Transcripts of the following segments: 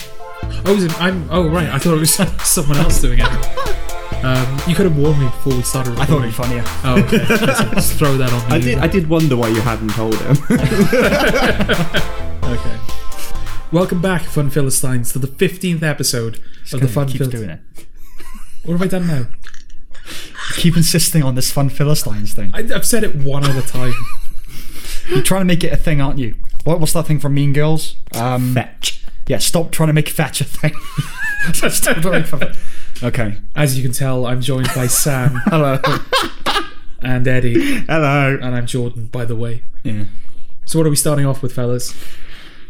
Oh, was it, I'm. Oh, right. I thought it was someone else doing it. Um, you could have warned me before we started. I thought it'd recording. be funnier. Oh, okay. Let's throw that on. I you. did. I did wonder why you hadn't told him. Okay. Welcome back, Fun Philistines, to the fifteenth episode of the Fun keeps Phil- doing it. What have I done now? Keep insisting on this fun Philistines thing. I, I've said it one other time. You're trying to make it a thing, aren't you? What, what's that thing from Mean Girls? Um, Fetch. Yeah, stop trying to make fetch a thing. Stop trying to make fe- okay. As you can tell, I'm joined by Sam Hello. and Eddie, Hello. and I'm Jordan, by the way. Yeah. So, what are we starting off with, fellas?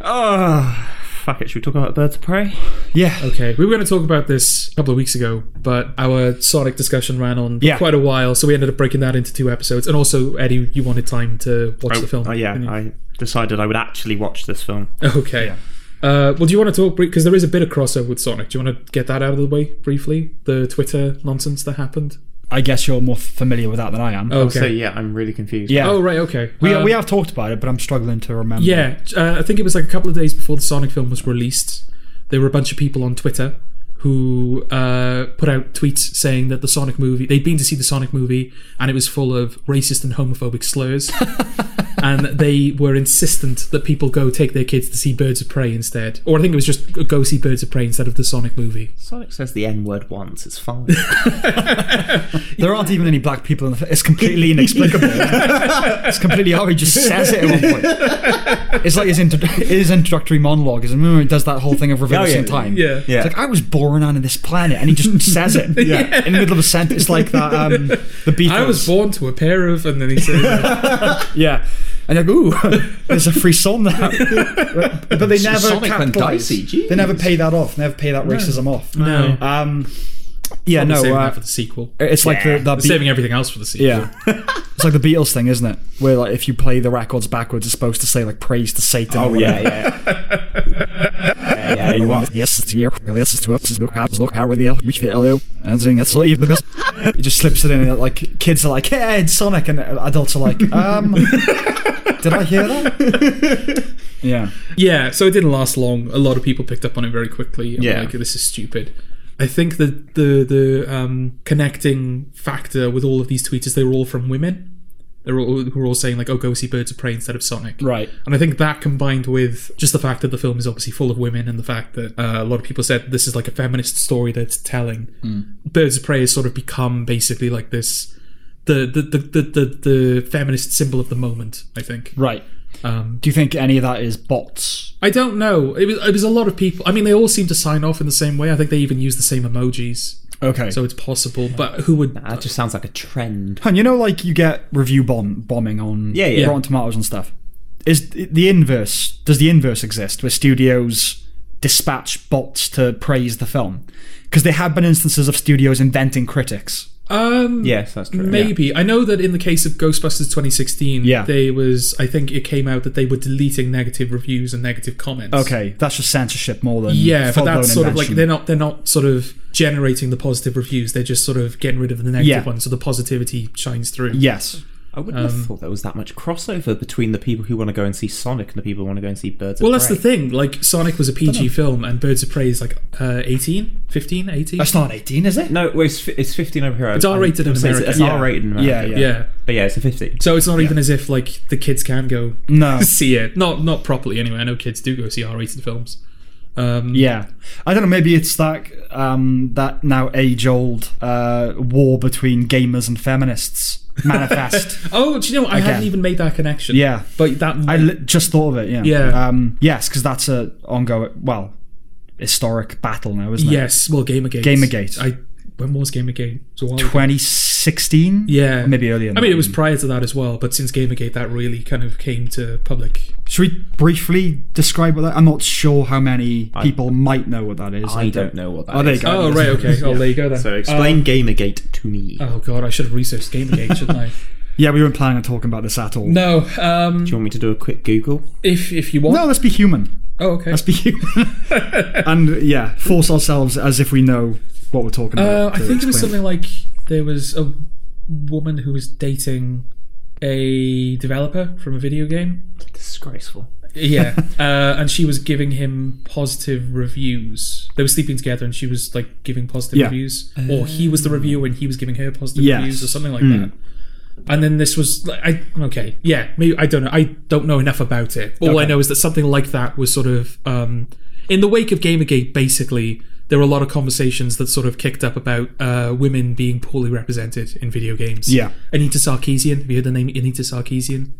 Oh, fuck it. Should we talk about birds of prey? Yeah. Okay, we were going to talk about this a couple of weeks ago, but our Sonic discussion ran on Yeah. quite a while, so we ended up breaking that into two episodes. And also, Eddie, you wanted time to watch the film. uh, Oh yeah. didn't you? I decided I would actually watch this film. Okay. Uh, well, do you want to talk because there is a bit of crossover with Sonic? Do you want to get that out of the way briefly? The Twitter nonsense that happened. I guess you're more familiar with that than I am. Okay. So yeah, I'm really confused. yeah. Oh right. Okay. we, Um, we have talked about it, but I'm struggling to remember. Yeah, uh, I think it was like a couple of days before the Sonic film was released. There were a bunch of people on Twitter who uh, put out tweets saying that the Sonic movie they'd been to see the Sonic movie and it was full of racist and homophobic slurs, and they were insistent that people go take their kids to see Birds of Prey instead, or I think it was just go see Birds of Prey instead of the Sonic movie. Sonic says the N word once. It's fine. There aren't even any black people in the film. It's completely inexplicable. it's completely how he just says it at one point. It's like his, intro- his introductory monologue is remember he does that whole thing of reversing yeah. time. Oh, Yeah. Yeah. It's like I was born on this planet and he just says it. Yeah. In the middle of a sentence it's like that um the Beatles. I was born to a pair of, and then he said, Yeah. And you're like, ooh, there's a free song now. but they never Sonic went capitalise. dicey, jeez. They never pay that off, never pay that racism off. "No, Um yeah, I'm no, saving that uh, for the sequel. it's like Yeah. the, the I'm Beat- saving everything else for the sequel." Yeah. it's like the Beatles thing, isn't it? Where like if you play the records backwards, it's supposed to say like praise to Satan. or whatever. yeah. yeah, yeah, you are. Yes, it's here. Yes, it's us. It's look how look how we are. We feel you. And sing it's leave because it just slips it in. And, like kids are like, "Hey, it's Sonic," and adults are like, "Um, did I hear that?" yeah, Yeah, so it didn't last long. A lot of people picked up on it very quickly. And yeah, Yeah. like this is stupid. I think the the the um, connecting factor with all of these tweets is they were all from women. They were all, who were all saying like, "Oh, go see Birds of Prey instead of Sonic." right. And I think that combined with just the fact that the film is obviously full of women and the fact that uh, a lot of people said this is like a feminist story that's telling. Hmm. Birds of Prey has sort of become basically like this. The, the, the, the, the, the feminist symbol of the moment, I think. Right. Um, Do you think any of that is bots? I don't know. It was it was a lot of people. I mean, they all seem to sign off in the same way. I think they even use the same emojis, Okay. so it's possible. But who would? That just sounds like a trend. And you know, like you get review bomb bombing on Yeah, yeah. Rotten Tomatoes and stuff. Is the inverse? Does the inverse exist where studios dispatch bots to praise the film? Because there have been instances of studios inventing critics. Um, Yes, that's true. maybe. I know that in the case of Ghostbusters 2016, Yeah. they was. I think it came out that they were deleting negative reviews and negative comments. Okay, that's just censorship more than Yeah, but full-blown that's sort of like invention. they're not they're not sort of generating the positive reviews. They're just sort of getting rid of the negative Yeah. ones, so the positivity shines through. yes. I wouldn't Um, have thought there was that much crossover between the people who want to go and see Sonic and the people who want to go and see Birds Well, of that's Prey. the thing. Like Sonic was a PG film, and Birds of Prey is like uh, 18, 15, 18. That's not eighteen, is it? No, well, it's, fi- it's 15 over here. It's R-rated in It's- It's, it's America. R-rated in Yeah, America. yeah. yeah. But yeah, it's a 15. So it's not even as if like the kids can go No. see it. Not not properly anyway. I know kids do go see R-rated films. Um, Yeah, I don't know. Maybe it's that um, that now age old uh, war between gamers and feminists manifest. Oh, do you know what? I Again. hadn't even made that connection. yeah, But that I li- just thought of it. Yeah. Yeah. Um, yes, because that's a ongoing, well, historic battle now, isn't it? yes. Well, Gamergate. Gamergate. I when was Gamergate? It was a while ago. 2016. Yeah. Or maybe earlier. than I mean, it that. was prior to that as well. But since Gamergate, that really kind of came to public. Should we briefly describe what that? I'm not sure how many people might know what that is. I don't know what that is. Oh, there you go. Oh right. Okay. Oh, there you go then. So explain Gamergate to me. Oh god, I should have researched Gamergate, shouldn't I? Yeah, we weren't planning on talking about this at all. No. Um, Do you want me to do a quick Google? if if you want. No, let's be human. Oh, okay. Let's be human. and yeah, force ourselves as if we know what we're talking Uh, about. I to think it was something explain. like there was a woman who was dating a developer from a video game. Disgraceful. Yeah, uh, and she was giving him positive reviews. They were sleeping together, and she was like giving positive Yeah. reviews, or he was the reviewer and he was giving her positive Yes. Hmm. reviews, or something like that. And then this was, like, I okay, yeah, maybe I don't know, I don't know enough about it. All I Okay. know is that something like that was sort of um, in the wake of Gamergate. Basically, there were a lot of conversations that sort of kicked up about uh, women being poorly represented in video games. Yeah. Anita Sarkeesian. Have you heard the name Anita Sarkeesian?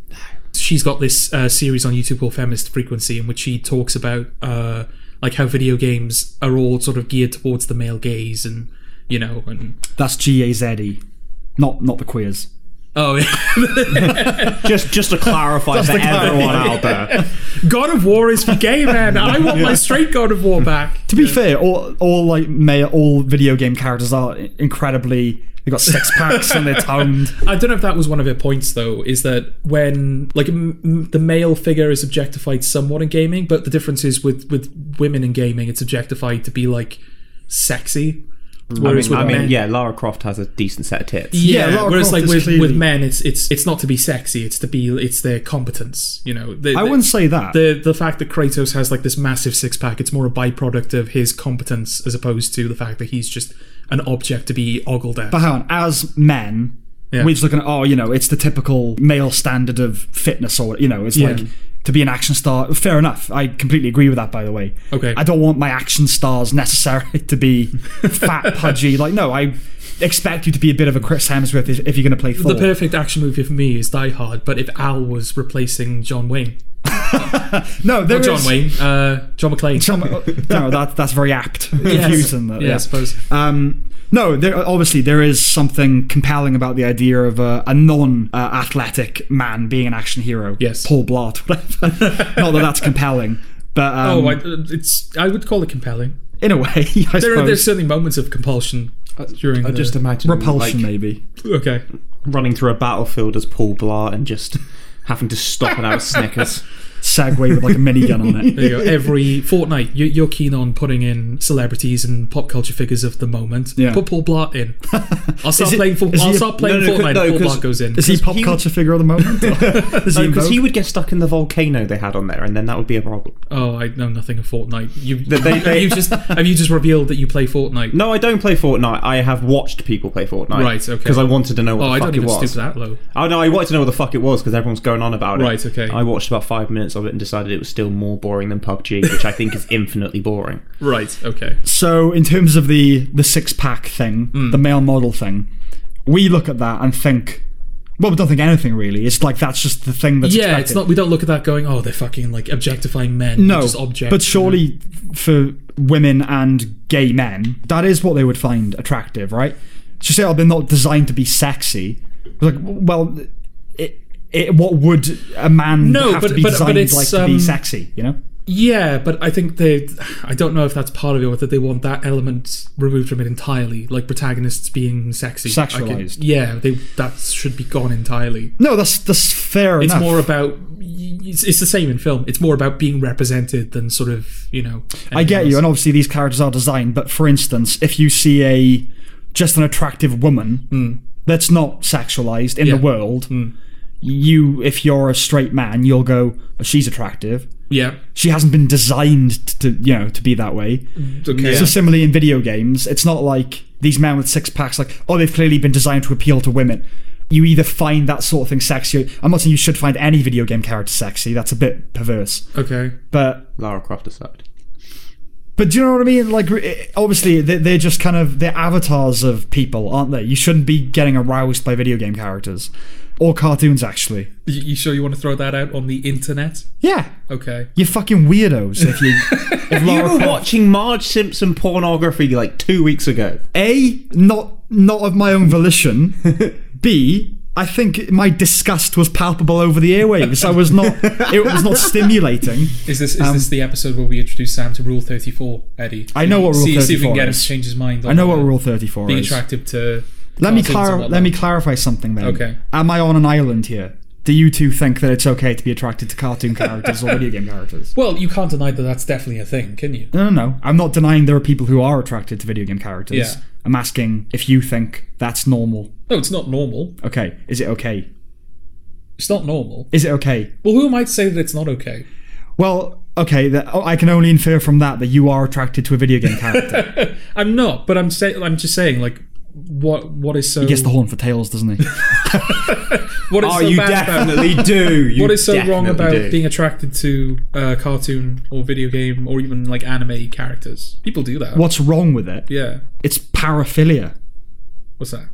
She's got this uh, series on YouTube called Feminist Frequency, in which she talks about uh, like how video games are all sort of geared towards the male gaze, and you know, and That's G A Z E, not not the queers. oh, Just just to clarify for clarify. everyone out there. God of War is for gay men. I want my straight God of War back. To be fair, all all like male, all video game characters are i- incredibly. They have got six packs and they're toned. I don't know if that was one of her points though. Is that when like m- m- the male figure is objectified somewhat in gaming, but the difference is with with women in gaming, it's objectified to be like sexy. Whereas I with mean, men- yeah, Lara Croft has a decent set of tits. Yeah, Yeah, Lara whereas Croft like is with, clearly- with men, it's it's it's not to be sexy; it's to be it's their competence. You know, the, I the- wouldn't say that. the the fact that Kratos has like this massive six pack. It's more a byproduct of his competence as opposed to the fact that he's just an object to be ogled at. but hang on, as men, Yeah. we're just looking at oh, you know, it's the typical male standard of fitness, or you know, it's Yeah. like to be an action star. Fair enough. I completely agree with that. By the way, Okay. I don't want my action stars necessarily to be fat, pudgy. Like, no, I expect you to be a bit of a Chris Hemsworth if, if you're going to play Thor. the perfect action movie for me is Die Hard. But if Al was replacing John Wayne, no, there not John is- Wayne, uh, John McClane. Some- no, that, that's very apt. Yes. Confusing. yeah, I suppose. Um, no, there, obviously there is something compelling about the idea of a, a non-athletic man being an action hero. Yes. Paul Blart. Whatever. Not that that's compelling, but um, oh, I, it's I would call it compelling. in a way, I suppose. There are there's certainly moments of compulsion during I the- just imagine repulsion, like, maybe. okay. running through a battlefield as Paul Blart and just having to stop and out Snickers. Segway with like a minigun on it. There you go. Every fortnight, you- you're keen on putting in celebrities and pop culture figures of the moment. Yeah. Put Paul Blart in. I'll start Is it- playing. For, is I'll he- start playing no, no, Fortnite. no, Paul 'cause- Blart goes in. Is he pop he- culture figure of the moment? Is he in Because vogue? he would get stuck in the volcano they had on there, and then that would be a problem. Oh, I know nothing of Fortnite. You, They- they- they- you just have you just revealed that you play Fortnite? No, I don't play Fortnite. I have watched people play Fortnite. Right, okay. Because I wanted to know what Oh, the I fuck don't it even was. stoop that low. Oh no, I wanted to know what the fuck it was because everyone's going on about it. Right, okay. I watched about five minutes of it and decided it was still more boring than PUBG, which I think is infinitely boring. Right. Okay. So, in terms of the the six pack thing, Mm. the male model thing, we look at that and think, well, we don't think anything really. It's like that's just the thing that's Yeah, expected. it's not. We don't look at that going. Oh, they're fucking like objectifying men. no They're just objects. But surely for women and gay men, that is what they would find attractive, right? So say, oh, they're not designed to be sexy. Like, well, it, it, what would a man No, have but- to be but- but designed it's, like to be um, sexy? You know, Yeah, but I think they. I don't know if that's part of it, whether they want that element removed from it entirely, like protagonists being sexy, I can- Sexualized. yeah, they, that should be gone entirely. no, that's that's fair It's enough. more about. It's, it's the same in film. It's more about being represented than sort of you know. I get you, and obviously these characters are designed. But for instance, if you see a just an attractive woman that's not sexualized in Yeah. the world, you if you're a straight man, you'll go, "Oh, "She's attractive. yeah. She hasn't been designed to you know to be that way." Okay. So similarly in video games, it's not like these men with six packs, like, "Oh, they've clearly been designed to appeal to women." You either find that sort of thing sexy. I'm not saying you should find any video game character sexy. That's a bit perverse, Okay. but Lara Croft aside. but do you know what I mean? Like, it- obviously, they- they're just kind of they're avatars of people, aren't they? You shouldn't be getting aroused by video game characters or cartoons, actually. You, you sure you want to throw that out on the internet? Yeah, Okay. you're fucking weirdos if you. if You Lara were Croft- watching Marge Simpson pornography like two weeks ago. A, not not of my own volition. B, I think my disgust was palpable over the airwaves. I was not. It was not stimulating. Is this is this the episode where we introduce Sam to Rule Thirty Four, Eddie? Um, I know what Rule see, See if we 34 can get him is. to change his mind. On I know what uh, Rule Thirty Four Being is. attractive to. Let cartoons me and clar- whatnot. let me clarify something then. Okay. Am I on an island here? Do you two think that it's okay to be attracted to cartoon characters or video game characters? Well, you can't deny that that's definitely a thing, can you? No, no, no. I'm not denying there are people who are attracted to video game characters. Yeah. I'm asking if you think that's normal. No, it's not normal. Okay. Is it okay? It's not normal. Is it okay? Well, who am I to say that it's not okay? Well, okay, that, oh, I can only infer from that that you are attracted to a video game character. I'm not, but I'm say, I'm just saying like what what is so he gets the horn for tails, doesn't he? what is Oh, so you bad about- definitely do. You what is so wrong definitely about do. being attracted to uh, cartoon or video game or even like anime characters? People do that. What's wrong with it? Yeah. It's paraphilia. What's that?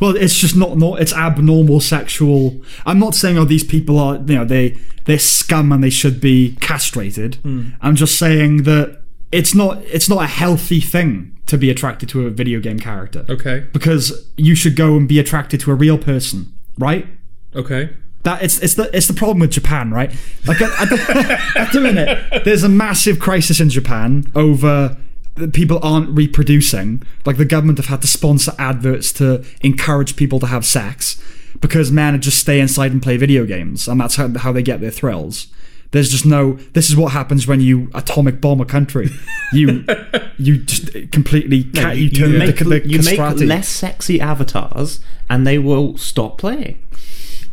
Well, it's just not, not it's abnormal sexual. I'm not saying oh these people are you know they they're scum and they should be castrated. I'm just saying that it's not it's not a healthy thing to be attracted to a video game character Okay. because you should go and be attracted to a real person, right? Okay. That it's it's the it's the problem with Japan, right? Like at, at, the, at the minute, there's a massive crisis in Japan over that people aren't reproducing. Like the government have had to sponsor adverts to encourage people to have sex because men just stay inside and play video games, and that's how, how they get their thrills. There's just no. This is what happens when you atomic bomb a country. You you just completely ca- you, turn the- make, the, the you make castrati. less sexy avatars, and they will stop playing.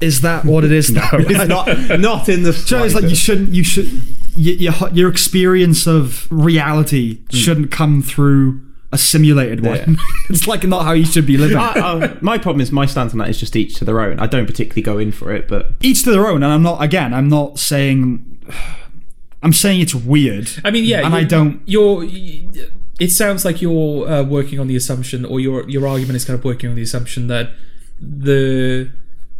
Is that what it is? no, not not in the. So it's like you shouldn't. You should. Your, your ho- your experience of reality Mm. shouldn't come through a simulated one. Yeah. it's like not how you should be living. Uh, I, I, my problem is my stance on that is just each to their own. I don't particularly go in for it, but Each to their own. And I'm not. Again, I'm not saying. I'm saying it's weird. I mean, yeah. And you- I don't. You're. It sounds like you're uh, working on the assumption, or your your argument is kind of working on the assumption that the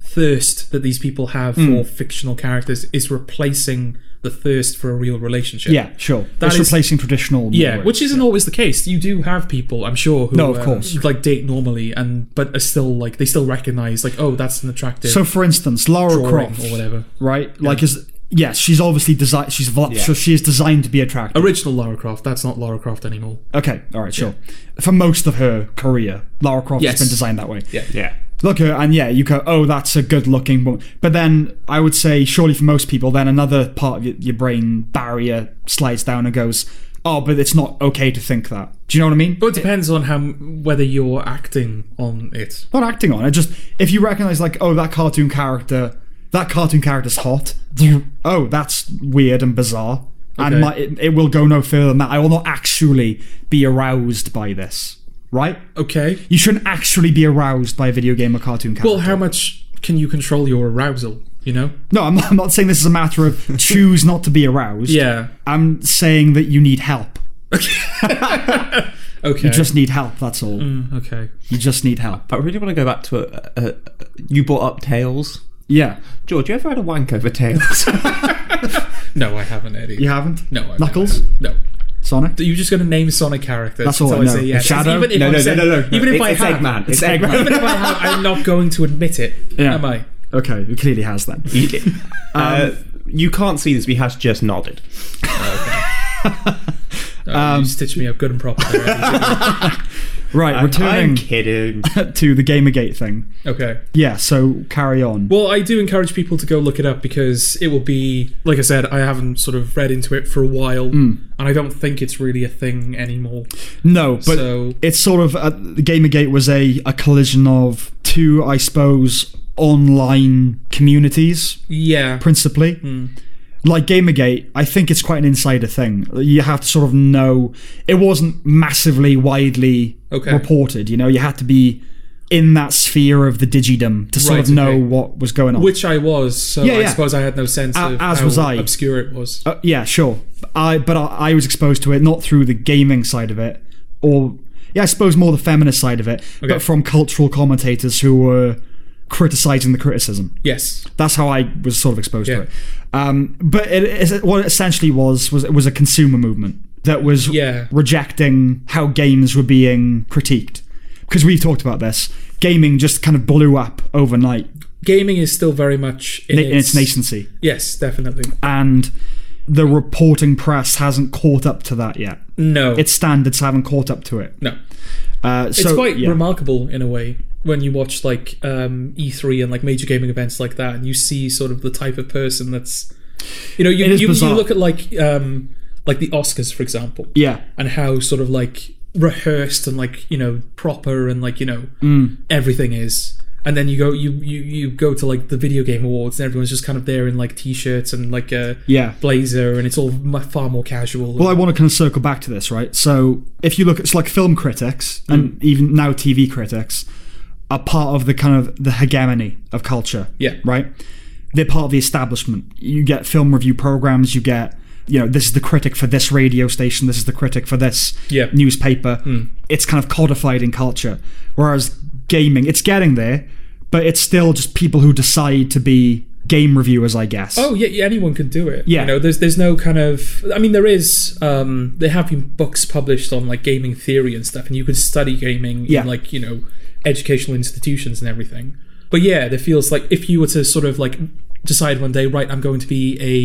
thirst that these people have Hmm. for fictional characters is replacing the thirst for a real relationship. Yeah, sure. That it's is- replacing traditional. Yeah, work. which isn't always the case. You do have people, I'm sure, who No, of uh, course. like date normally, and but are still like they still recognize like, oh, that's an attractive So, for instance, Lara drawing Croft, or whatever. right? Like, is yes, she's obviously designed. She's vol- so she is designed to be attractive. Original Lara Croft. That's not Lara Croft anymore. Okay, all right, sure. For most of her career, Lara Croft Yes. has been designed that way. Yeah. look at her and yeah you go oh that's a good looking woman but then i would say surely for most people then another part of your, your brain barrier slides down and goes oh but it's not okay to think that do you know what i mean But it depends on how whether you're acting on it. not acting on it just if you recognize like oh that cartoon character that cartoon character's hot oh that's weird and bizarre and Okay. my, it, it will go no further than that i will not actually be aroused by this right Okay. you shouldn't actually be aroused by a video game or cartoon character Well, how much can you control your arousal? You know. No, I'm not, I'm not saying this is a matter of choose not to be aroused. Yeah. I'm saying that you need help. Okay. You just need help, that's all. Mm. okay. You just need help. I really want to go back to a, a, a, you brought up tails. Yeah. George, you ever had a wank over tails? No, I haven't, Eddie. You haven't? No, I Knuckles? haven't. No. Sonic? You're just gonna name Sonic characters. That's all until I know. say yes. Shadow? Even if No, I'm no, no, saying- no, no, no. Even if It's- I it's have, Eggman. It's Eggman. Even if I have, I'm not going to admit it. Yeah. Am I? Okay, who clearly has that. uh, you can't see this, but he has just nodded. Oh, you stitched me up good and proper. there, Eddie. Right, I'm returning kidding. to the Gamergate thing. okay. Yeah, so carry on. Well, I do encourage people to go look it up because it will be, like I said, I haven't sort of read into it for a while, and I don't think it's really a thing anymore. No, but So- it's sort of uh, the Gamergate was a, a collision of two, I suppose, online communities. Yeah. principally. Hmm. Like Gamergate, I think it's quite an insider thing. You have to sort of know it wasn't massively widely Okay. reported. You know, you had to be in that sphere of the digidom to sort Right, of know okay. what was going on. Which I was, so Yeah, I yeah. suppose I had no sense A- of as how was I. obscure it was. Uh, yeah, sure. I but I, I was exposed to it not through the gaming side of it, or yeah, I suppose more the feminist side of it, Okay. but from cultural commentators who were criticizing the criticism. Yes. That's how I was sort of exposed Yeah. to it. Um, but it, it, what it essentially was was it was a consumer movement that was Yeah. rejecting how games were being critiqued. Because we've talked about this, gaming just kind of blew up overnight Gaming is still very much in, in, in its nascency, Yes, definitely. and the reporting press hasn't caught up to that yet. No. Its standards haven't caught up to it. no. Uh, so, it's quite yeah. remarkable in a way when you watch like um, E3 and like major gaming events like that, and you see sort of the type of person that's, you know, you It is you, you bizarre. look at like um, like the Oscars for example, yeah, and how sort Mm. of like rehearsed and like you know proper and like you know everything is, and then you go you, you you go to like the video game awards and everyone's just kind of there in like t-shirts and like a Yeah. blazer and it's all mu- far more casual. Well, I want to kind of circle back to this, right? So, if you look, it's like film critics Mm. and even now TV critics are part of the kind of the hegemony of culture. Yeah. Right. They're part of the establishment. You get film review programs. You get, you know, this is the critic for this radio station. This is the critic for this Yeah. Mm. newspaper. It's kind of codified in culture. Whereas gaming, it's getting there, but it's still just people who decide to be game reviewers, I guess. Oh yeah, yeah, anyone can do it. Yeah. you know, there's there's no kind of. I mean, there is. Um, there have been books published on like gaming theory and stuff, and you can study gaming Yeah. in like you know educational institutions and everything. But yeah, there feels like if you were to sort of like decide one day, right, I'm going to be a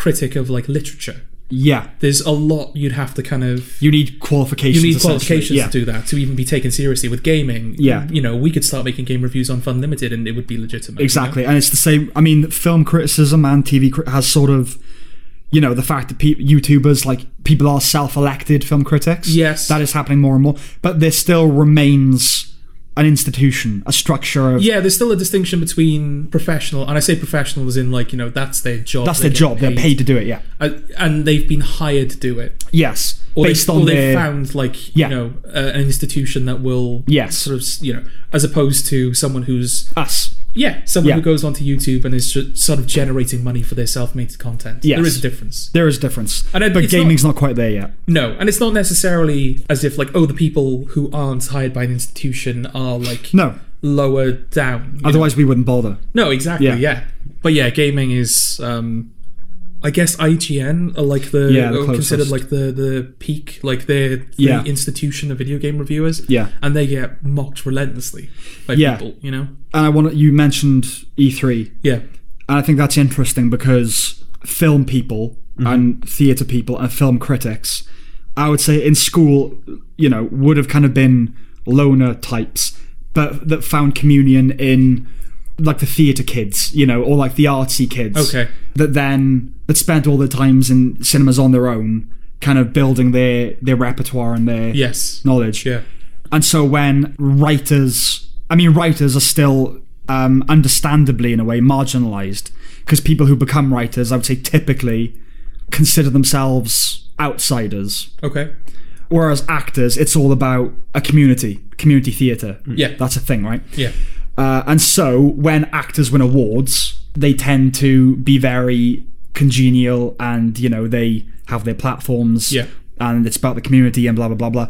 critic of like literature. Yeah. There's a lot you'd have to kind of. You need qualifications. You need essentially. qualifications Yeah. to do that to even be taken seriously with gaming. Yeah. you know, we could start making game reviews on Fun Limited, and it would be legitimate. you know? Exactly, and it's the same. I mean, film criticism and TV cri- has sort of, you know, the fact that pe- YouTubers like people are self-elected film critics. Yes. that is happening more and more, but there still remains an institution, a structure of Yeah, there's still a distinction between professional, and I say professional as in like you know that's their job. that's they their get job. They're paid to do it. Yeah. and- and they've been hired to do it, Yes. or Based they, on or they their found like Yeah. you know uh, an institution that will Yes. sort of you know as opposed to someone who's us. yeah someone Yeah. who goes onto YouTube and is ju- sort of generating money for their self-made content. Yes. There is a difference. There is a difference, And I- but it's not- gaming's not, quite there yet. No, and it's not necessarily as if like oh the people who aren't hired by an institution are like No, lower down. you otherwise we wouldn't bother. No, exactly. Yeah. Yeah. But yeah, gaming is. Um, I guess IGN are like the, Yeah, the are considered closest. like the the peak, like they're the Yeah. institution of video game reviewers. Yeah. and they get mocked relentlessly by Yeah. people. You know. And I want you mentioned E three. Yeah. And I think that's interesting because film people Mm-hmm. and theatre people and film critics, I would say in school, you know, would have kind of been loner types, but that found communion in like the theatre kids, you know, or like the artsy kids. Okay. That then that spent all their times in cinemas on their own, kind of building their their repertoire and their Yes. knowledge. Yeah. And so when writers, I mean, writers are still um, understandably, in a way, marginalized because people who become writers, I would say, typically consider themselves outsiders. Okay. Whereas actors, it's all about a community, community theatre. Yeah. That's a thing, right? Yeah. Uh, and so when actors win awards, they tend to be very congenial and, you know, they have their platforms Yeah. and it's about the community and blah, blah, blah, blah.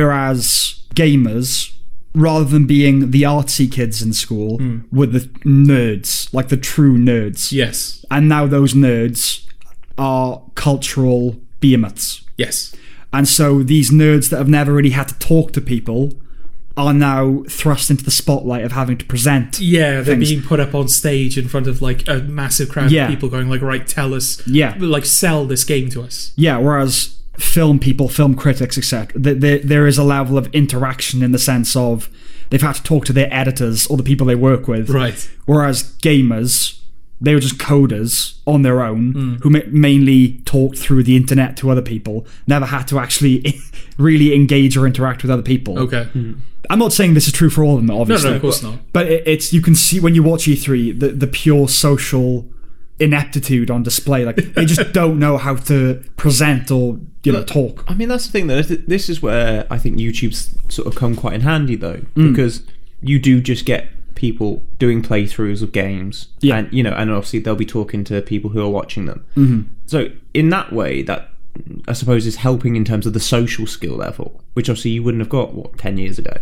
Whereas gamers, rather than being the artsy kids in school, were the nerds, like the true nerds. Yes. And now those nerds are cultural behemoths. Yes. And so these nerds that have never really had to talk to people are now thrust into the spotlight of having to present. Yeah, they're Things. being put up on stage in front of like a massive crowd Yeah. of people, going like, "Right, tell us, Yeah. like sell this game to us." Yeah, whereas film people, film critics, etc., th- th- there is a level of interaction in the sense of they've had to talk to their editors or the people they work with. Right. Whereas gamers, they were just coders on their own Hmm. who ma- mainly talked through the internet to other people, never had to actually really engage or interact with other people. Okay. I'm not saying this is true for all of them, No, obviously. no, of course not. But it, it's you can see when you watch E3 the the pure social ineptitude on display. Like they just don't know how to present or you know talk. I mean, that's the thing, though. Th- This is where I think YouTube's sort of come quite in handy, though, because you do just get people doing playthroughs of games, Yeah. and you know, and obviously they'll be talking to people who are watching them. So in that way, that I suppose is helping in terms of the social skill level, which obviously you wouldn't have got what ten years ago,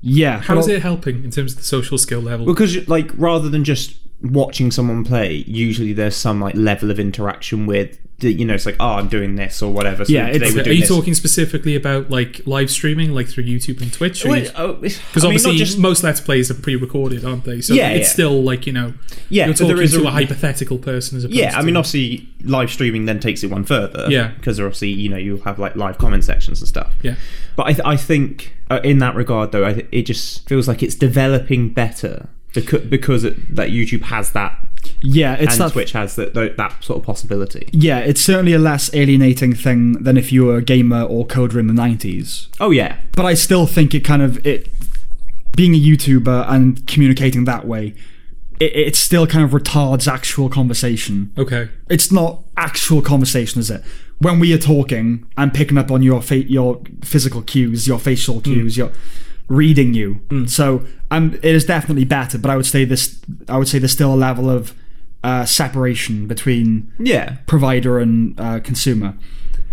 Yeah, How is well, it helping in terms of the social skill level? because like rather than just watching someone play, usually there's some like level of interaction with. the- You know, it's like, oh, I'm doing this or whatever. So Yeah, today it's- we're Are doing you this. talking specifically about like live streaming, like through YouTube and Twitch? Well, Because oh, it's- I mean, not obviously just- most Let's Plays are pre-recorded, aren't they? So Yeah, it's yeah. still like you know, Yeah, you're but there talking is to a- a, hypothetical person as opposed Yeah, I mean, to- obviously, live streaming then takes it one further. Yeah. because obviously, you know, you'll have like live comment sections and stuff. yeah, but I, th- I think uh, in that regard, though, I th- it just feels like it's developing better because because it, that YouTube has that yeah, it's and that. Twitch has that tho- that sort of possibility. Yeah, it's certainly a less alienating thing than if you were a gamer or coder in the '90s. Oh yeah, But I still think it kind of it being a YouTuber and communicating that way, it, it still kind of retards actual conversation. Okay. It's not actual conversation, is it? When we are talking, I'm picking up on your fa- your physical cues, your Hmm. facial cues, your reading you. So I'm, it is definitely better, but I would say this. I would say there's still a level of uh, separation between Yeah. provider and uh, consumer.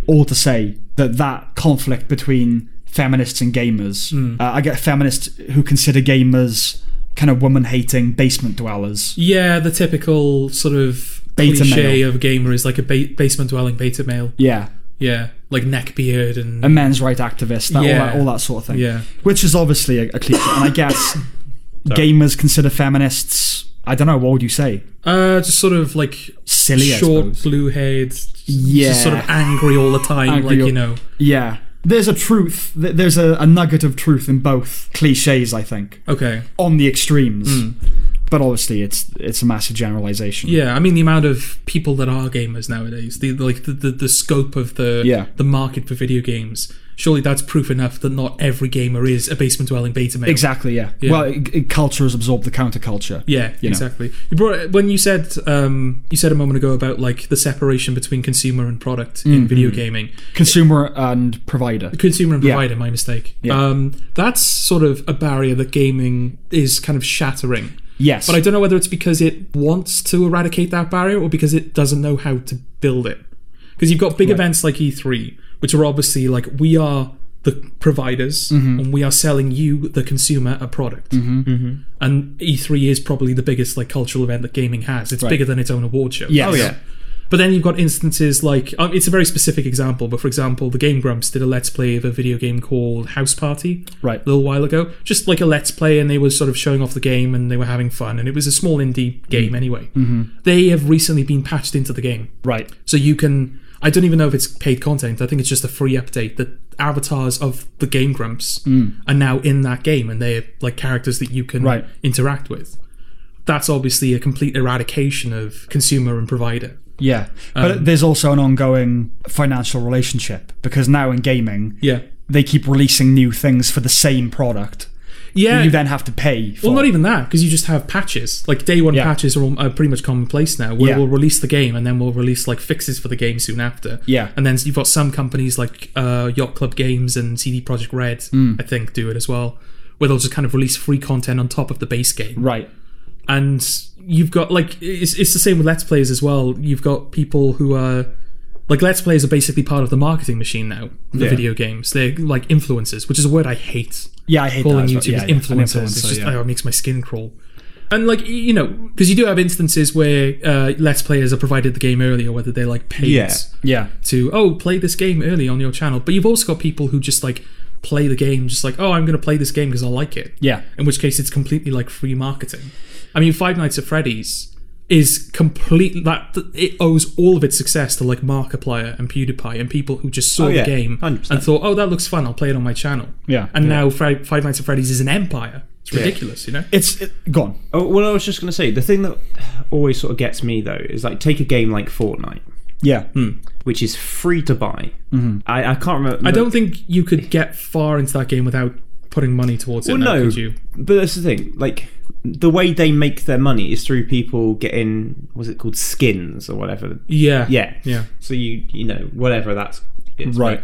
All to say that that conflict between feminists and gamers, Hmm. uh, I get feminists who consider gamers kind of woman hating basement dwellers. Yeah, the typical sort of Beta cliche male. of gamer is like a ba- basement dwelling beta male. Yeah. Yeah, like neckbeard and A men's right activist, that, Yeah. all, that, all that sort of thing. Yeah. Which is obviously a, a cliche. And I guess gamers consider feminists, I don't know, what would you say? uh, just sort of like Silly, I short, suppose. blue haired, Yeah. just sort of angry all the time, Angry like all- you know. Yeah. There's a truth, th- there's a, a nugget of truth in both cliches, I think. Okay, on the extremes. Mm. But obviously, it's it's a massive generalization. Mm. yeah. I mean, the amount of people that are gamers nowadays, the like the, the, the scope of the Yeah. the market for video games. Surely that's proof enough that not every gamer is a basement dwelling beta male. Exactly. Yeah. Yeah. Well, it, it- culture has absorbed the counterculture. Yeah, You know. exactly. You brought when you said um, you said a moment ago about like the separation between consumer and product Mm-hmm. in video gaming. Consumer and provider. Consumer and Yeah. provider, my mistake. Yeah. Um, that's sort of a barrier that gaming is kind of shattering. Yes. But I don't know whether it's because it wants to eradicate that barrier or because it doesn't know how to build it. Because you've got big events like E3, which are obviously like we are the providers and we are selling you, the consumer, a product. Mm-hmm. And E3 is probably the biggest like cultural event that gaming has. It's bigger than its own award show. Yes. Oh yeah. But then you've got instances like um, it's a very specific example, but for example, the Game Grumps did a let's play of a video game called House Party Right. a little while ago, just like a let's play, and they were sort of showing off the game and they were having fun, and it was a small indie game anyway. They have recently been patched into the game, Mm-hmm. Right. so you can. I don't even know if it's paid content. I think it's just a free update that avatars of the Game Grumps are now in that game, and they're like characters that you can Mm. Right. interact with. That's obviously a complete eradication of consumer and provider. Yeah. but there's also an ongoing financial relationship because now in gaming, Yeah. they keep releasing new things for the same product. Yeah. You then have to pay. For. well, not even that, because you just have patches. Like day one Yeah. patches are, all, are pretty much commonplace now. Where Yeah. we'll release the game and then we'll release like fixes for the game soon after. Yeah. And then you've got some companies like uh, Yacht Club Games and CD Projekt Red, Mm. I think, do it as well, where they'll just kind of release free content on top of the base game Right. and you've got like it's, it's the same with let's plays as well you've got people who are like let's plays are basically part of the marketing machine now for Yeah. video games they're like influencers which is a word i hate Yeah, I hate calling that as youtubers well. Yeah, yeah, an influencers influencer, it's just yeah. oh, it makes my skin crawl and like y- you know because you do have instances where uh, let's players are provided the game early or whether they're like paid Yeah. Yeah. to oh play this game early on your channel but you've also got people who just like play the game just like oh i'm going to play this game because i like it Yeah. in which case it's completely like free marketing i mean five nights at freddy's is completely that it owes all of its success to like markiplier and pewdiepie and people who just saw Oh, yeah, the game 100%. and thought oh that looks fun i'll play it on my channel Yeah. and now Fre- five nights at freddy's is an empire it's ridiculous you know It's it, gone. Oh, well, I was just going to say the thing that always sort of gets me though is like take a game like Fortnite, Yeah. Hmm. which is free to buy. I, I can't remember. Mm-hmm. i don't think you could get far into that game without putting money towards it Well, now, no, could you but that's the thing. Like the way they make their money is through people getting was it called skins or whatever. yeah Yeah, yeah So you you know whatever that's it's, Right.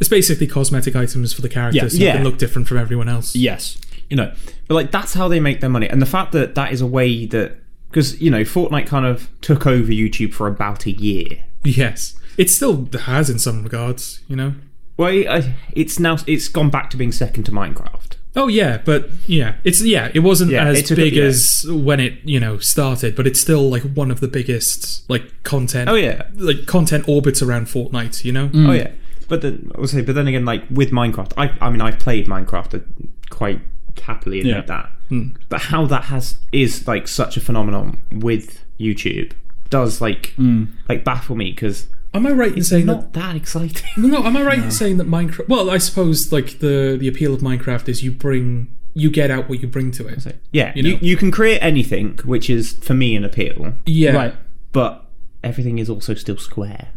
It's basically cosmetic items for the characters so Yeah. they can look different from everyone else. Yes. you know but like that's how they make their money and the fact that that is a way that because you know fortnite kind of took over youtube for about a year Yes. It still has in some regards, you know? well I, it's now it's gone back to being second to minecraft Oh yeah, but yeah. It's yeah, it wasn't Yeah, as it took a- big yeah. as when it, you know, started, but it's still like one of the biggest like content oh yeah like content orbits around Fortnite, you know? Mm. oh yeah but then i would say but then again like with minecraft i i mean i've played minecraft I quite happily admit Yeah. that Hmm. but how that has is like such a phenomenon with youtube does like Hmm. like baffle me because Am I right in saying not that exciting that No, am I right in saying that Minecraft Well, I suppose like the the appeal of Minecraft is you bring you get out what you bring to it. yeah You you, know. you can create anything which is for me an appeal Yeah. Right. but everything is also still square.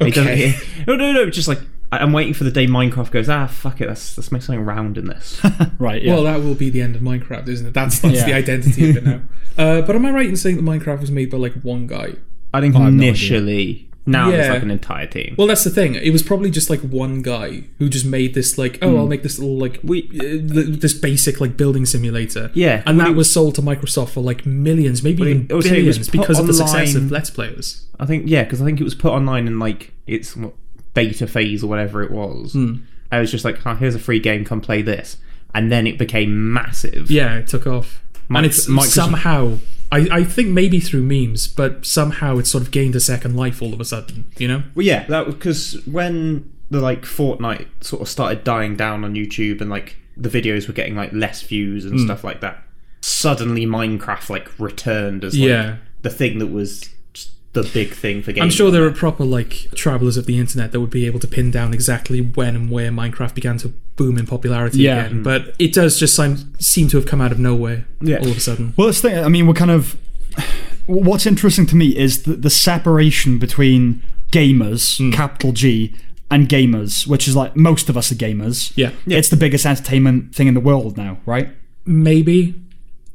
Okay. no, no, no. Just like I- I'm waiting for the day Minecraft goes. Ah, fuck it. Let's let's make something round in this. Right. Yeah. Well, that will be the end of Minecraft, isn't it? That's that's Yeah. the identity of it now. Uh, but am I right in saying that Minecraft was made by like one guy? I think have no idea. initially, now there's Yeah. like an entire team. Well, that's the thing. It was probably just like one guy who just made this like, Hmm. oh, I'll make this little like we this basic like building simulator. Yeah. and Well, that it- was sold to Microsoft for like millions, maybe it- even I would say it was billions, because of the success online- of Let's Players. I think yeah, because I think it was put online in like its what, beta phase or whatever it was. Hmm. I was just like, oh, here's a free game, come play this, and then it became massive. Yeah, it took off, Mic- and it's Microsoft- somehow. I, I think maybe through memes, but somehow it's sort of gained a second life all of a sudden. You know? Well, yeah, that because when the like Fortnite sort of started dying down on YouTube and like the videos were getting like less views Hmm. and stuff like that, suddenly Minecraft like returned as like, Yeah. the thing that was just the big thing for gaming. I'm sure there are proper like travelers of the internet that would be able to pin down exactly when and where Minecraft began to boom in popularity Yeah. Mm. again. But it does just seem, seem to have come out of nowhere Yeah. all of a sudden. Well, this thing, I mean, we're kind of. What's interesting to me is the, the separation between gamers, Hmm. capital G, and gamers, which is like most of us are gamers. Yeah. It's the biggest entertainment thing in the world now, right? Maybe.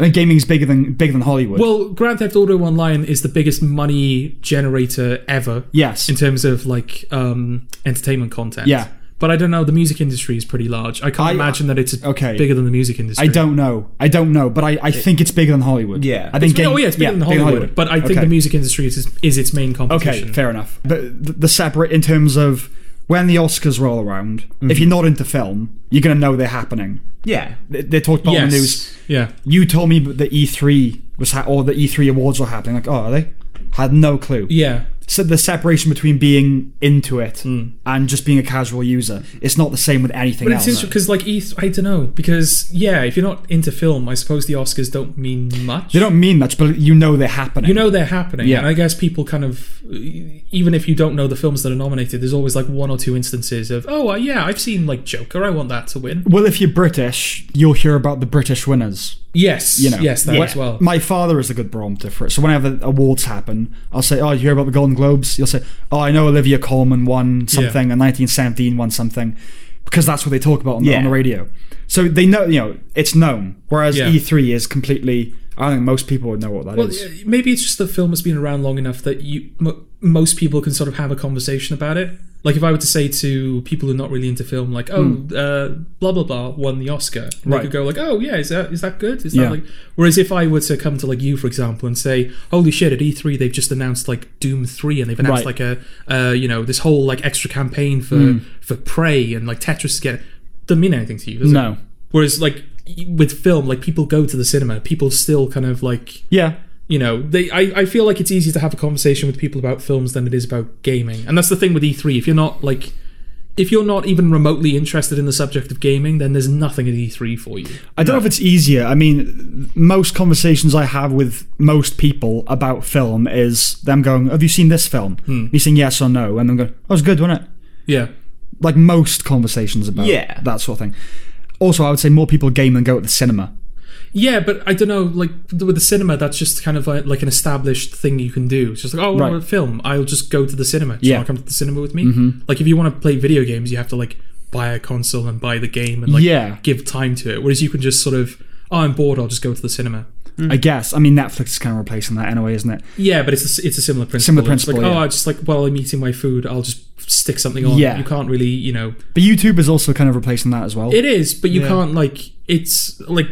I mean, gaming's bigger than bigger than Hollywood. Well, Grand Theft Auto Online is the biggest money generator ever yes. in terms of like um, entertainment content. Yeah. But I don't know. The music industry is pretty large. I can't I- uh, imagine that it's okay. bigger than the music industry. I don't know. I don't know, but I, I think it's bigger than Hollywood. Yeah. I It's think It's- oh yeah, it's bigger than Hollywood, but I think Okay. the music industry is is its main Okay, competition. fair enough. But the, the separate in terms of when the Oscars roll around, Mm-hmm. if you're not into film, you're gonna know they're happening. yeah, They, they talked about on Yes. the news. Yeah. you told me that E3 was ha- or the E3 awards were happening. Like, oh, are they? Had no clue. Yeah. So the separation between being into it and just being a casual user, it's not the same with anything Mm. But it's else. interesting because, like, E I don't know. Because yeah, if you're not into film, I suppose the Oscars don't mean much. they don't mean much, but you know they're happening. You know they're happening, Yeah. and I guess people kind of, even if you don't know the films that are nominated, there's always like one or two instances of, oh uh, yeah, I've seen like Joker, I want that to win. well, if you're British, you'll hear about the British winners. Yes, You know, yes, that Yeah. as well. My father is a good barometer for it. So whenever awards happen, I'll say, "Oh, you hear about the Golden Globes?" You'll say, "Oh, I know Olivia Colman won something, and 1917 won something," because that's what they talk about on, the, on Yeah. the radio. So they know, you know, it's known. Whereas Yeah. E3 is completely. I think most people would know what that is. Well, yeah, maybe it's just the film has been around long enough that you m- most people can sort of have a conversation about it. Like if I were to say to people who are not really into film, like, "Oh, uh, blah blah blah won the Oscar," and Hmm. Right. they could go like, "Oh yeah, is that is that good?" Is that Yeah. like? Whereas if I were to come to like you, for example, and say, "Holy shit, at E3 they've just announced like Doom three, and they've announced Right. Hmm. like a uh, you know this whole like extra campaign for for Prey and like Tetris again," doesn't mean anything to you, does it? No. Whereas like y- with film, like people go to the cinema, people still kind of like yeah, you know they I, I feel like it's easier to have a conversation with people about films than it is about gaming and that's the thing with e3 if you're not like if you're not even remotely interested in the subject of gaming then there's nothing at e3 for you I don't know if it's easier. I mean, most conversations I have with most people about film is them going, "Have you seen this film?" Hmm. Me saying yes or no, and them going, "That was good, wasn't it?" yeah like most conversations about Yeah. that sort of thing. Also, I would say more people game than go to the cinema. yeah but i don't know like with the cinema that's just kind of like, like an established thing you can do it's just like oh I Right. want a film i'll just go to the cinema do you Yeah. Mm-hmm. want to come to the cinema with me like if you want to play video games you have to like buy a console and buy the game and like Yeah. give time to it whereas you can just sort of oh i'm bored i'll just go to the cinema I guess. I mean, Netflix is kind of replacing that anyway, isn't it? Yeah, but it's a, it's a similar principle. Similar It's principle, Like, yeah. Oh, I just like while I'm eating my food, I'll just stick something on. Yeah. you can't really, you know. But YouTube is also kind of replacing that as well. It is, but you can't like it's like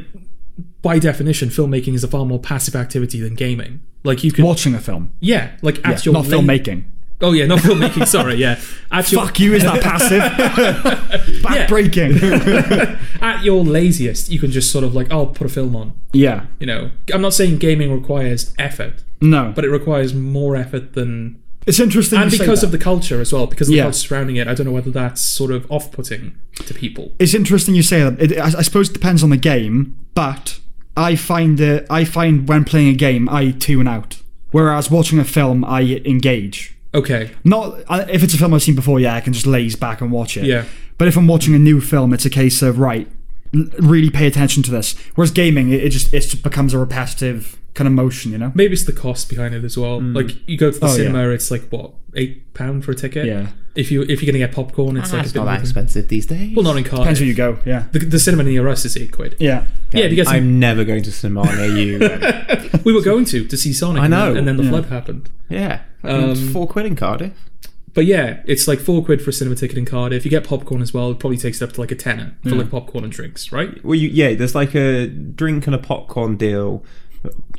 by definition, filmmaking is a far more passive activity than gaming. Like you can, Watching a film, yeah, like at your not la- filmmaking. Oh yeah, not filmmaking. sorry, yeah, at your Fuck you, is that passive? Backbreaking. at your laziest, you can just sort of like, I'll put a film on. yeah. You know, I'm not saying gaming requires effort, No. but it requires more effort than it's interesting. and you say because that. of the culture as well, because of the Yeah. culture surrounding it, I don't know whether that's sort of off-putting to people. It's interesting you say that. It, I, I suppose it depends on the game, but I find it, I find when playing a game, I tune out. Whereas watching a film, I engage. Okay, Not I- if it's a film I've seen before, yeah, I can just laze back and watch it. Yeah. But if I'm watching a new film, it's a case of right, l- really pay attention to this. Whereas gaming, it, it just it just becomes a repetitive kind of motion, you know? Maybe it's the cost behind it as well. Mm. Like you go to the Oh, cinema, it's like what eight pound for a ticket. Yeah. If you if you're gonna get popcorn, it's Ah, like it's a bit not more that than- expensive these days. Well, not in Cardiff. Depends where you go, yeah. The, the cinema near us is eight quid. Yeah. Yeah, if you get some, I'm never going to cinema near you. then. we were going to to see Sonic. I and then- know. and then the Yeah. flood happened. yeah, Fucking Um, it's four quid in eh? Cardiff. But yeah, it's like four quid for a cinema ticket in Cardiff. If you get popcorn as well, it probably takes it up to like a tenner Mm. for like popcorn and drinks, right? Well, you, yeah, there's like a drink and a popcorn deal.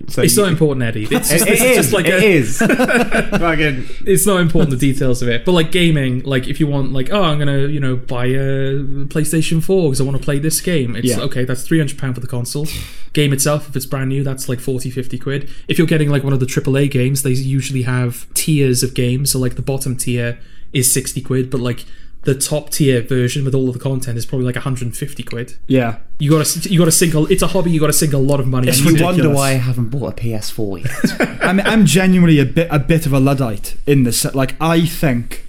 So It's you, not important, Eddie. It's It- just, it it's is. just like it a, is. Fucking it's not important the details of it but like gaming like if you want like oh i'm gonna you know buy a playstation 4 because i want to play this game it's Yeah. okay that's 300 pound for the console game itself if it's brand new that's like 40 50 quid if you're getting like one of the aaa games they usually have tiers of games so like the bottom tier is 60 quid but like the top tier version with all of the content is probably like 150 quid. Yeah. You gotta, you gotta sink. A, it's a hobby. You gotta sink a lot of money. It's into ridiculous. wonder why I haven't bought a PS4 yet. I'm, I'm genuinely a bit a bit of a luddite in this. Like I think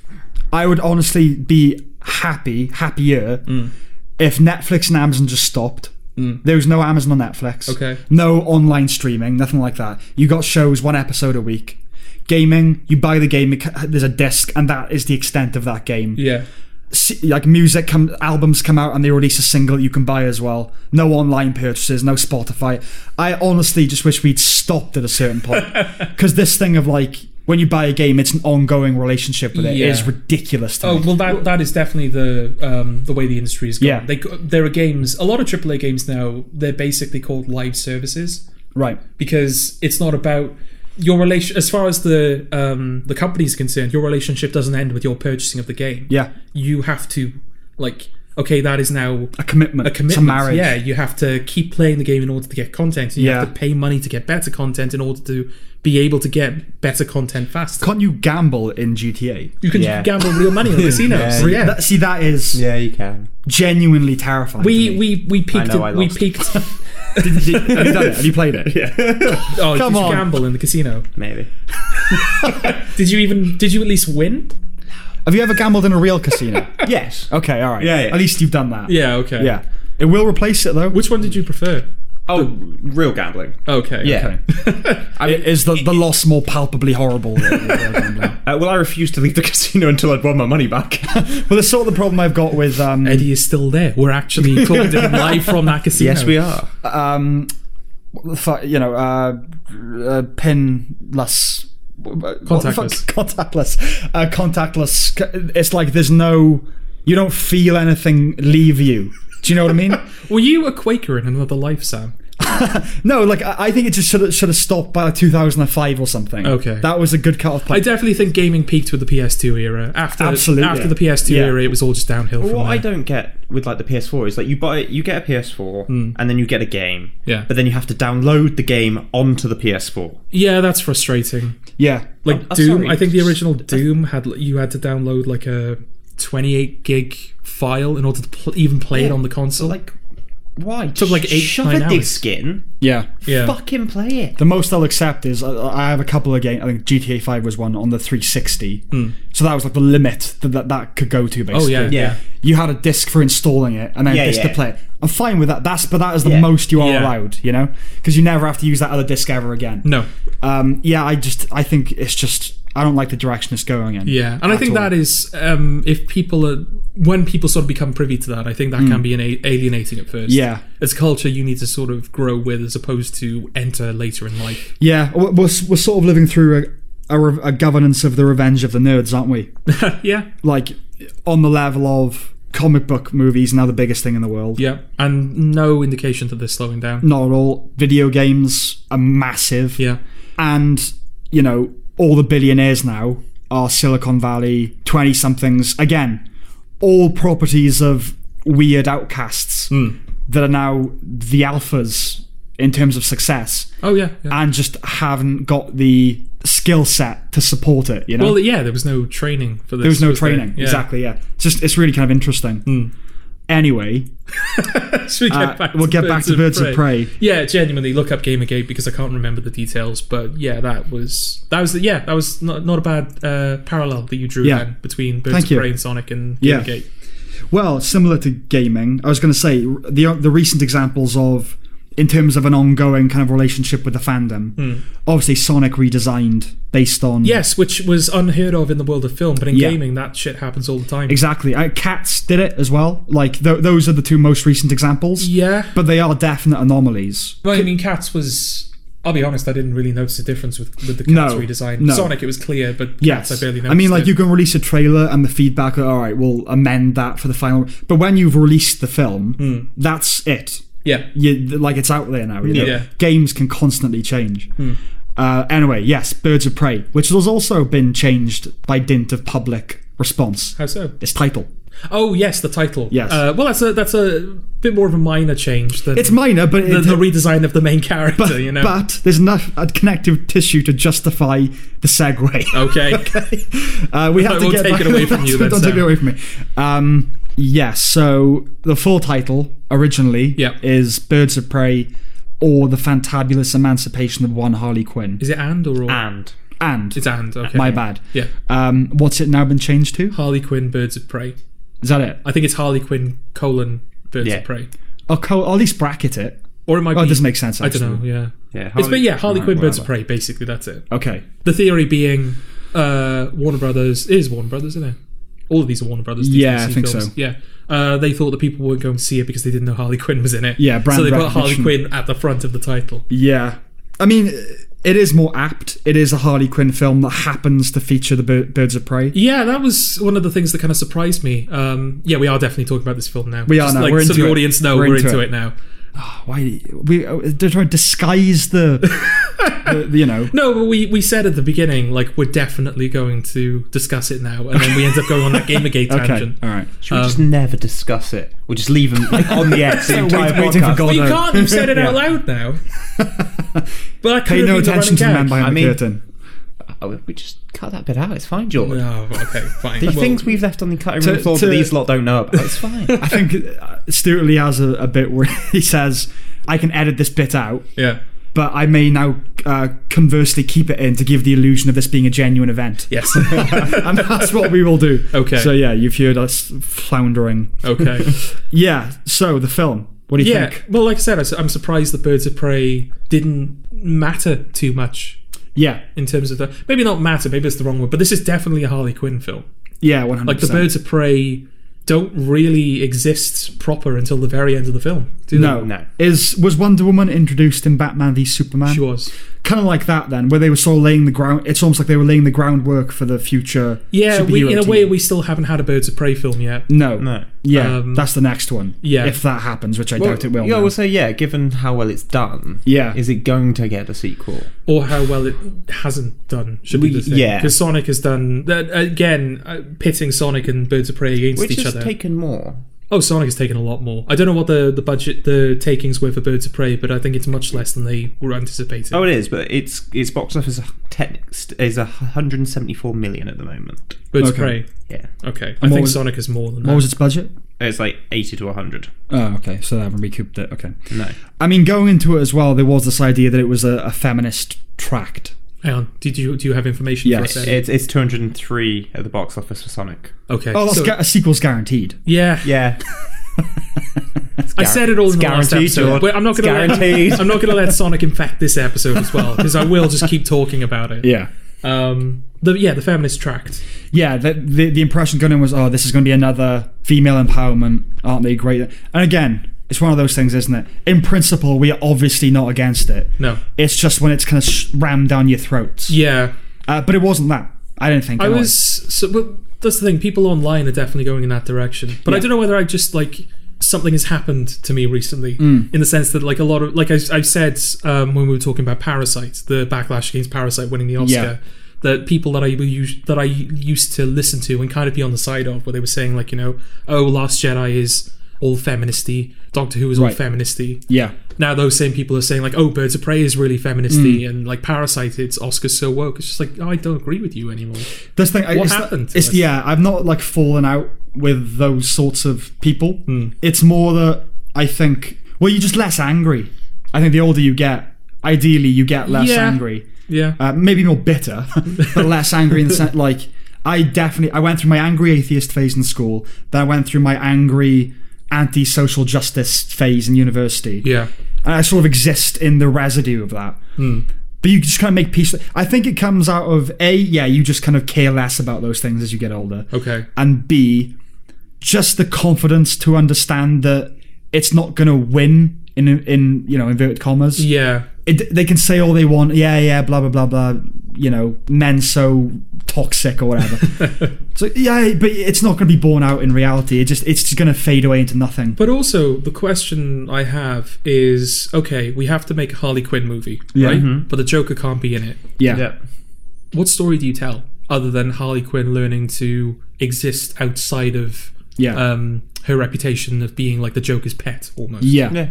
I would honestly be happy happier Mm. if Netflix and Amazon just stopped. There was no Amazon or Netflix. Okay. No online streaming, nothing like that. You got shows, one episode a week. Gaming, you buy the game. it c- There's a disc, and that is the extent of that game. Yeah, S- Like music, come albums come out, and they release a single you can buy as well. No online purchases, no Spotify. I honestly just wish we'd stopped at a certain point because this thing of like when you buy a game, it's an ongoing relationship with it. Yeah. It is ridiculous. To Oh me. well, that that is definitely the um, the way the industry is going. Yeah. They, there are games. A lot of AAA games now. They're basically called live services right? because it's not about your relation. As far as the um, the company is concerned, your relationship doesn't end with your purchasing of the game. Yeah, You have to like okay, that is now a commitment, a commitment. to marriage. Yeah, you have to keep playing the game in order to get content. And you Yeah. have to pay money to get better content in order to be able to get better content faster. Can't you gamble in GTA? you can Yeah. gamble real money in casinos. Yeah. yeah. That, see, that is yeah, you can. genuinely terrifying. to we me. we we peaked. know I at- we lost. peaked. Did- did- have you done it? Have you played it? Yeah. Oh, Come did you on. gamble in the casino? Maybe. Did you even? Did you at least win? Have you ever gambled in a real casino? Yes. okay, all right. Yeah, yeah. At least you've done that. Yeah. Okay. Yeah. It will replace it though. Which one did you prefer? Oh, real gambling. Oh, Okay. Yeah. It is the, the loss more palpably horrible? Uh, well, I refused to leave the casino until I'd won my money back. well, that's sort of the problem I've got with um, Eddie is still there. We're actually called in live from that casino. are. um, what the fuck, you know, uh, uh, pinless. Contactless. contactless. Uh, contactless. c- It's like there's no. You don't feel anything leave you. Do you know what I mean? Were you a Quaker in another life, Sam? no, like I, I think it just should have should have stopped by like 2005 or something. Okay. that was a good cut-off I point. definitely think gaming peaked with the PS2 era. After Absolutely. after the PS2 Yeah. era, it was all just downhill from What there. I don't get with like the PS4 is like you buy you get a PS4 and then you get a game. Hmm. Yeah. But then you have to download the game onto the PS4. yeah, that's frustrating. yeah, Like I'm Doom, sorry. I think the original Doom had you had to download like a 28 gig file in order to pl- even play it on the console. Like why? Took Took, like, eight, shove nine a hours. disc in. yeah. yeah. Fucking play it. The most I'll accept is I, I have a couple of games. I think GTA Five was one on the 360, so that was like the limit that that, that could go to. Basically, Hmm. Oh yeah, yeah. you had a disc for installing it and then Yeah, a disc yeah. to play. it. I'm fine with that. That's but that is the Yeah. most you are Yeah. allowed, you know, because you never have to use that other disc ever again. No, Um, yeah, I just I think it's just I don't like the direction it's going in. Yeah, and I at think all. that is um, if people are when people sort of become privy to that, I think that can be an a- alienating at first. Hmm. Yeah. as a culture, you need to sort of grow with as opposed to enter later in life. yeah, we're, we're, we're sort of living through a, a, re- a governance of the revenge of the nerds, aren't we? yeah, like on the level of comic book movies now the biggest thing in the world. yeah, and no indication that they're slowing down. not at all. Video games are massive. Yeah, And, you know, all the billionaires now are Silicon Valley, 20 somethings. Again, all properties of weird outcasts Hmm. that are now the alphas in terms of success oh yeah. yeah. and just haven't got the skill set to support it, you know? well, yeah, there was no training for this. there was no was training. Yeah. Hmm. Exactly, yeah. It's just, it's really kind of interesting. Anyway, Should we get Uh, back we'll to get back to Birds of Prey. Yeah, genuinely look up Gamergate because I can't remember the details, but yeah, that was that was the, yeah that was not, not a bad uh, parallel that you drew Yeah. then between Birds Thank of you. Prey and Sonic and Yeah. Gamergate. Well, similar to gaming, I was going to say the the recent examples of in terms of an ongoing kind of relationship with the fandom. Hmm. Obviously, Sonic redesigned based on Yes, which was unheard of in the world of film, but in Yeah. gaming, that shit happens all the time. Exactly. Uh, Cats did it as well. Like th- those are the two most recent examples. Yeah. But they are definite anomalies. Well, I mean, Cats was. I'll be honest, I didn't really notice the difference with, with the Cats No, redesign. no. Sonic, it was clear, but Yes. Cats, I barely noticed. mean, like it. you can release a trailer and the feedback. All right, we'll amend that for the final. But when you've released the film, Hmm. that's it. Yeah. You, th- like it's out there now. You know? Hmm. Yeah. Hmm. Games can constantly change. Uh, anyway, yes, Birds of Prey, which has also been changed by dint of public response. How so? Its title. Oh, yes, the title. Yes. Uh, well, that's a that's a bit more of a minor change than It's minor, but the, it, the redesign of the main character, but, you know? but there's enough uh, connective tissue to justify the segue. okay. Uh, we have Oh. I to won't get take back- it away from you Don't then, take it Sam. away from me. Um, yes. So the full title originally Yeah. is Birds of Prey, or the Fantabulous Emancipation of One Harley Quinn. Is it and or? or? And And It's and, okay. my bad. Yeah. Um, what's it now been changed to? Harley Quinn, Birds of Prey. Is that it? I think it's Harley Quinn, colon, Birds Yeah. of Prey. Or, co- or at least bracket it. Or it might Oh, be. it doesn't make sense. I don't know, actually. yeah. yeah, It's, but yeah, Harley Right, Quinn, Birds of whatever. Prey, basically, that's it. Okay. The theory being uh, Warner Brothers it is Warner Brothers, isn't it? All of these are Warner Brothers. these Yeah, I DC think films. so. Yeah, uh, they thought that people weren't going to see it because they didn't know Harley Quinn was in it. Yeah, brand so they put Harley recognition. Quinn at the front of the title. Yeah. I mean, it is more apt. It is a Harley Quinn film that happens to feature the Bir- Birds of Prey. Yeah, that was one of the things that kind of surprised me. Um, yeah, we are definitely talking about this film now. We are now. Like, We're so into the it. audience know We're we're, into into it. it now. Why we uh, they're trying to disguise the, the, the, you know No, but we, we said at the beginning like we're definitely going to discuss it now, and then we end up going on that Gamergate okay tangent. all right Should we just never discuss it? We'll just leave them on the edge the entire Wait- waiting for podcast. God- But you no. can't. You've said it out loud now. But I could pay have no been the attention to the running man gag. behind I the mean- curtain Oh, we just cut that bit out. It's fine, George. No, Oh, okay, fine. The Well, things we've left on the cutting room To- floor to- that these lot don't know about. It's fine. I think uh, Stuart Lee has a, a bit where he says I can edit this bit out yeah. but I may now uh, conversely keep it in to give the illusion of this being a genuine event Yes. and that's what we will do Okay. so yeah you've heard us floundering okay. yeah so the film what do you Yeah. think Well, like I said, I s- I'm surprised the Birds of Prey didn't matter too much yeah in terms of the. Maybe not matter. Maybe it's the wrong word. But this is definitely a Harley Quinn film. Mm-hmm. yeah 100% Like the Birds of Prey don't really exist proper until the very end of the film. Do they? no No. is was Wonder Woman introduced in Batman v Superman She was. kind of like that then, where they were sort of laying the ground. It's almost like they were laying the groundwork for the future. Yeah. We, superhero in a team. way, we still haven't had a Birds of Prey film yet. No, No. yeah, Um, that's the next one. yeah. if that happens, which I doubt it will. Yeah, now. we'll say yeah. Given how well it's done, Yeah. is it going to get a sequel? or how well it hasn't done should be We- the thing. yeah. because Sonic has done that again, uh, pitting Sonic and Birds of Prey against Which each has other. taken more. oh, Sonic has taken a lot more. I don't know what the, the budget the takings were for Birds of Prey, but I think it's much less than they were anticipating. Oh, it is, but its its box office uh, text is a 174 million at the moment. Birds Okay. of Prey. Yeah, Okay, I And what think was- Sonic is more than what that. was its budget? it's like 80 to 100. Oh, okay, so they haven't recouped it. Okay, No, I mean, going into it as well, there was this idea that it was a, a feminist tract. Hang on, did you do you have information for Yes. us? Ed? it's it's 203 at the box office for Sonic. Okay. Oh, that's so- gu- a sequel's guaranteed. yeah. Yeah, I said it all in the last guaranteed, episode. George. Wait, I'm not going to. guaranteed. I'm not going to let Sonic infect this episode as well because I will just keep talking about it. Yeah. Um. The yeah, the feminist tract. Yeah, the, the the impression going in was, oh, this is going to be another female empowerment. Aren't they great? And again, it's one of those things, isn't it? In principle, we are obviously not against it. No. It's just when it's kind of sh- rammed down your throats. Yeah. Uh, but it wasn't that. I don't think. I anyway. was so, but that's the thing. People online are definitely going in that direction, but I don't know whether I just like something has happened to me recently Mm. in the sense that like a lot of like I, I've said um, when we were talking about Parasite, the backlash against Parasite winning the Oscar. Yeah. That people that I use, that I used to listen to and kind of be on the side of, where they were saying like, you know, oh, Last Jedi is all feministy, Doctor Who is Right. all feministy. Yeah. Now those same people are saying like, oh, Birds of Prey is really feministy, Mm. and like Parasite, it's Oscars so woke. It's just like, oh, I don't agree with you anymore. This thing. What it's, happened to it's- us? yeah, I've not like fallen out with those sorts of people. Hmm. It's more that I think. Well, you're just less angry. I think the older you get, ideally, you get less Yeah. angry. Yeah. Uh, maybe more bitter, but less angry in the sense like I definitely I went through my angry atheist phase in school. Then I went through my angry anti-social justice phase in university. Yeah. and I sort of exist in the residue of that. Hmm. But you just kind of make peace. I think it comes out of a yeah, you just kind of care less about those things as you get older, Okay. and b just the confidence to understand that it's not going to win in in you know inverted commas Yeah. it, they can say all they want. Yeah, yeah, blah blah blah blah. You know, men so toxic or whatever. so yeah, but it's not going to be borne out in reality. It just it's just going to fade away into nothing. But also, the question I have is okay, we have to make a Harley Quinn movie, Yeah. Mm-hmm. right? But the Joker can't be in it. Yeah, Yeah. What story do you tell other than Harley Quinn learning to exist outside of yeah, um, her reputation of being like the Joker's pet almost? yeah. Yeah.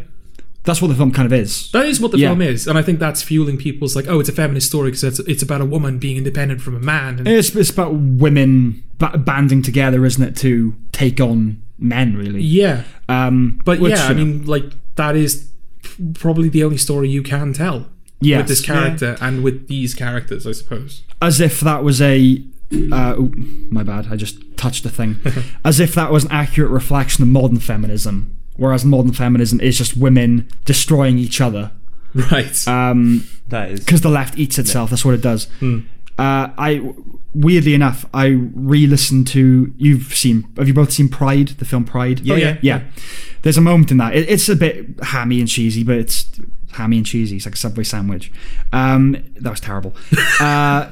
That's what the film kind of is. That is what the Yeah. film is, and I think that's fueling people's like, oh, it's a feminist story because it's, it's about a woman being independent from a man. And, It's it's about women ba- banding together, isn't it, to take on men really? yeah, Um, but which, yeah, I you know, mean, like that is p- probably the only story you can tell yes. with this character and with these characters, I suppose. as if that was a. Uh, oh, my bad. I just touched the thing. as if that was an accurate reflection of modern feminism, whereas modern feminism is just women destroying each other Right. because That is. the left eats itself. That's what it does. Uh, I weirdly enough, I re-listened to. You've seen? Have you both seen Pride? The film Pride. Oh, yeah. Yeah. There's a moment in that. It, it's a bit hammy and cheesy, but it's hammy and cheesy. It's like a Subway sandwich. Um, that was terrible. Uh,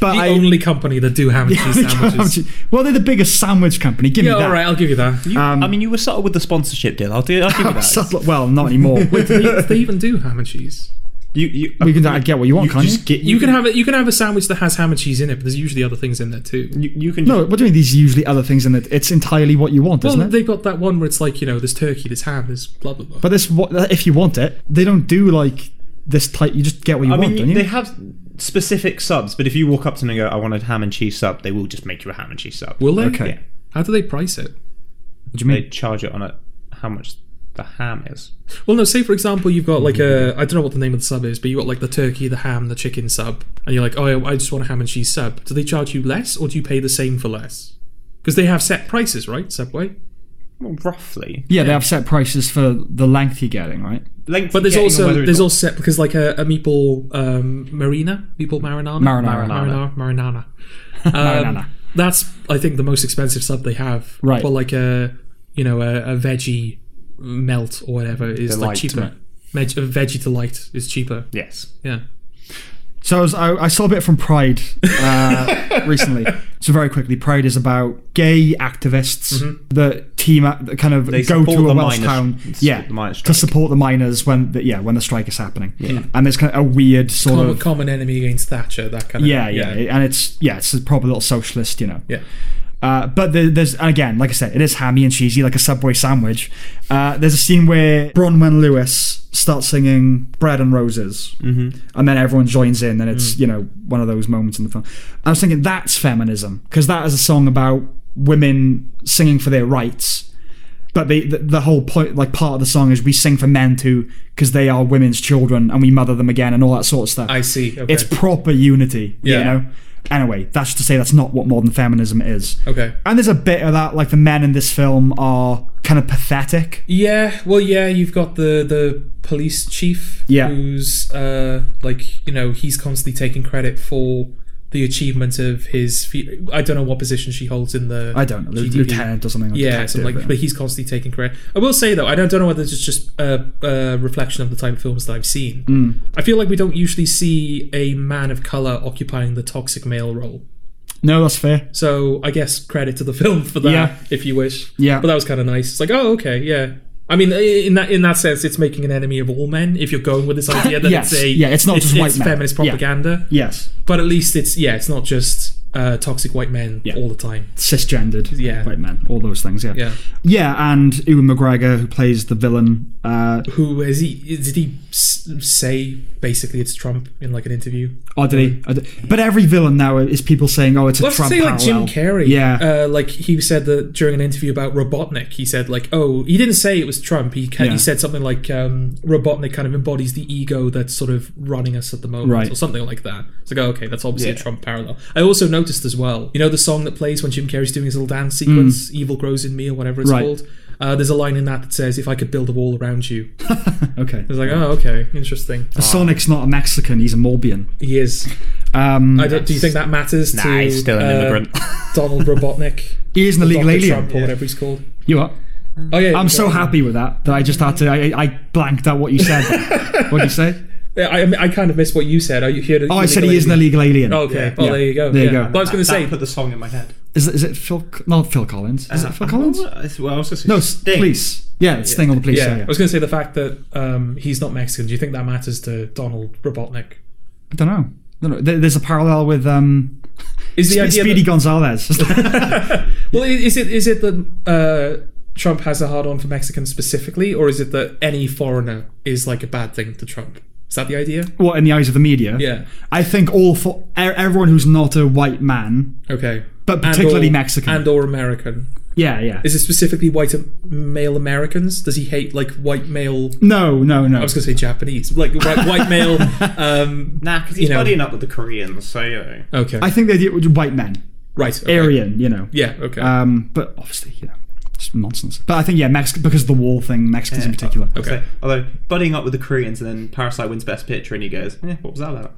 but the I, only company that do ham and cheese sandwiches. well, they're the biggest sandwich company. Give Yeah, me that. all right, I'll give you that. You, I mean, you were subtle with the sponsorship deal. I'll, do, I'll give you that. Um, Subtle- well, not anymore. Do they, do they even do ham and cheese. You, you, we can I get what you want, can't you? just get, You can have a, you can have a sandwich that has ham and cheese in it, but there's usually other things in there too. You, you can No, what do you mean? These are usually other things in it. It's entirely what you want, Well, isn't it? they've got that one where it's like you know, there's turkey, there's ham, there's blah blah blah. But this, what if you want it? They don't do like this type. You just get what you I want, mean, don't you? they have specific subs, but if you walk up to them and go, "I want a ham and cheese sub," they will just make you a ham and cheese sub. Will they? okay. Yeah. How do they price it? What do you They mean? charge it on a, how much the ham is. Well, no. Say for example, you've got like a I don't know what the name of the sub is, but you have got like the turkey, the ham, the chicken sub, and you're like, oh, I I just want a ham and cheese sub. Do they charge you less, or do you pay the same for less? Because they have set prices, right? Subway. Well, roughly. Yeah, they have set prices for the length you're getting, right? Length But there's you're getting and also whether it's there's not- also set because like a, a meatball um, marina, meatball marinara, Marinara. marinara, marinara. Um, Marinara. That's I think the most expensive sub they have. Right. But like a you know a, a veggie melt or whatever is Delight. like cheaper. Veg, a veggie delight is cheaper. yes. Yeah. So I, was, I, I saw a bit from Pride uh, recently. So very quickly, Pride is about gay activists that team up, that kind of go support to a the Welsh miners- town, support yeah, the miners to strike. support the miners when the, yeah when the strike is happening. And there's kind of a weird sort Common, of common enemy against Thatcher. That kind of yeah, yeah and it's yeah it's a proper little socialist, you know. yeah. Uh, but there, there's again, like I said, it is hammy and cheesy, like a Subway sandwich. Uh, there's a scene where Bronwyn Lewis starts singing "Bread and Roses," mm-hmm. and then everyone joins in, and Mm. it's you know one of those moments in the film. I was thinking that's feminism because that is a song about women singing for their rights. But the, the the whole point, like part of the song, is we sing for men too because they are women's children and we mother them again and all that sort of stuff. I see. Okay. It's proper unity, you Yeah. know. Anyway, that's to say that's not what modern feminism is. okay. And there's a bit of that, like the men in this film are kind of pathetic. Yeah, well, yeah, you've got the the police chief, Yeah. who's uh, like you know he's constantly taking credit for the achievement of his. Fe- I don't know what position she holds in the. I don't know, GDP. lieutenant or something. Like Yeah, detective, something like, but he's constantly taking credit. I will say though, I don't, don't know whether it's just a, a reflection of the type of films that I've seen. Mm. I feel like we don't usually see a man of color occupying the toxic male role. no, that's fair. So I guess credit to the film for that, Yeah. if you wish. Yeah. But that was kind of nice. It's like, oh, okay, yeah. I mean, i- in that in that sense, it's making an enemy of all men. If you're going with this idea that Yes. it's a Yeah, it's not just white men. feminist Yeah. propaganda, Yes, but at least it's yeah, it's not just uh, toxic white men Yeah. all the time. cisgendered, Yeah. white men, all those things. Yeah, Yeah, Yeah, and Ewan McGregor, who plays the villain, uh, who is he? Did he s- say basically it's Trump in like an interview? oh, did he? oh, did- But every villain now is people saying, "Oh, it's a Let's Trump say like Jim parallel. Carrey. Yeah, uh, like he said that during an interview about Robotnik, he said like, oh, he didn't say it was Trump. He ca- Yeah. he said something like um, Robotnik kind of embodies the ego that's sort of running us at the moment, Right. or something like that. It's like, oh, okay, that's obviously a Trump parallel. I also noticed as well, you know, the song that plays when Jim Carrey's doing his little dance sequence, "Evil Grows in Me" or whatever it's Mm. Right. called. Uh, there's a line in that that says, "If I could build a wall around you," Okay. it's like, "Oh, okay, interesting." Sonic's not a Mexican, he's a Morbian. He is. Um, I don't, do you think that matters? Nah, to, he's still an uh, immigrant. Donald Robotnik, he is an illegal Dr. alien. Trump, or whatever he's called. You are. Oh yeah, I'm so Dr. happy with that that I just had to. I, I blanked out what you said. what did you say? Yeah, I, I mean, I kind of missed what you said. Are you here? Oh, I said he is an illegal alien. Oh, okay. Well, Yeah. there you go. There you yeah. go. But I was going to say, That put the song in my head. Is, it- is it Phil? Not Phil Collins. Uh, Is it Phil Collins? Well, I was just No, Sting. police. Yeah, it's Sting on the police. yeah, Yeah, I yeah. was going to say the fact that um, he's not Mexican. Do you think that matters to Donald Robotnik? I don't know. I don't know. There- There's a parallel with um, Is the Spe- idea Speedy Gonzalez. that, well, i- is it is it that uh, Trump has a hard on for Mexicans specifically, or is it that any foreigner is like a bad thing to Trump? Is that the idea? what in the eyes of the media? Yeah. I think all for e- everyone who's not a white man, Okay. but And particularly or- Mexican. and or American. yeah, yeah. Is it specifically white am- male Americans? Does he hate like white male? no, no, no. I was going to say Japanese, like white, white male. Um, Nah, because You he's know. buddying up with the Koreans, so you know. okay, I think they do it with white men, right. Okay. Aryan, you know. Yeah. Okay. Um, but obviously, you know, just nonsense. But I think yeah, Mexican because of the wall thing, Mexicans in particular. okay. So, although buddying up with the Koreans and then Parasite wins Best Picture and he goes, eh, what was that about?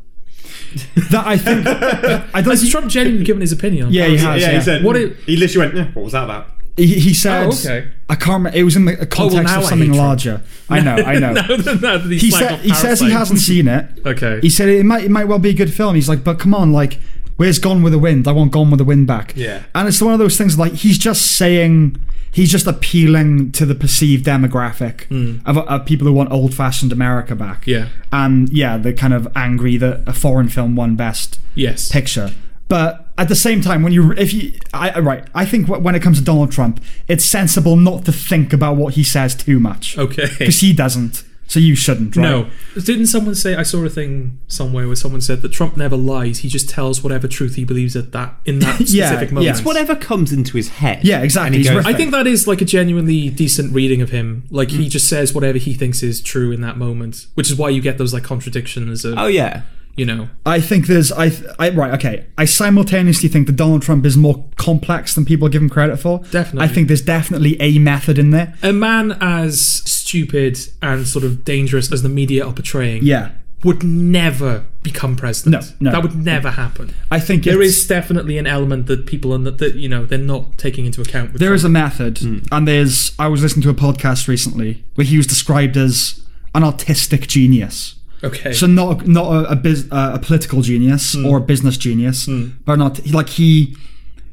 That I think I don't. Has Trump genuinely given his opinion? yeah, he has. Yeah, he said. What What it- he literally went, eh, what was that about? He, he said. Oh, okay. Oh, I can't. remember. It was in the context now I of hate something Trump. larger. I know. I know. no, no, no, that He, slagged said, off he says he Parasite. hasn't seen it. Okay. He said it might it might well be a good film. He's like, but come on, like, where's Gone with the Wind? I want Gone with the Wind back. Yeah. And it's one of those things like he's just saying he's just appealing to the perceived demographic of, of people who want old fashioned America back. Hmm. yeah. And yeah, they're kind of angry that a foreign film won best Yes. picture. But at the same time, when you if you I I- right, I think wh- when it comes to Donald Trump, it's sensible not to think about what he says too much Okay. because he doesn't. So you shouldn't. Right? No. Didn't someone say I saw a thing somewhere where someone said that Trump never lies, he just tells whatever truth he believes at that in that Yeah, specific yeah. moment. It's Whatever comes into his head. Yeah, exactly. And he He's goes, riffing. I think that is like a genuinely decent reading of him. Like Mm. he just says whatever he thinks is true in that moment, which is why you get those like contradictions of Oh, yeah. you know. I think there's I, th- I right okay. I simultaneously think that Donald Trump is more complex than people give him credit for. Definitely. I think there's definitely a method in there. A man as stupid and sort of dangerous as the media are portraying Yeah, would never become president. No, no. That would never happen. I think There it's- is definitely an element that people are not, that you know they're not taking into account. With there is Trump. a method, Hmm. and there's I was listening to a podcast recently where he was described as an artistic genius. okay. So not not a a, bus uh, a political genius Hmm. or a business genius, but not like he.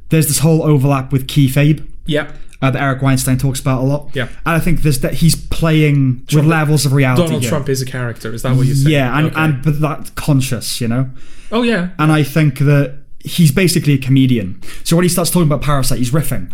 There's this whole overlap with Key Fabe. yeah, uh, that Eric Weinstein talks about a lot. Yeah. and I think there's that he's playing with levels of reality. Donald here. Trump is a character. Is that what you're saying? Yeah, and Okay. and but that's conscious, you know. oh yeah, And I think that he's basically a comedian. So when he starts talking about Parasite, he's riffing.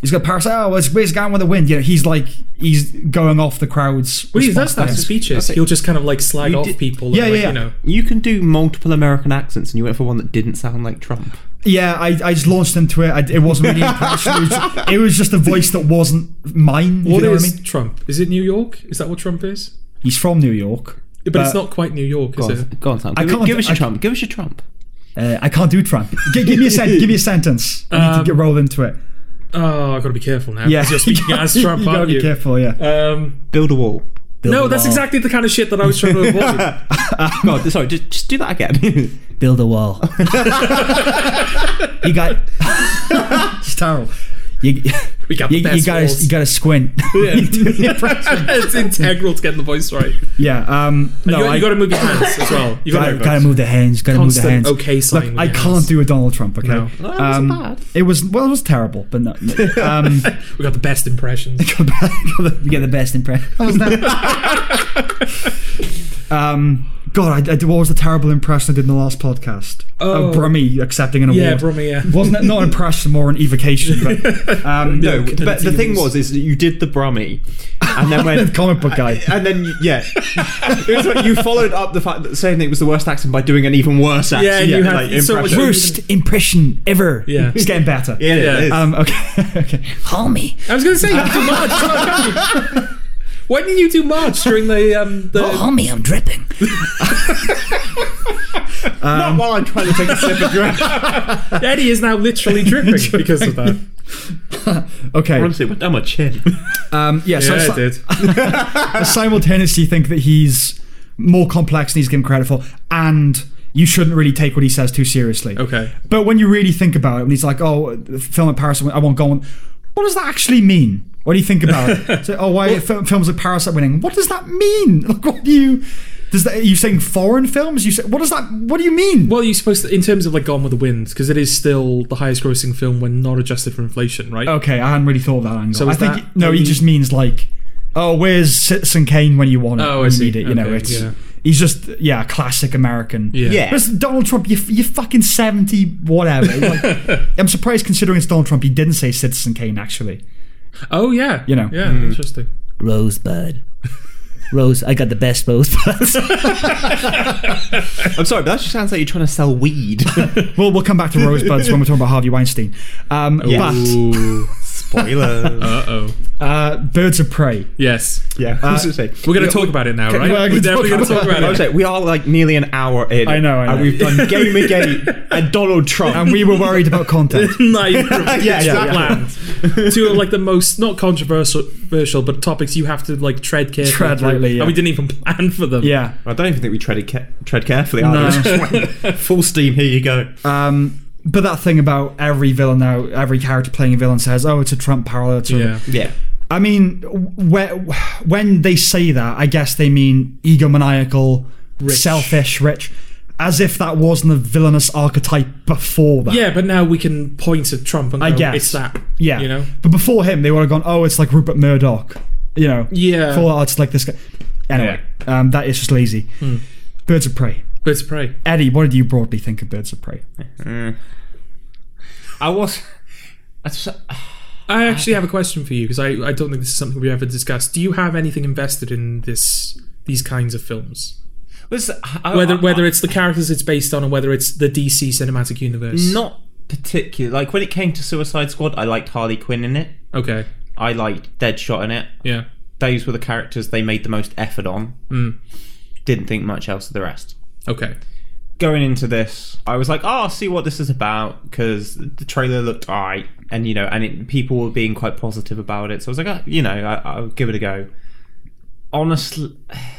He's got Parasite. Oh, where's, where's going with the wind? You know, he's like he's going off the crowd's. well, he response does that in to him. speeches. He'll just kind of like slag You off did- people. Yeah, and, like, yeah, You know, You can do multiple American accents and you went for one that didn't sound like Trump. Yeah, I, I just launched into it. I, it wasn't really an impression. It was, just, it was just a voice that wasn't mine. If what you know is what I mean? Trump? Is it New York? Is that what Trump is? He's from New York. But, it's But- not quite New York, is Go it? on, go on Tom. I Give, can't- give us your I- Trump. Give us your Trump. Uh, I can't do Trump. G- give me a sen- give me a sentence. I need to get rolled into it. Oh, I've got to be careful now. Yeah, because Um, you're speaking as Trump, you gotta aren't be you? careful. Yeah. Um, Build a wall. no, that's exactly the kind of shit that I was trying to avoid. God, sorry, just, just do that again. build a wall. you got. it's terrible. You, We got the you, you best gotta walls. you gotta squint. it's integral to getting the voice right. yeah. Um. No. you, I got to move your hands as well. You got gotta, to gotta move the hands. Gotta move Constant the hands. okay sign Look, with I your can't hands. do a Donald Trump. Okay. No. Well, that wasn't Um, bad. It was well. It was terrible, but no. no. Um. We got the best impressions. you get the best impression. um. God, I, I, what was the terrible impression I did in the last podcast? Oh. Of Brummy accepting an award. yeah, Brummy. Yeah. Wasn't it not an impression, more an evocation? But, um, No, but the thing continues. was, is that you did the Brummy, and then went Comic book guy. and then you- yeah, it was like you followed up the fact that saying it was the worst accent by doing an even worse accent. Yeah, and you had- like, it's so much impression. worse. Worst impression ever. Yeah. it's getting better. Yeah, it Yeah. is. Um, okay, okay. Call me. I was going to say, you do March. Why didn't you do March during the um the? me. Oh, I'm dripping. Um, Not while I'm trying to take a sip of drink. Eddie is now literally dripping because of that. Okay. Honestly, it went down my chin. Um, yeah, so Yeah, I si- did. I simultaneously think that he's more complex than he's given credit for, and you shouldn't really take what he says too seriously. Okay. But when you really think about it, when he's like, "Oh, the film in Paris, I won't go on," what does that actually mean? What do you think about it? so, oh, why fi- films like Paris are winning? What does that mean? Like, what do you? Does that, are you saying foreign films? You say, what does that? What do you mean? Well, you're supposed to, in terms of like Gone with the Wind, because it is still the highest grossing film when not adjusted for inflation, right? Okay, I hadn't really thought of that angle. So I is think that no, he maybe- just means like, oh, where's Citizen Kane when you want it? Oh, I when you see. Need it, you know, Okay, it's yeah. he's just yeah, classic American. Yeah. Yeah. But it's Donald Trump, you you fucking seventy whatever. Like, I'm surprised considering it's Donald Trump, he didn't say Citizen Kane actually. Oh yeah. You know. Mm. Yeah. Interesting. Rosebud. Rose, I got the best rosebuds. I'm sorry, but that just sounds like you're trying to sell weed. Well, we'll come back to rosebuds when we're talking about Harvey Weinstein. Um, Ooh. Spoiler. Uh oh. But uh, Birds of Prey. Yes. yeah. I was gonna say, We're gonna talk about it now, right? we're We're, gonna definitely talk gonna talk about about I was it. gonna say, we are like nearly an hour in. I know, I know. And we've done Gamergate and Donald Trump. And we were worried about content. Nice. yeah, yeah, yeah. plans. Two of like the most not controversial, controversial, but topics you have to like tread carefully. Tread through, lightly, yeah. And we didn't even plan for them. Yeah. I don't even think we treaded ca- tread carefully. No. I just went full steam. Here you go. Um, but that thing about every villain now, every character playing a villain says, "Oh, it's a Trump parallel." To Yeah. Yeah. I mean, where, when they say that, I guess they mean egomaniacal, selfish, rich, as if that wasn't a villainous archetype before that. Yeah, but now we can point at Trump and go, I guess. it's that. yeah. You know? but before him, they would have gone, "Oh, it's like Rupert Murdoch," you know. Yeah. Full arts like this guy. Anyway, um, that is just lazy. Hmm. Birds of prey. Birds of Prey. Eddie, what did you broadly think of Birds of Prey? Mm. I was. I just, I actually have a question for you because I, I don't think this is something we ever discussed. Do you have anything invested in this these kinds of films? was I, Whether I- whether it's the characters it's based on or whether it's the DC cinematic universe. not particular. Like when it came to Suicide Squad, I liked Harley Quinn in it. Okay. I liked Deadshot in it. Yeah. Those were the characters they made the most effort on. Mm. Didn't think much else of the rest. Okay. Going into this, I was like, "Oh, I'll see what this is about," because the trailer looked alright, and you know, and it, people were being quite positive about it. So I was like, oh, "You know, I, I'll give it a go." Honestly,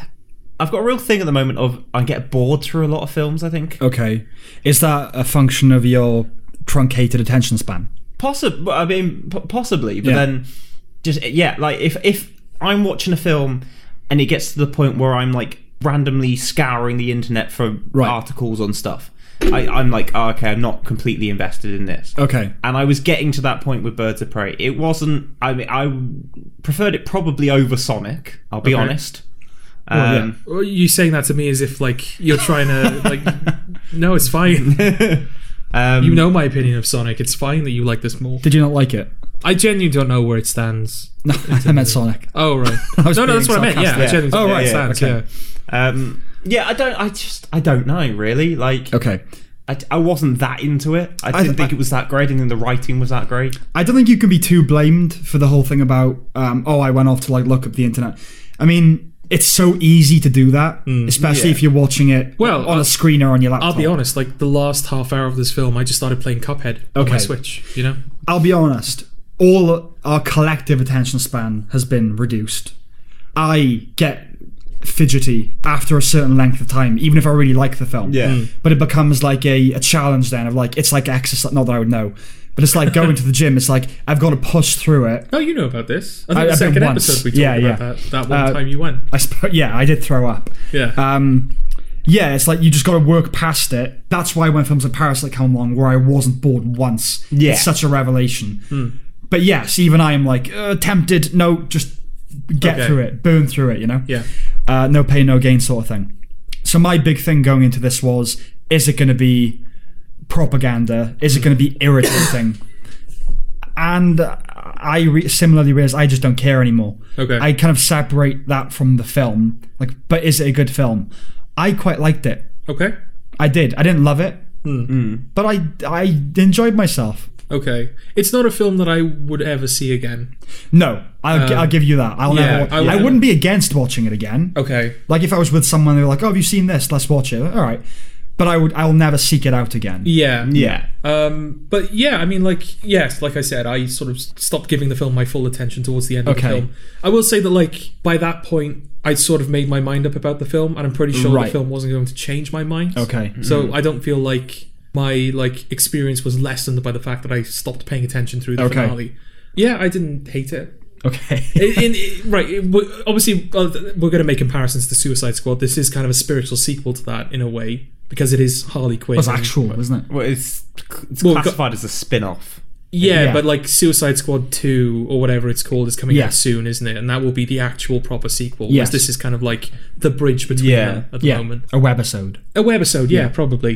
I've got a real thing at the moment of I get bored through a lot of films. I think Okay, is that a function of your truncated attention span? Possibly, I mean, p- possibly, but Yeah. then just yeah, like if if I'm watching a film and it gets to the point where I'm like randomly scouring the internet for Right. articles on stuff, I, I'm like, oh, okay, I'm not completely invested in this. Okay, And I was getting to that point with Birds of Prey. It wasn't. I mean, I preferred it probably over Sonic. I'll be honest. Um, Well, yeah. Well, you saying that to me as if like you're trying to like no, it's fine. um, You know my opinion of Sonic. It's fine that you like this more. did you not like it? I genuinely don't know where it stands. No, I meant Sonic. Oh right. I was no, no, being that's what I meant. Yeah, I sarcastic. genuinely don't Oh, know where right, it yeah, stands. okay. Yeah. um, yeah, I don't. I just. I don't know really. Like. Okay, I, I wasn't that into it. I I- didn't think I- it was that great, and then the writing was that great. I don't think you can be too blamed for the whole thing about um, oh I went off to like look up the internet. I mean, it's so easy to do that, especially if you're watching it Hmm. Well, on I'll- a screen or on your laptop. I'll be honest. Like the last half hour of this film, I just started playing Cuphead on Okay. my Switch. You know. I'll be honest. All our collective attention span has been reduced. I get fidgety after a certain length of time, even if I really like the film. Yeah. Hmm. Mm. But it becomes like a, a challenge then of like it's like exercise. Not that I would know, but it's like going to the gym. It's like I've got to push through it. Oh, you know about this. I think I- the I've been second once. episode we talked Yeah, about yeah. that. That one Uh, time you went. I sp- yeah, I did throw up. Yeah. Um, yeah, it's like you just got to work past it. That's why when films like Parasite come along, where I wasn't bored once, Yeah. it's such a revelation. Hmm. But yes, even I am like uh, tempted. No, just get Okay. through it, burn through it. You know. Yeah. Uh, no pain, no gain, sort of thing. So my big thing going into this was: is it going to be propaganda? Is it going to be irritating? and I re- similarly realized I just don't care anymore. Okay. I kind of separate that from the film. Like, but is it a good film? I quite liked it. okay. I did. I didn't love it, Hmm. but I I enjoyed myself. Okay. It's not a film that I would ever see again. No, I'll, gi- Um, I'll give you that. I'll yeah, never. wa- I would- I wouldn't be against watching it again. Okay. "Oh, Like if I was with someone, they were like, "Oh, have you seen this? Let's watch it." All right. but I would I'll never seek it out again. Yeah. Yeah. Um, but yeah, I mean, like, yes, like I said, I sort of stopped giving the film my full attention towards the end of Okay. the film. I will say that, like, by that point, I'd sort of made my mind up about the film, and I'm pretty sure Right. the film wasn't going to change my mind. Okay. Mm-hmm. So I don't feel like my like experience was lessened by the fact that I stopped paying attention through the Okay. finale. Yeah, I didn't hate it. Okay. It- in- it- right, it- w- obviously, uh, th- we're going to make comparisons to Suicide Squad. This is kind of a spiritual sequel to that in a way because it is Harley Quinn. It was actual, wasn't it? Well, it's it's Well, classified as a spin-off. Yeah, Yeah. but like Suicide Squad 2 or whatever it's called is coming Yeah. out soon, isn't it? And that will be the actual proper sequel. Whereas Yes. this is kind of like the bridge between Yeah. them at the Yeah. moment. A webisode. A webisode, yeah, probably.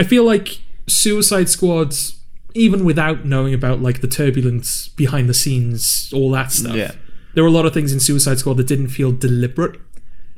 I feel like Suicide Squad's even without knowing about like the turbulence behind the scenes, all that stuff. Yeah. There were a lot of things in Suicide Squad that didn't feel deliberate.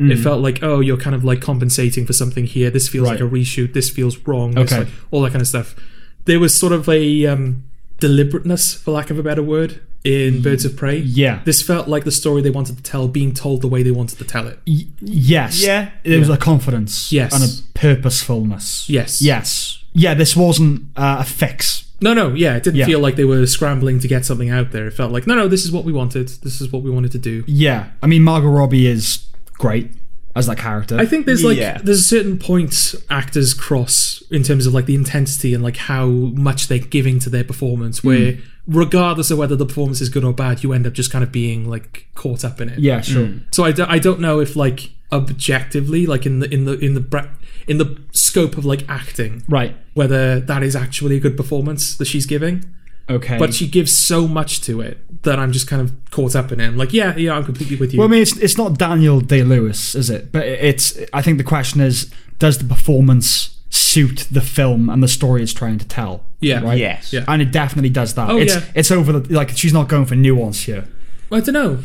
Mm. It felt like, oh, you're kind of like compensating for something here. This feels like Right. a reshoot. This feels wrong. This, Okay. like, all that kind of stuff. There was sort of a um, deliberateness, for lack of a better word, in Birds of Prey. Yeah. This felt like the story they wanted to tell being told the way they wanted to tell it. Y- yes. Yeah. It was a confidence. Yes. And a purposefulness. Yes. Yes. Yeah. This wasn't uh, a fix. No, no, yeah, it didn't Yeah. feel like they were scrambling to get something out there. It felt like, no, no, this is what we wanted. This is what we wanted to do. Yeah. I mean, Margot Robbie is great as that character. I think there's like Yeah. there's a certain point actors cross in terms of like the intensity and like how much they're giving to their performance. Hmm. Where regardless of whether the performance is good or bad, you end up just kind of being like caught up in it. yeah. Sure. So I, d- I don't know if like objectively, like in the in the in the bra- in the scope of like acting, Right. whether that is actually a good performance that she's giving. Okay. but she gives so much to it that I'm just kind of caught up in it. I'm like, yeah, yeah, I'm completely with you. Well, I mean, it's, it's not Daniel Day Lewis, is it? But it- it's. I think the question is, does the performance suit the film and the story it's trying to tell? yeah, Right. Yes. Yeah. And it definitely does that. Oh, it's yeah. it's over the like she's not going for nuance here. I don't know.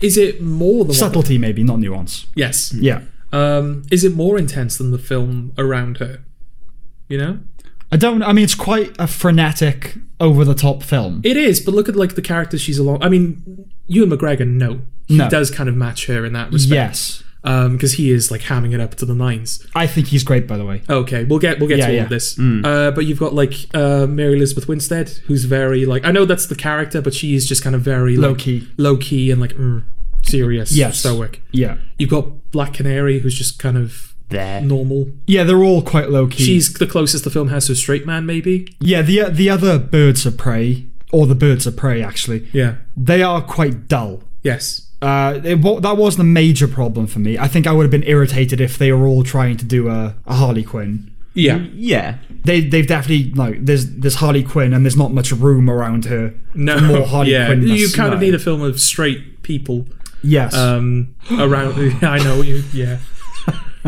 Is it more than What, Mm. Subtlety maybe, not nuance. yes. Yeah. Um, is it more intense than the film around her? You know, I don't I mean it's quite a frenetic over the top film. it is. But look at like the characters she's along. I mean, Ewan McGregor, no, he No. does kind of match her in that respect. yes. because he is like hamming it up to the nines. I think he's great by the way. Okay, we'll get we'll get Yeah, to all yeah. Mm. of this. Uh, but you've got like uh, Mary Elizabeth Winstead, who's very like I know that's the character, but she is just kind of very like, Low key. low key, and like mm, serious, Yes. stoic. Yeah. You've got Black Canary, who's just kind of There. normal. Yeah, they're all quite low key. She's the closest the film has to a straight man, maybe. yeah, the the other birds of prey or the birds of prey actually. Yeah. They are quite dull. Yes. Uh, it, wa- that was the major problem for me. I think I would have been irritated if they were all trying to do a, a Harley Quinn. Yeah. Yeah. They they've definitely like there's there's Harley Quinn and there's not much room around her. No. for more Harley yeah. Quinn. You kind of need a film of straight people yes. um, around. I know what you. Yeah.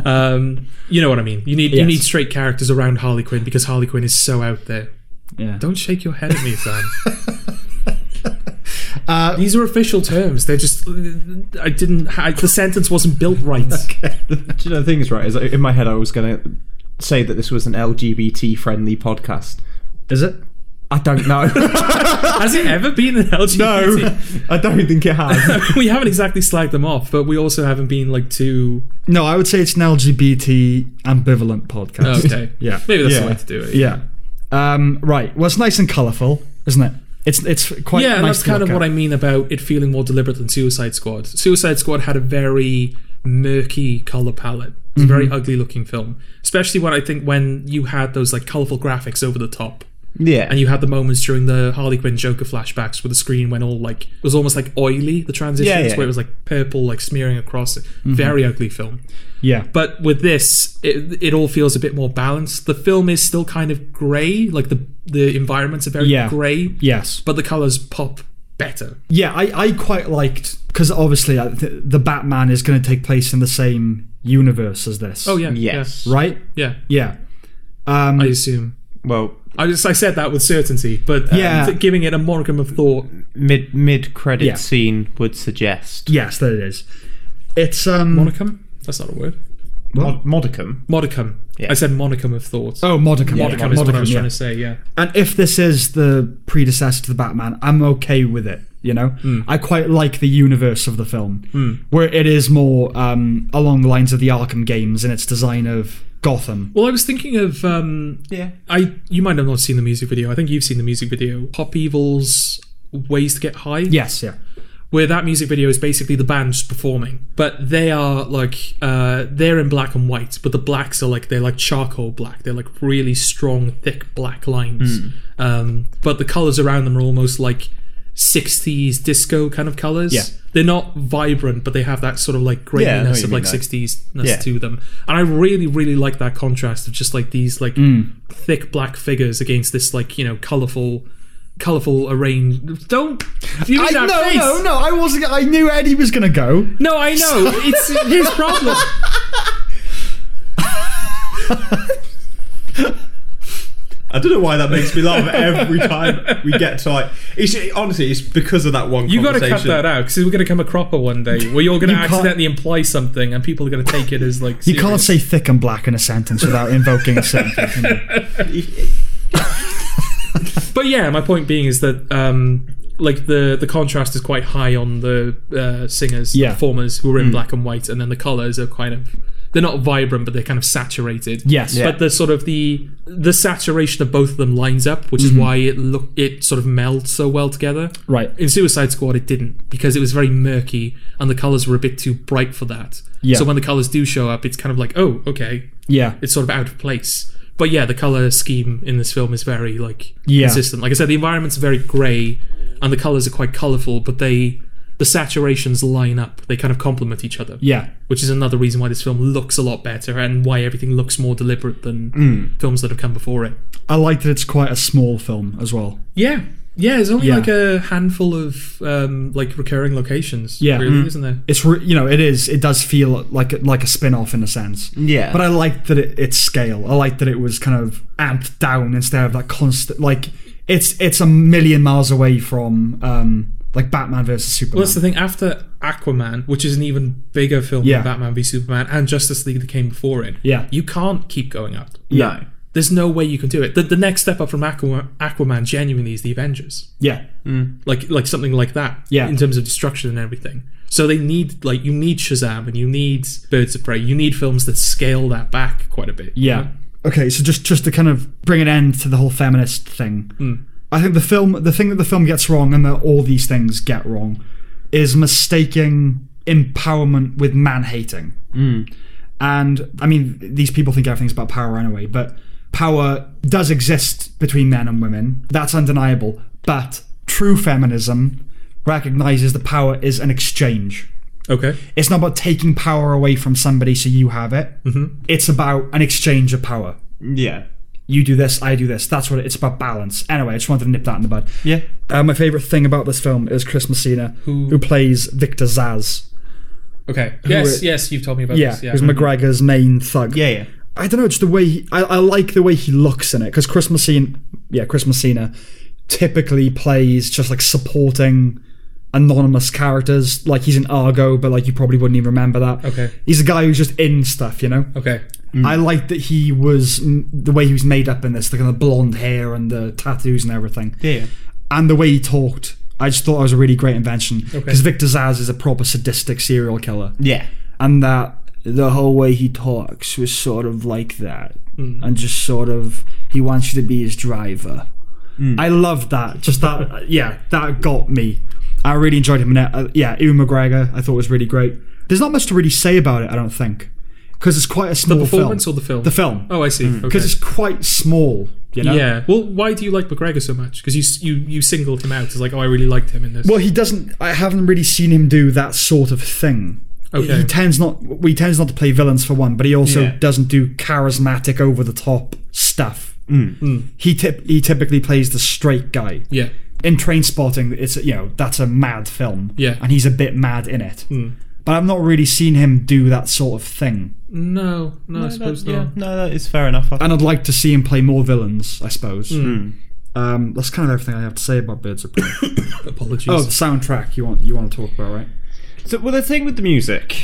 Um, you know what I mean. You need you Yes. need straight characters around Harley Quinn because Harley Quinn is so out there. yeah. Don't shake your head at me, Sam. Uh, These are official terms. They're just. I didn't. I, the sentence wasn't built right. Do you know the thing is right? Is like, in my head I was gonna say that this was an LGBT friendly podcast. Is it? I don't know. Has it ever been an LGBT? no, I don't think it has. we haven't exactly slagged them off, but we also haven't been like too. No, I would say it's an LGBT ambivalent podcast. Okay. Yeah. Maybe that's Yeah. the way to do it. Yeah. Um, right. Well, it's nice and colourful, isn't it? It's it's quite yeah, and nice that's to kind look of what at. I mean about it feeling more deliberate than Suicide Squad. Suicide Squad had a very murky color palette. It's a very ugly looking film, especially when I think when you had those like colorful graphics over the top, yeah. and you had the moments during the Harley Quinn Joker flashbacks where the screen went all like it was almost like oily. The transitions Yeah, yeah. where it was like purple, like smearing across. it. Very ugly film. Yeah. But with this, it, it all feels a bit more balanced. The film is still kind of grey, like the the environments are very Yeah. grey, yes. but the colours pop better. Yeah, I, I quite liked because obviously uh, the, the Batman is going to take place in the same universe as this. Oh yeah, yes. Right. yeah, Yeah. Um, yeah. I assume. Well, I just I said that with certainty, but um, Yeah. t- giving it a morgan of thought. mid mid credit Yeah. scene would suggest yes, there it is. It's um. Monicum? That's not a word. Mod- modicum. Modicum. I said monicum of thought. oh, modicum. modicum, is what I was trying to say. Yeah. And if this is the predecessor to the Batman, I'm okay with it. You know, Hmm. I quite like the universe of the film, where it is more um, along the lines of the Arkham games in its design of Gotham. Well, I was thinking of um, Yeah. I. You might have not seen the music video. I think you've seen the music video. Pop Evil's "Ways to Get High." Yes, yeah. where that music video is basically the band's performing, but they are like uh, they're in black and white, but the blacks are like they're like charcoal black. They're like really strong, thick black lines. Hmm. Um, but the colors around them are almost like '60s disco kind of colors. Yeah. They're not vibrant, but they have that sort of like Yeah, I know what graininess you of mean, like though. '60s Yeah. to them. And I really, really like that contrast of just like these like Hmm. thick black figures against this like you know colorful. Colorful arrange. Don't. If you I, made no, that face- no, no. I wasn't. I knew Eddie was gonna go. no, I know. It's his problem. I don't know why that makes me laugh every time we get to like. It's, honestly, it's because of that one. You got to conversation. cut that out because we're going to come a cropper one day where you're going to You can't- accidentally imply something and people are going to take it as like. You can't serious. say thick and black in a sentence without invoking a sentence. can you? But yeah, my point being is that um, like the the contrast is quite high on the uh, singers, Yeah. performers who are in black and white, and then the colors are kind of they're not vibrant, but they're kind of saturated. Yes. Yeah. But the sort of the the saturation of both of them lines up, which Mm-hmm. is why it look it sort of melds so well together. Right. In Suicide Squad, it didn't because it was very murky and the colors were a bit too bright for that. Yeah. So when the colors do show up, it's kind of like, oh, okay, Yeah. it's sort of out of place. But yeah, the color scheme in this film is very like Yeah. consistent. Like I said, the environment's very grey, and the colors are quite colorful, but they the saturations line up. They kind of complement each other. Yeah. which is another reason why this film looks a lot better and why everything looks more deliberate than Mm. films that have come before it. I like that it's quite a small film as well. Yeah. Yeah, there's only Yeah. like a handful of um, like recurring locations. Yeah. really, Mm. isn't there? It's re- you know it is it does feel like a- like a spin off in a sense. Yeah. But I liked that it, its scale. I liked that it was kind of amped down instead of that constant like it's it's a million miles away from um like Batman versus Superman. Well, that's the thing. After Aquaman, which is an even bigger film Yeah. than Batman v Superman, and Justice League that came before it, Yeah. you can't keep going up. No. There's no way you can do it. The, the next step up from Aquaman, Aquaman genuinely is the Avengers, yeah. like like something like that. Yeah. in terms of destruction and everything. So they need like you need Shazam and you need Birds of Prey. You need films that scale that back quite a bit. you Yeah. know? Okay, so just just to kind of bring an end to the whole feminist thing, I think the film, the thing that the film gets wrong, and that all these things get wrong, is mistaking empowerment with man hating. And I mean, these people think everything's about power anyway, but power does exist between men and women. That's undeniable. But true feminism recognizes that power is an exchange. Okay. It's not about taking power away from somebody so you have it. It's about an exchange of power. Yeah. You do this, I do this. That's what it- it's about balance. Anyway, I just wanted to nip that in the bud. Yeah. Uh, my favorite thing about this film is Chris Messina, who, plays Victor Zaz. Okay. Yes. are- yes. You've told me about Yeah, this. Yeah. Mm-hmm. who's McGregor's main thug. Yeah. Yeah. I don't know. Just the way he, I, I like the way he looks in it because Chris Messina, yeah, Chris Messina, typically plays just like supporting anonymous characters. Like he's in Argo, but like you probably wouldn't even remember that. Okay. he's a guy who's just in stuff, you know. okay. I like that he was the way he was made up in this, the kind of blonde hair and the tattoos and everything, Yeah. and the way he talked. I just thought it was a really great invention because Victor Zaz is a proper sadistic serial killer Yeah. and that the whole way he talks was sort of like that and just sort of he wants you to be his driver Mm. i loved that just that uh, yeah that got me i really enjoyed him in it uh, yeah ewan mcgregor i thought was really great there's not much to really say about it i don't think because it's quite a small Performance film or the film? the film Oh, I see. Okay. because it's quite small you know Yeah. Well, why do you like McGregor so much? Because you s- you you singled him out as like, oh, I really liked him in this. well he doesn't i haven't really seen him do that sort of thing Okay. he tends not we tends not to play villains for one, but he also Yeah. doesn't do charismatic over the top stuff. Mm. He tip, he typically plays the straight guy. Mm. yeah. In Train Spotting, it's you know that's a mad film. Yeah. and he's a bit mad in it. But I've not really seen him do that sort of thing, No, no, I suppose yeah. not. No, that is fair enough. I- and I'd like to see him play more villains. I suppose. Hmm. Um, that's kind of everything I have to say about Birds of Prey. Apologies. oh, the soundtrack you want you want to talk about, right? So, well, the thing with the music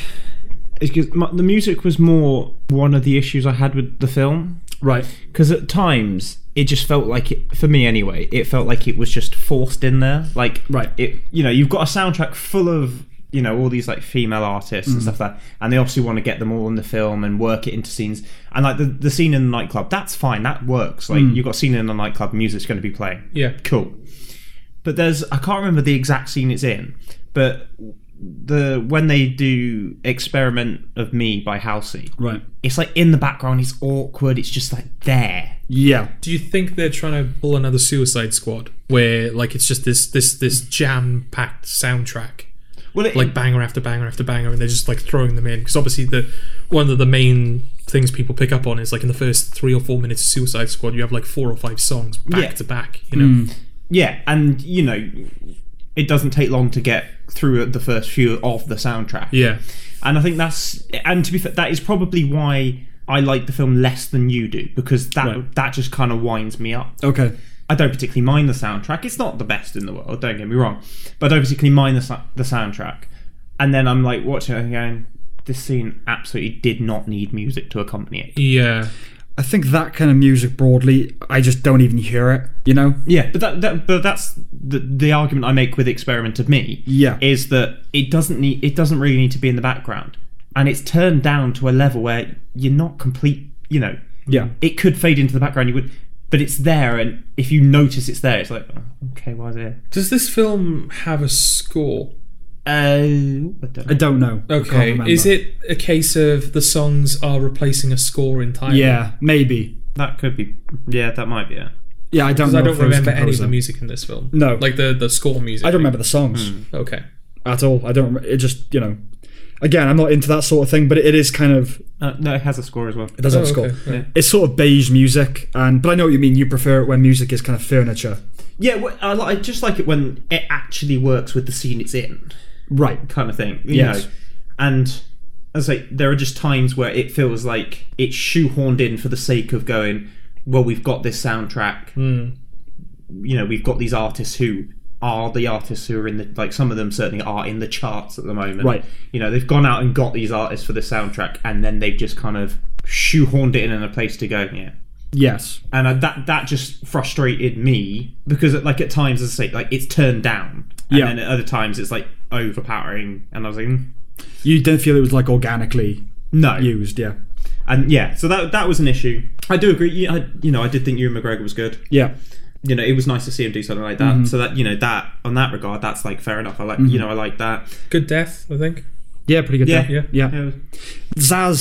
is because the music was more one of the issues I had with the film. Right. Because at times it just felt like it, for me anyway, it felt like it was just forced in there. Like, Right. it you know, you've got a soundtrack full of you know all these like female artists and stuff like that and they obviously want to get them all in the film and work it into scenes and like the, the scene in the nightclub that's fine that works like you've got a scene in the nightclub music's going to be playing Yeah. cool but there's i can't remember the exact scene it's in but the when they do experiment of me by halsey Right. it's like in the background it's awkward it's just like there Yeah. Do you think they're trying to pull another Suicide Squad where like it's just this this this jam packed soundtrack, well it, like banger after banger after banger, and they're just like throwing them in because obviously the one of the main things people pick up on is like in the first three or four minutes of Suicide Squad, you have like four or five songs back Yeah. to back. You know, Mm. Yeah, and you know, it doesn't take long to get through the first few of the soundtrack. yeah, and I think that's and to be fair, that is probably why I like the film less than you do because that that just kind of winds me up. Okay. I don't particularly mind the soundtrack. It's not the best in the world. Don't get me wrong, but I don't particularly mind the sou- the soundtrack. And then I'm like watching it and going, this scene absolutely did not need music to accompany it. yeah. I think that kind of music broadly, I just don't even hear it. You know. Yeah, but that, that but that's the, the argument I make with experiment of me. Yeah. is that it doesn't need it doesn't really need to be in the background, and it's turned down to a level where you're not complete. You know, Yeah. it could fade into the background. You would, but it's there, and if you notice it's there, it's like oh, okay, why is it? here? Does this film have a score? Uh, I don't I know. don't know. I can't Okay, remember. is it a case of the songs are replacing a score entirely? Yeah. Maybe. that could be. Yeah, that might be it. Yeah. I don't. because Know I don't if it was a remember any of composer. the music in this film. No. like Hmm. the the score music. I don't remember the songs Okay. at all. I don't. rem- It just you know. Again, I'm not into that sort of thing, but it is kind of Uh, no, it has a score as well. it does Oh, have a score. okay, yeah. It's sort of beige music, and but I know what you mean. You prefer it when music is kind of furniture, Yeah, well, I, li- I just like it when it actually works with the scene it's in. right? kind of thing. You Yes. know? And as I say, there are just times where it feels like it's shoehorned in for the sake of going, well, we've got this soundtrack. Hmm. You know, we've got these artists who are the artists who are in the like some of them certainly are in the charts at the moment. Right. You know, they've gone out and got these artists for the soundtrack and then they've just kind of shoehorned it in in a place to go, yeah Yes. and I, that that just frustrated me because like at times as I say like it's turned down and Yeah. then at other times it's like overpowering and I was like mm, You didn't feel it was like organically no used. Yeah. and yeah so that that was an issue I do agree you, I, you know I did think Ewan McGregor was good Yeah. you know it was nice to see him do something like that Mm-hmm. so that you know that on that regard that's like fair enough I like you know I like that Good death, I think. Yeah. Pretty good. yeah Yeah. Yeah. yeah. Zaz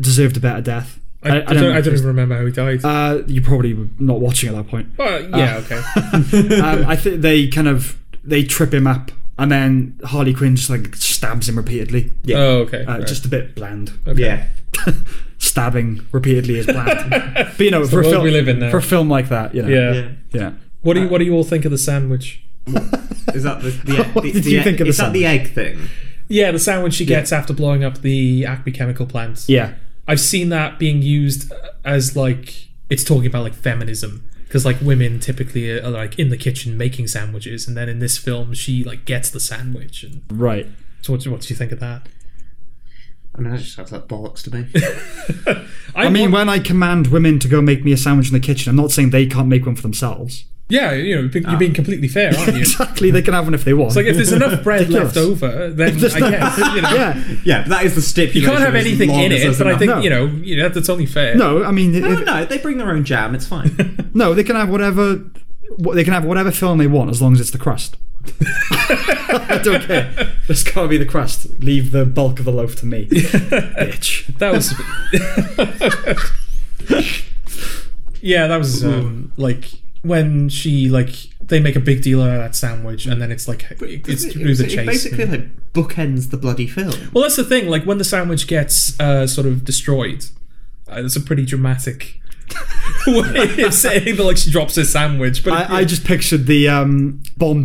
deserved a better death. I, I don't, I don't even remember how he died. Uh, you probably were not watching at that point. Well, yeah, okay. um, I think they kind of they trip him up, and then Harley Quinn just like stabs him repeatedly. Yeah. Oh, okay. Uh, Right. Just a bit bland. Okay. yeah. Stabbing repeatedly is bland. but you know, for a world film we live in now. for a film like that, you know. yeah. yeah. Yeah. What do you What do you all think of the sandwich? Is that the, the, e, What the, did the you egg- think of the is that the egg thing? Yeah, the sandwich she gets after blowing up the Acme chemical plant. Yeah. I've seen that being used as like it's talking about like feminism because like women typically are, are like in the kitchen making sandwiches, and then in this film she like gets the sandwich. And Right. so what, do- what do you think of that? I mean, that just sounds like bollocks to me. I mean, when I command women to go make me a sandwich in the kitchen, I'm not saying they can't make one for themselves. yeah, you know, you're being completely fair, aren't you? Exactly, they can have one if they want. It's like if there's enough bread Ridiculous. left over, then I There's guess no- you know. yeah. yeah, but that is the stipulation. You can't have as anything long in as it, there's but I enough- think No. you know, you know that's only fair. No, I mean, No, if- no, they bring their own jam. It's fine. no, they can have whatever. What, they can have whatever film they want as long as it's the crust. I don't care. It's got to be the crust. Leave the bulk of the loaf to me, bitch. that was. yeah, that was um, like when she like they make a big deal out of that sandwich, and then it's like it's through the it chase. basically and- like bookends the bloody film. well, that's the thing. Like when the sandwich gets uh, sort of destroyed, uh, it's a pretty dramatic way of saying that. Like she drops her sandwich, but I, I just pictured the um, bomb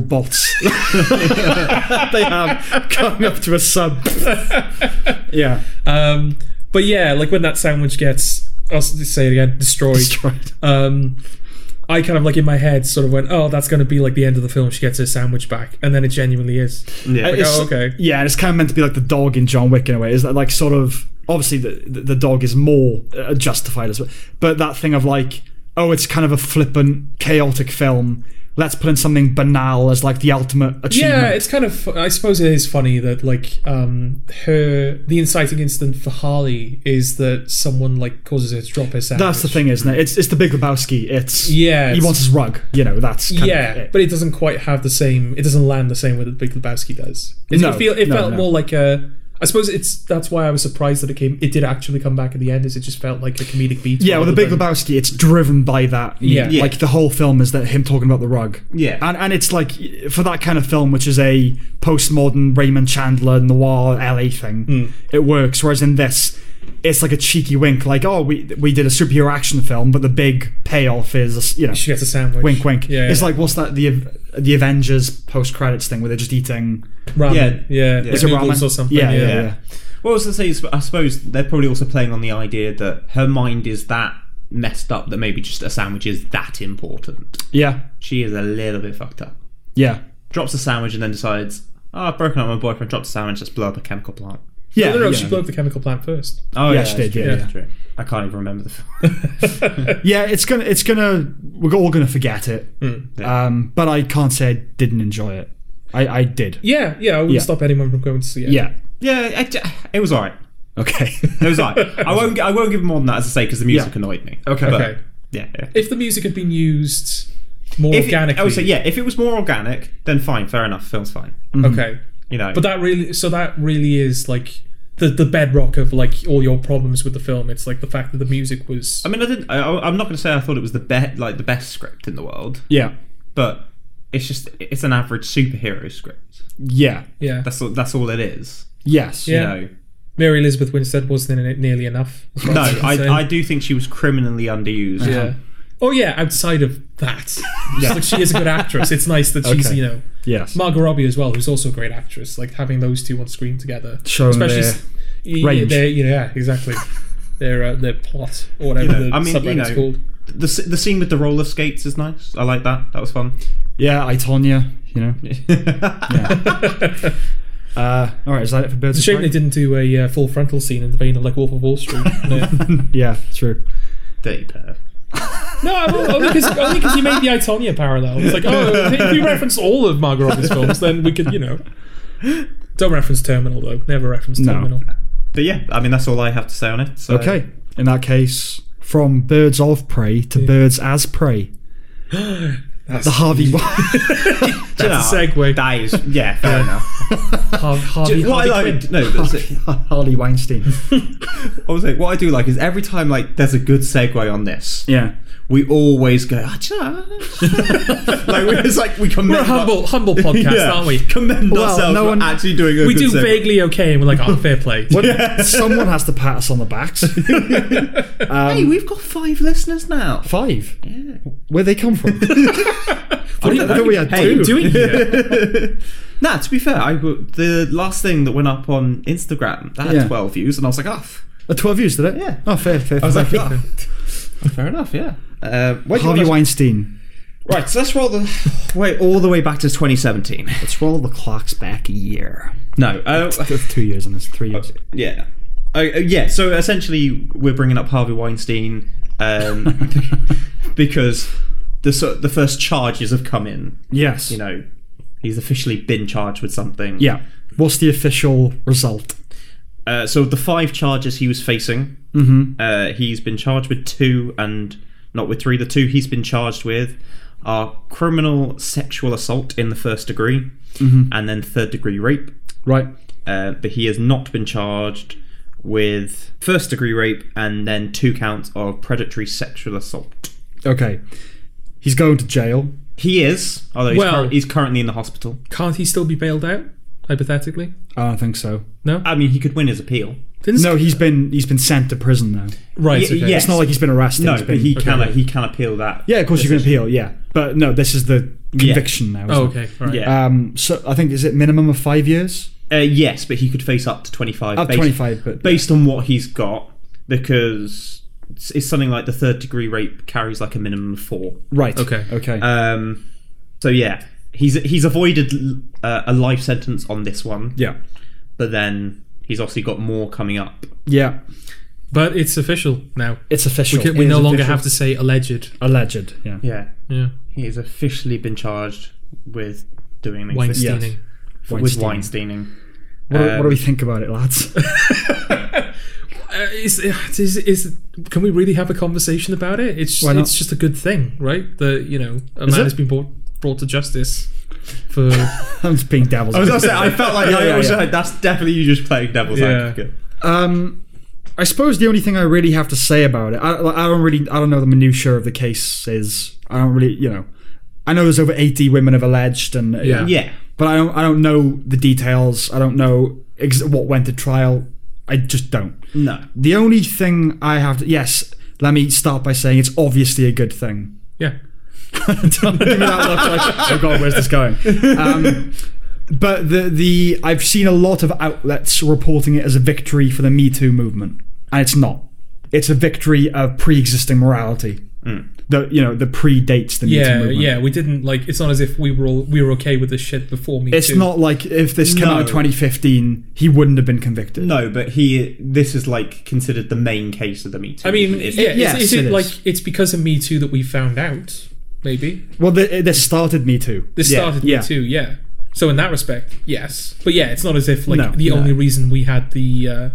bots they have coming up to a sub. yeah, Um, but yeah, like when that sandwich gets, I'll s- say it again, destroyed. destroyed. Um, I kind of like in my head sort of went, oh, that's going to be like the end of the film. She gets her sandwich back, and then it genuinely is. Yeah. Like, It's- oh, okay. Yeah, and it's kind of meant to be like the dog in John Wick in a way. Is that like sort of obviously the the the dog is more uh, justified as well, but that thing of like oh, it's kind of a flippant, chaotic film let's put in something banal as like the ultimate achievement. Yeah, it's kind of. I suppose it is funny that like um her the inciting incident for Harley is that someone like causes her to drop her sandwich. that's the thing, isn't it? It's it's the Big Lebowski. It's Yeah, he it's- wants his rug. You know, that's kind yeah, Of it. but it doesn't quite have the same. It doesn't land the same way that Big Lebowski does. It's- No, it, feel, it no, felt no. more like a. I suppose it's that's why I was surprised that it came. It did actually come back at the end. Is it just felt like a comedic beat? Yeah, well, the rather than- Big Lebowski, it's driven by that. Yeah. Yeah. like the whole film is that him talking about the rug. Yeah. and and it's like for that kind of film, which is a postmodern Raymond Chandler noir LA thing, Mm. it works. Whereas in this, it's like a cheeky wink, like oh, we we did a superhero action film, but the big payoff is you know She gets a sandwich. wink wink. Yeah, it's yeah. like what's that the the Avengers post credits thing where they're just eating ramen. Yeah. yeah, yeah. is it noodles ramen? or something. Yeah, yeah, yeah. Yeah. Well, as I say, I suppose they're probably also playing on the idea that her mind is that messed up that maybe just a sandwich is that important. yeah. She is a little bit fucked up. yeah. Drops a sandwich and then decides, oh, I've broken up with my boyfriend, dropped a sandwich, let's blow up a chemical plant. Yeah, No, no, no, yeah. she blew up the chemical plant first. Oh, Yeah, she did, that's yeah, true, yeah. that's true. I can't even remember the film. Yeah, it's gonna, it's gonna, we're all gonna forget it. Mm, Um, but I can't say I didn't enjoy it. I, I did. Yeah, yeah. I wouldn't Yeah. stop anyone from going to see it. Yeah. yeah, I j- it was alright. Okay. It was alright. I won't. I won't give more than that, as I say, because the music Yeah. annoyed me. Okay. But, Okay. yeah. yeah. If the music had been used more If it- organically, I would say, yeah. Mm-hmm. If it was more organic, then fine, fair enough. Film's fine. Okay, You know. Mm. but that really, so that really is like the the bedrock of like all your problems with the film. It's like the fact that the music was. I mean, I didn't. I, I- I'm not going to say I thought it was the best, like the best script in the world, yeah. but it's just it's an average superhero script. Yeah. yeah, That's all, that's all it is. Yes. Yeah. You know. Mary Elizabeth Winstead wasn't in it nearly enough. No, I, I do think she was criminally underused. yeah. Oh yeah, outside of that, yeah. like she is a good actress. It's nice that she's Okay. you know Yes. Margot Robbie as well, who's also a great actress. Like having those two on screen together, Showing their s- y- range. their- you know, yeah, exactly. their uh, their plot or whatever You know, the I mean, you subreddit's know, called. The s- the scene with the roller skates is nice. I like that. That was fun. yeah. I Tonya. You know. Uh, all right. Is that it for Birds? It's a of shame Prey? they didn't do a uh, full frontal scene in the vein of like Wolf of Wall Street. No, Yeah. True. Dirty perv. no I'm- only because only because you made the Itonia parallel. It's like, oh, if you reference all of Margot Robbie's films, then we could, you know. Don't reference Terminal though. Never reference No. Terminal. But yeah, I mean that's all I have to say on it. So. Okay. In that case, from Birds of Prey to Birds as Prey. the Harvey. That's a segue. That is, yeah, fair enough. Har- Harvey, What I Harvey like, Quinn. no, that's it. Harley Weinstein. I was like, what I do like is every time like there's a good segue on this, Yeah. we always go, ah, just. like we're just like we commend We're a humble, humble podcast, yeah, aren't we? Commend Well, ourselves no for one- actually doing a We good do segue. vaguely okay, and we're like, oh, fair play. Someone has to pat us on the backs. Um, Hey, we've got five listeners now. Five. Where they come from? I you- thought we had What are you two. doing here? Nah, to be fair, I w- the last thing that went up on Instagram that had Yeah. twelve views, and I was like, oh, f- Uh, Twelve views, did it? Yeah. Oh, fair, fair. I was fair. like, oh, fair enough, yeah. Uh, where do you Harvey wanna- Weinstein. Right, so let's roll the wait all the way back to 2017. Let's roll the clocks back a year. No, uh, That's two years and it's three years. yeah, uh, uh, yeah. So essentially, we're bringing up Harvey Weinstein um, because the sort- the first charges have come in. Yes. You know, he's officially been charged with something. Yeah. What's the official result? Uh, so the five charges he was facing, uh, he's been charged with two and not with three. The two he's been charged with are criminal sexual assault in the first degree, Mm-hmm. and then third degree rape. Right. Uh, but he has not been charged with first degree rape and then two counts of predatory sexual assault. Okay. He's going to jail. He is, although he's, Well- cur- he's currently in the hospital. Can't he still be bailed out? Hypothetically, I don't think so. no. I mean, he could win his appeal. Didn't- Uh, No, he's been he's been sent to prison now. right. Y- okay. yes. It's not like he's been arrested. No, he's but been- he can he can appeal that. Yeah, of course you can appeal. Yeah, but no, this is the conviction now. Oh, isn't it? okay. All right. Yeah. Um. So I think is it minimum of five years? Uh, yes, but he could face up to 25. Up based- 25, but- Based on what he's got, because it's, it's something like the third degree rape carries like a minimum of four. Right. Okay. Uh, Okay. Um, so yeah, he's he's avoided l- uh, a life sentence on this one, yeah. but then he's obviously got more coming up. Yeah. But it's official now. It's official. We, can, we It no is longer official. have to say alleged. alleged. Yeah. Yeah, Yeah, he has officially been charged with doing things Weinsteining. Yes. with Weinsteining. What, do- what do Um, we think about it, lads? Uh, is, is, is, can we really have a conversation about it? It's Why not? it's just a good thing, right? That you know a Is man it? has been brought brought to justice for I'm just being devil's. I was gonna say, I felt like Yeah, I yeah, was yeah. like, that's definitely you just playing devil's Yeah. advocate. Um, I suppose the only thing I really have to say about it, I, like, I don't really, I don't know the minutia of the case. Is I don't really, you know, I know there's over eighty women have alleged, and uh, Yeah. Yeah, but I don't, I don't know the details. I don't know ex- what went to trial. I just don't. No, The only thing I have, to, yes, let me start by saying it's obviously a good thing. yeah. Don't give me that look like, oh god, where's this going? Um, but the the I've seen a lot of outlets reporting it as a victory for the Me Too movement, and it's not. It's a victory of pre-existing morality. Mm. That you know that predates the Me Too Yeah, movement. yeah, we didn't like. It's not as if we were all, we were okay with this shit before me. It's Too. not like if this came out in No. 2015, he wouldn't have been convicted. no, but he this is like considered the main in case of the meeting. I mean, it's, yeah, is- yes, is, it it, is. like it's because of Me Too that we found out? Maybe Well, th- this started Me Too. this Yeah, started yeah. Me Too. Yeah. So in that respect, yes. But yeah, it's not as if like No, the no. only reason we had the uh,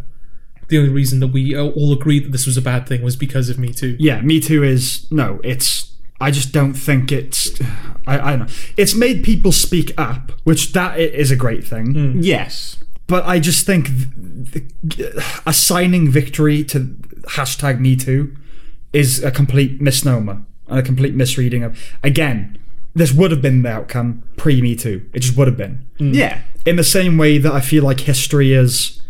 the only reason that we uh, all agreed that this was a bad thing was because of Me Too. yeah, Me Too is no. It's I just don't think it's. I, I don't know. It's made people speak up, which that i- is a great thing. Hmm. yes. But I just think th- th- assigning victory to hashtag Me Too is a complete misnomer and a complete misreading of. Again, this would have been the outcome pre Me Too. It just would have been. Yeah, In the same way that I feel like history is.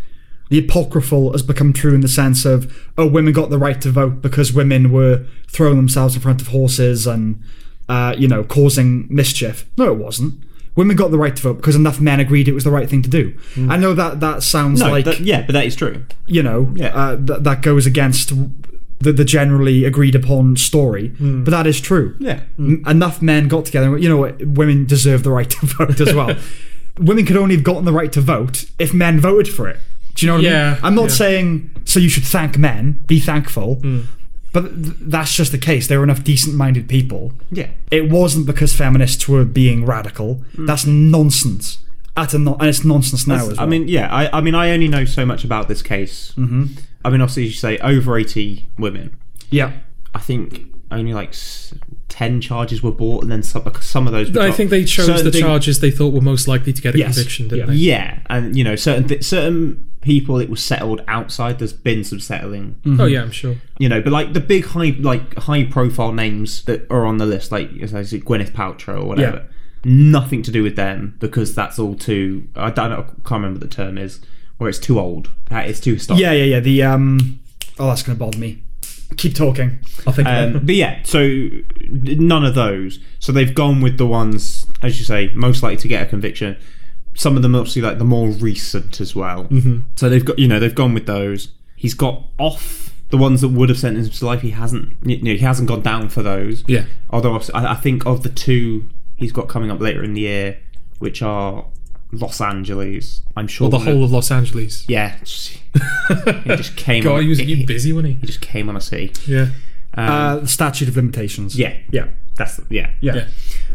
The apocryphal has become true in the sense of, oh, women got the right to vote because women were throwing themselves in front of horses and, uh, you know, causing mischief. No, it wasn't. Women got the right to vote because enough men agreed it was the right thing to do. I know that that sounds no, like that- yeah, but that is true. you know, Yeah. uh, th- that goes against the, the generally agreed upon story. But that is true. Hmm. Yeah. M- enough men got together. and went, You know what? Women deserve the right to vote as well. women could only have gotten the right to vote if men voted for it. Do you know what I Yeah, mean? I'm not yeah. saying so you should thank men, be thankful. Hmm. But th- that's just the case. There were enough decent minded people. Yeah. It wasn't because feminists were being radical. That's nonsense. At a non- and it's nonsense now as well. Hmm. I mean, yeah, I, I mean, I only know so much about this case. Mm-hmm. I mean, obviously, you say over 80 women. yeah. I think only like s- 10 charges were bought, and then some, some of those were I dropped. think they chose Certain the thing- charges they thought were most likely to get a Yes. conviction, didn't Yeah. they? Yeah, and, you know, certain th- certain people, it was settled outside. There's been some settling, Oh yeah, I'm sure. you know, but like the big high, like high profile names that are on the list, like as I say, Gwyneth Paltrow or whatever. Yeah. Nothing to do with them because that's all too. I don't. know- I can't remember what the term is where it's too old. That is too historic. Yeah, yeah, yeah. The um, oh, that's gonna bother me. Keep talking. I think. Um, but yeah, so none of those. So they've gone with the ones, as you say, most likely to get a conviction. Some of them obviously like the more recent as well. Mm-hmm. So they've got you know they've gone with those. He's got off the ones that would have sentenced him to life. He hasn't you know, he hasn't gone down for those. Yeah. Although obviously- I, I think of the two he's got coming up later in the year, which are Los Angeles. I'm sure the one of- whole of Los Angeles. yeah. just- he just came. God, on, he was he, he busy, wasn't he just came on a sea. he? Yeah. Um, Uh, the statute of limitations. yeah, yeah, that's yeah. yeah. Yeah.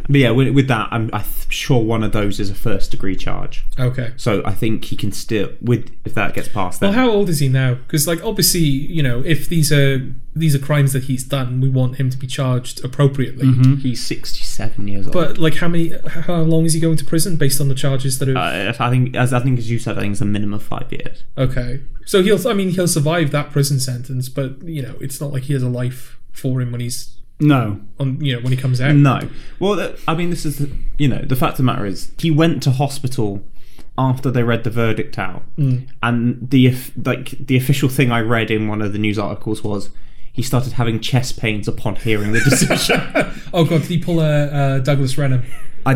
But yeah, with, with that, I'm, I'm sure one of those is a first degree charge. Okay. So I think he can still, with if that gets passed, then Well, how old is he now? Because like obviously, you know, if these are these are crimes that he's done, we want him to be charged appropriately. he's 67 years old. But like, how many? How long is he going to prison based on the charges that are? uh, I think, as I think as you said, I think it's a minimum of five years. okay. So he'll. I mean, he'll survive that prison sentence, but you know, it's not like he has a life for him when he's No, on. You know, when he comes out. No, well, th- I mean, this is the, you know the fact of the matter is he went to hospital after they read the verdict out, Hmm. and the if- like the official thing I read in one of the news articles was he started having chest pains upon hearing the decision. Oh god, did he pull a uh, Douglas Renham? I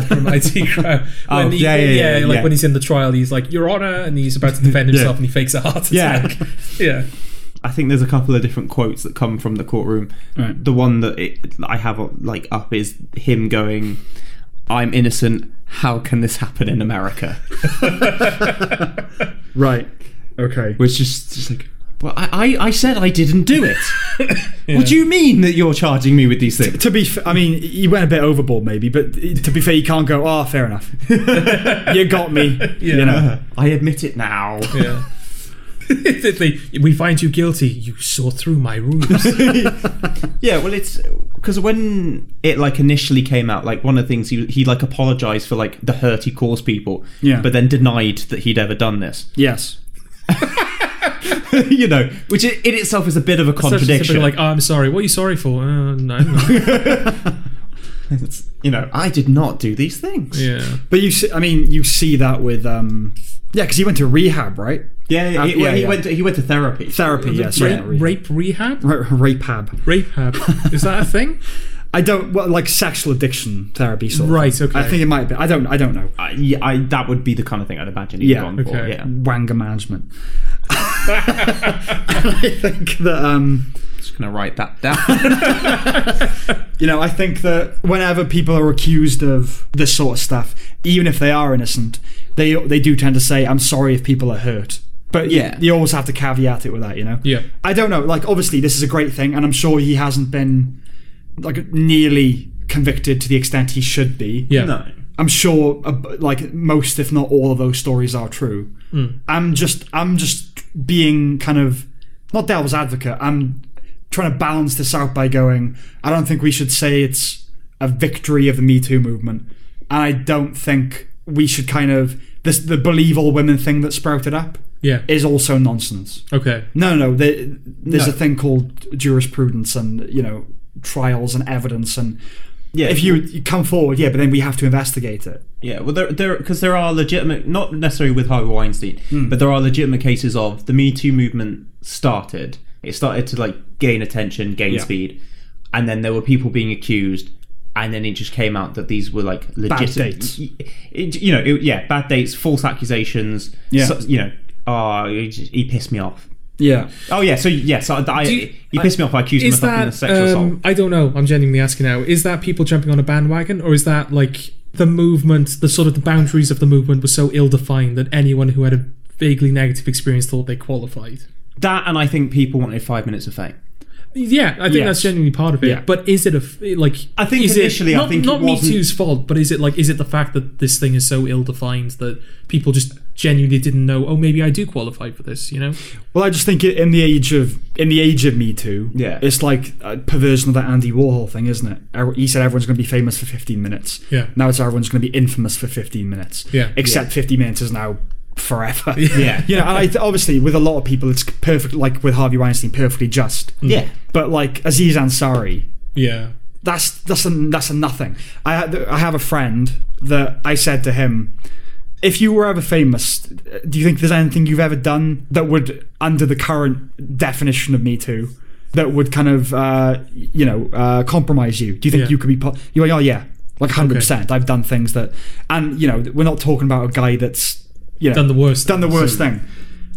from IT crowd. When Oh, he, yeah, yeah, yeah, like yeah. when he's in the trial, he's like, "Your Honor," and he's about to defend himself, and he fakes a heart Yeah. attack. Yeah, I think there's a couple of different quotes that come from the courtroom. Right. The one that it, I have like up is him going, "I'm innocent. How can this happen in America?" right. Okay. Which just, just like, Well, I, I, I said I didn't do it. What do you mean that you're charging me with these things? To be, f- I mean, you went a bit overboard maybe, but to be fair, you can't go. Oh, fair enough. you got me. You know. I admit it now. Yeah. If they- we find you guilty. You saw through my ruse. Yeah, well, it's because when it like initially came out, like one of the things he he like apologized for like the hurt he caused people, Yeah. but then denied that he'd ever done this. Yes. you know, which i- in itself is a bit of a contradiction. Like, oh, I'm sorry. What are you sorry for? Uh, no, no. you know, I did not do these things. Yeah. But you, see, I mean, you see that with um, yeah, because you went to rehab, right? yeah, yeah, Uh, he, yeah, he yeah. went to, he went to therapy. Therapy. Yes. yeah, rape, rape rehab? Ra- Rape hab. Rape hab. Is that a thing? I don't well, like sexual addiction therapy sort. of Right, thing. okay. I think it might be. I don't. I don't know. I, yeah, I that would be the kind of thing I'd imagine he'd Yeah, gone for. okay. Yeah, Wanger management. I think that um, just gonna write that down. you know, I think that whenever people are accused of this sort of stuff, even if they are innocent, they they do tend to say, "I'm sorry if people are hurt." But yeah, Yeah. you always have to caveat it with that, you know. Yeah. I don't know. Like, obviously, this is a great thing, and I'm sure he hasn't been like nearly convicted to the extent he should be. Yeah. no, I'm sure, uh, like most, if not all of those stories are true. Hmm. I'm just, I'm just being kind of not devil's advocate. I'm trying to balance this out by going. I don't think we should say it's a victory of the Me Too movement, and I don't think we should kind of this the believe all women thing that sprouted up Yeah. is also nonsense. Okay. No, no, no. There, there's No. a thing called jurisprudence, and you know trials and evidence, and yeah. if you, you come forward, yeah, but then we have to investigate it. Yeah, well, there, there, because there are legitimate, not necessarily with Harvey Weinstein, Hmm. but there are legitimate cases of the Me Too movement started. It started to like gain attention, gain Yeah. speed, and then there were people being accused, and then it just came out that these were like legitimate dates. It, you know, it, yeah, bad dates, false accusations. Yeah. so- you know, oh, he, just- he pissed me off. Yeah. Oh yeah, so yes, I, I, you- he pissed me off. I accused him of Is fucking a that sexual assault. um, I don't know. I'm genuinely asking now. Is that people jumping on a bandwagon, or is that like the movement, the sort of the boundaries of the movement were so ill-defined that anyone who had a vaguely negative experience thought they qualified? That, and I think people wanted five minutes of fame. Yeah, I think Yes. that's genuinely part of it. Yeah. But is it a f- like? I think is initially, it, I not, think it not Me wasn't- Too's fault, but is it like is it the fact that this thing is so ill-defined that people just genuinely didn't know? Oh, maybe I do qualify for this. You know? Well, I just think i- in the age of in the age of Me Too, Yeah. it's like a perversion of that Andy Warhol thing, isn't it? Ev- He said everyone's going to be famous for 15 minutes. Yeah. Now it's everyone's going to be infamous for 15 minutes. Yeah. Except 50 minutes is now forever. Yeah. you know, and I th- obviously with a lot of people, it's perfect. Like with Harvey Weinstein, perfectly just. Mm. Yeah, But like Aziz Ansari, Yeah. that's that's a, that's a nothing. I had I have a friend that I said to him, if you were ever famous, do you think there's anything you've ever done that would, under the current definition of Me Too, that would kind of uh, you know uh, compromise you? Do you think Yeah. you could be? Po-? You went, oh yeah, like hundred percent. I've done things that, and you know, we're not talking about a guy that's you know Done the worst. done the things. worst thing.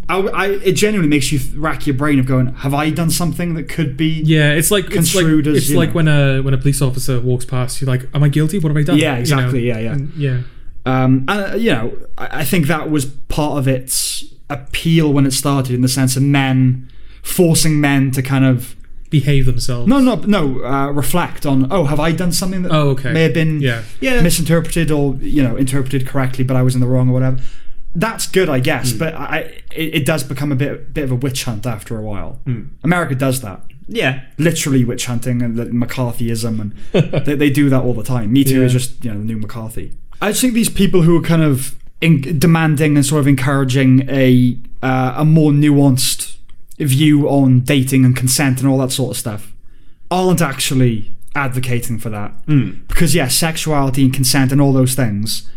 I, I, it genuinely makes you rack your brain of going, have I done something that could be? Yeah, it's like it's like, Construed as, it's you like know. when a when a police officer walks past, you're like, "Am I guilty? What have I done?" Yeah, You know? exactly, yeah, yeah. And- yeah, Um, and uh, you know, I, I think that was part of its appeal when it started, in the sense of men forcing men to kind of behave themselves. no, no, no, uh, reflect on. Oh, have I done something that Oh, okay. may have been Yeah. Yeah. misinterpreted or you know interpreted correctly, but I was in the wrong or whatever. That's good, I guess, Hmm. but I, it, it does become a bit bit of a witch hunt after a while. America does that. yeah. Literally witch hunting and the McCarthyism, and they, they do that all the time. Me too is Yeah. just you know the new McCarthy. I just think these people who are kind of in, demanding and sort of encouraging a uh, a more nuanced view on dating and consent and all that sort of stuff aren't actually advocating for that because yeah, sexuality and consent and all those things.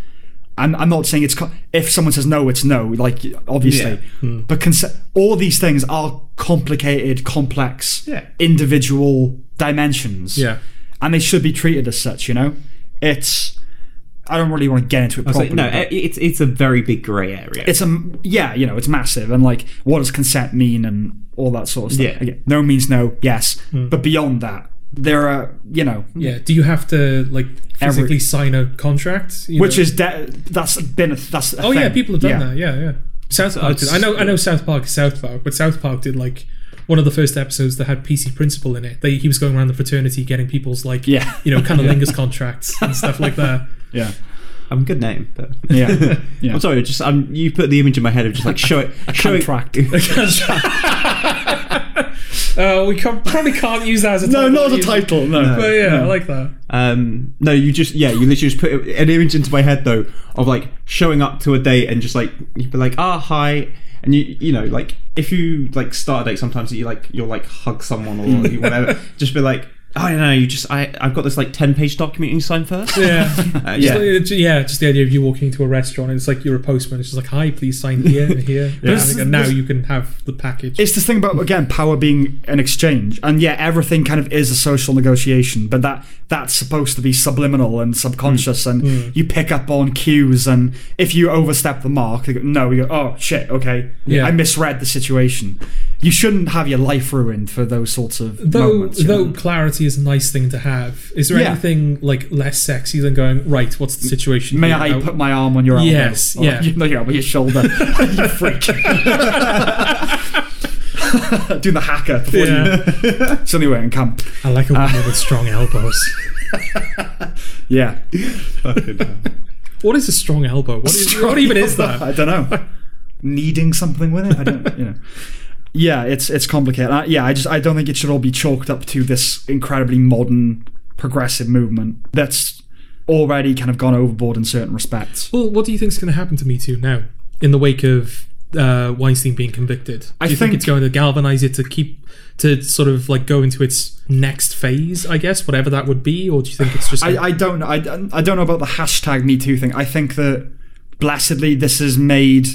I'm, I'm not saying it's co- if someone says no, it's no. Like obviously, but conse- all these things are complicated, complex, Yeah. individual dimensions yeah, and they should be treated as such. You know, it's I don't really want to get into it So, properly. no, but it- it's it's a very big grey area. it's a yeah, you know, it's massive, and like, what does consent mean, and all that sort of stuff. Yeah. Again, no means no, yes, but beyond that, there are you know, Hmm. yeah. Do you have to like physically Every- sign a contract? you which know? is de- that's been a, that's a oh yeah, thing. people have done that. Yeah, yeah. South Park. Did, I know. I know South Park is South Park, but South Park did like one of the first episodes that had PC Principal in it. They, he was going around the fraternity getting people's like, Yeah. you know, cunnilingus contracts and stuff like that. Yeah. I'm good name, but Yeah. Yeah. I'm sorry. Just I'm, you put the image in my head of just like show it, show it. Contract. Uh, we can probably can't use that as a No, title, not as a either. title. No. But yeah, I like that. Um, no, you just yeah, you literally just put an image into my head though of like showing up to a date and just like you'd be like ah hi, and you you know like if you like start a date sometimes you like you'll like hug someone or whatever, just be like "Oh, I don't know, you just I I've got this like ten page document you need to sign first. Yeah. Uh, Just, yeah. the- ju- yeah, just the idea of you walking into a restaurant and it's like you're a postman. It's just like, hi, please sign here and here. And This- then now this- you can have the package. It's this thing about again power being an exchange, and yeah, everything kind of is a social negotiation, but that that's supposed to be subliminal and subconscious, Mm. and you pick up on cues, and if you overstep the mark, you go, no, you go, oh shit, okay, Yeah. I misread the situation. You shouldn't have your life ruined for those sorts of though moments. you though know? clarity is a nice thing to have. Is there Yeah. anything like less sexy than going right? What's the situation? May here? I How- put my arm on your elbow? Yes, Or, yeah. You know, your elbow, your shoulder. you freak. Doing the hacker before you. Yeah. So anyway, in camp. I like a woman with strong elbows. Yeah. What is a strong elbow? What, is, what even is that? I don't know. Needing something with it. I don't. You know. Yeah, it's it's complicated. I, yeah, I just I don't think it should all be chalked up to this incredibly modern progressive movement that's already kind of gone overboard in certain respects. Well, what do you think is going to happen to Me Too now in the wake of uh, Weinstein being convicted? Do I you think, think- it's going to galvanize it to keep to sort of like go into its next phase? I guess whatever that would be, or do you think it's just I, I don't know. I, don't- I don't know about the hashtag Me Too thing. I think that blessedly this has made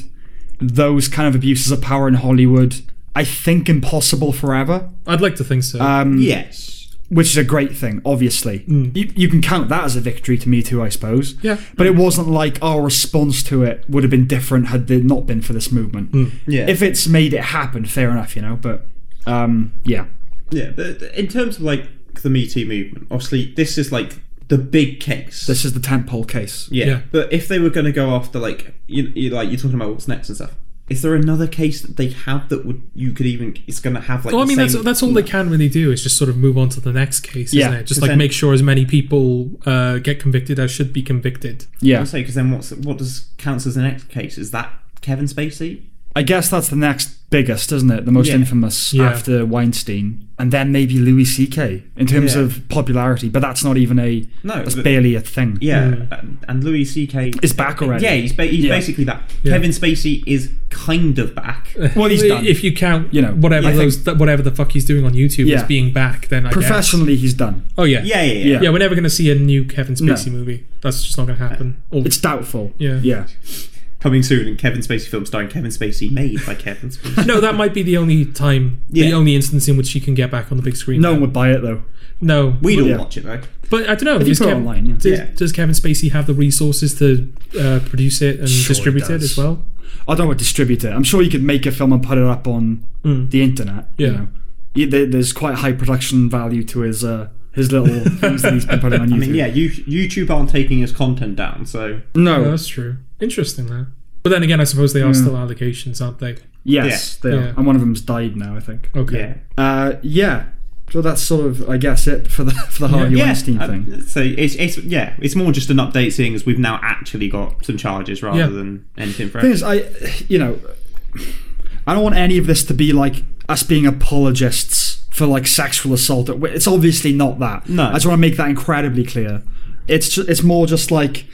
those kind of abuses of power in Hollywood. I think impossible forever. would like to think so. Um, Yes. which is a great thing, obviously. You, you can count that as a victory to Me Too, I suppose. Mm. Yeah. But it wasn't like our response to it would have been different had it not been for this movement. Mm. Yeah. If it's made it happen, fair enough, you know. But um, yeah, Yeah. But in terms of like the Me Too movement, obviously this is like the big case. this is the tentpole case. yeah. Yeah. But if they were going to go after like you, you like you're talking about what's next and stuff, is there another case that they have that would you could even it's going to have like? Well, I the mean, that's same- that's all they can really do is just sort of move on to the next case, Yeah, isn't it? Just but like then- make sure as many people uh, get convicted as should be convicted. Yeah. say because then what's what does counts as the next case? Is that Kevin Spacey? I guess that's the next biggest, isn't it? The most Yeah. infamous Yeah. after Weinstein, and then maybe Louis C.K. in terms Yeah. of popularity. But that's not even a. No, That's but- barely a thing. Yeah, and, and Louis C.K. Is back already. Yeah, he's, ba- he's Yeah. basically back. Kevin Spacey is kind of back. Well, he's done. If you count, You know, whatever I think- those th- whatever the fuck he's doing on YouTube Yeah. as being back, then I Professionally, he's done. Guess. Oh yeah. yeah, yeah, yeah. Yeah. Yeah, we're never going to see a new Kevin No. Spacey movie. That's just not going to happen. Or, It's doubtful. Yeah. Yeah. Coming soon in Kevin Spacey film starring Kevin Spacey, made by Kevin Spacey. no, that might be the only time, the Yeah. only instance in which he can get back on the big screen. No one would buy it though. no, We don't Yeah. watch it though. But I don't know. you Does, put it Kev- online, yeah. does, Yeah. does Kevin Spacey have the resources to uh, produce it and Sure he distribute it does. as well? I don't want to distribute it. I'm sure you could make a film and put it up on Hmm. the internet. Yeah. You know, You- there- there's quite high production value to his uh, his little things that he's been putting on YouTube. I mean, yeah, you, YouTube aren't taking his content down, so No. No, that's true. Interesting though. But then again, I suppose they are still allegations, aren't they? yes, they are. Yeah. And one of them's died now, I think. Okay. yeah. Uh, yeah. So that's sort of, I guess, it for the for the Harvey yeah, Weinstein uh, thing. So it's it's yeah, it's more just an update, seeing as we've now actually got some charges rather Yeah. than anything thing fresh. is, I, you know, I don't want any of this to be like us being apologists for like sexual assault. It's obviously not that. No. I just want to make that incredibly clear. It's just, it's more just like,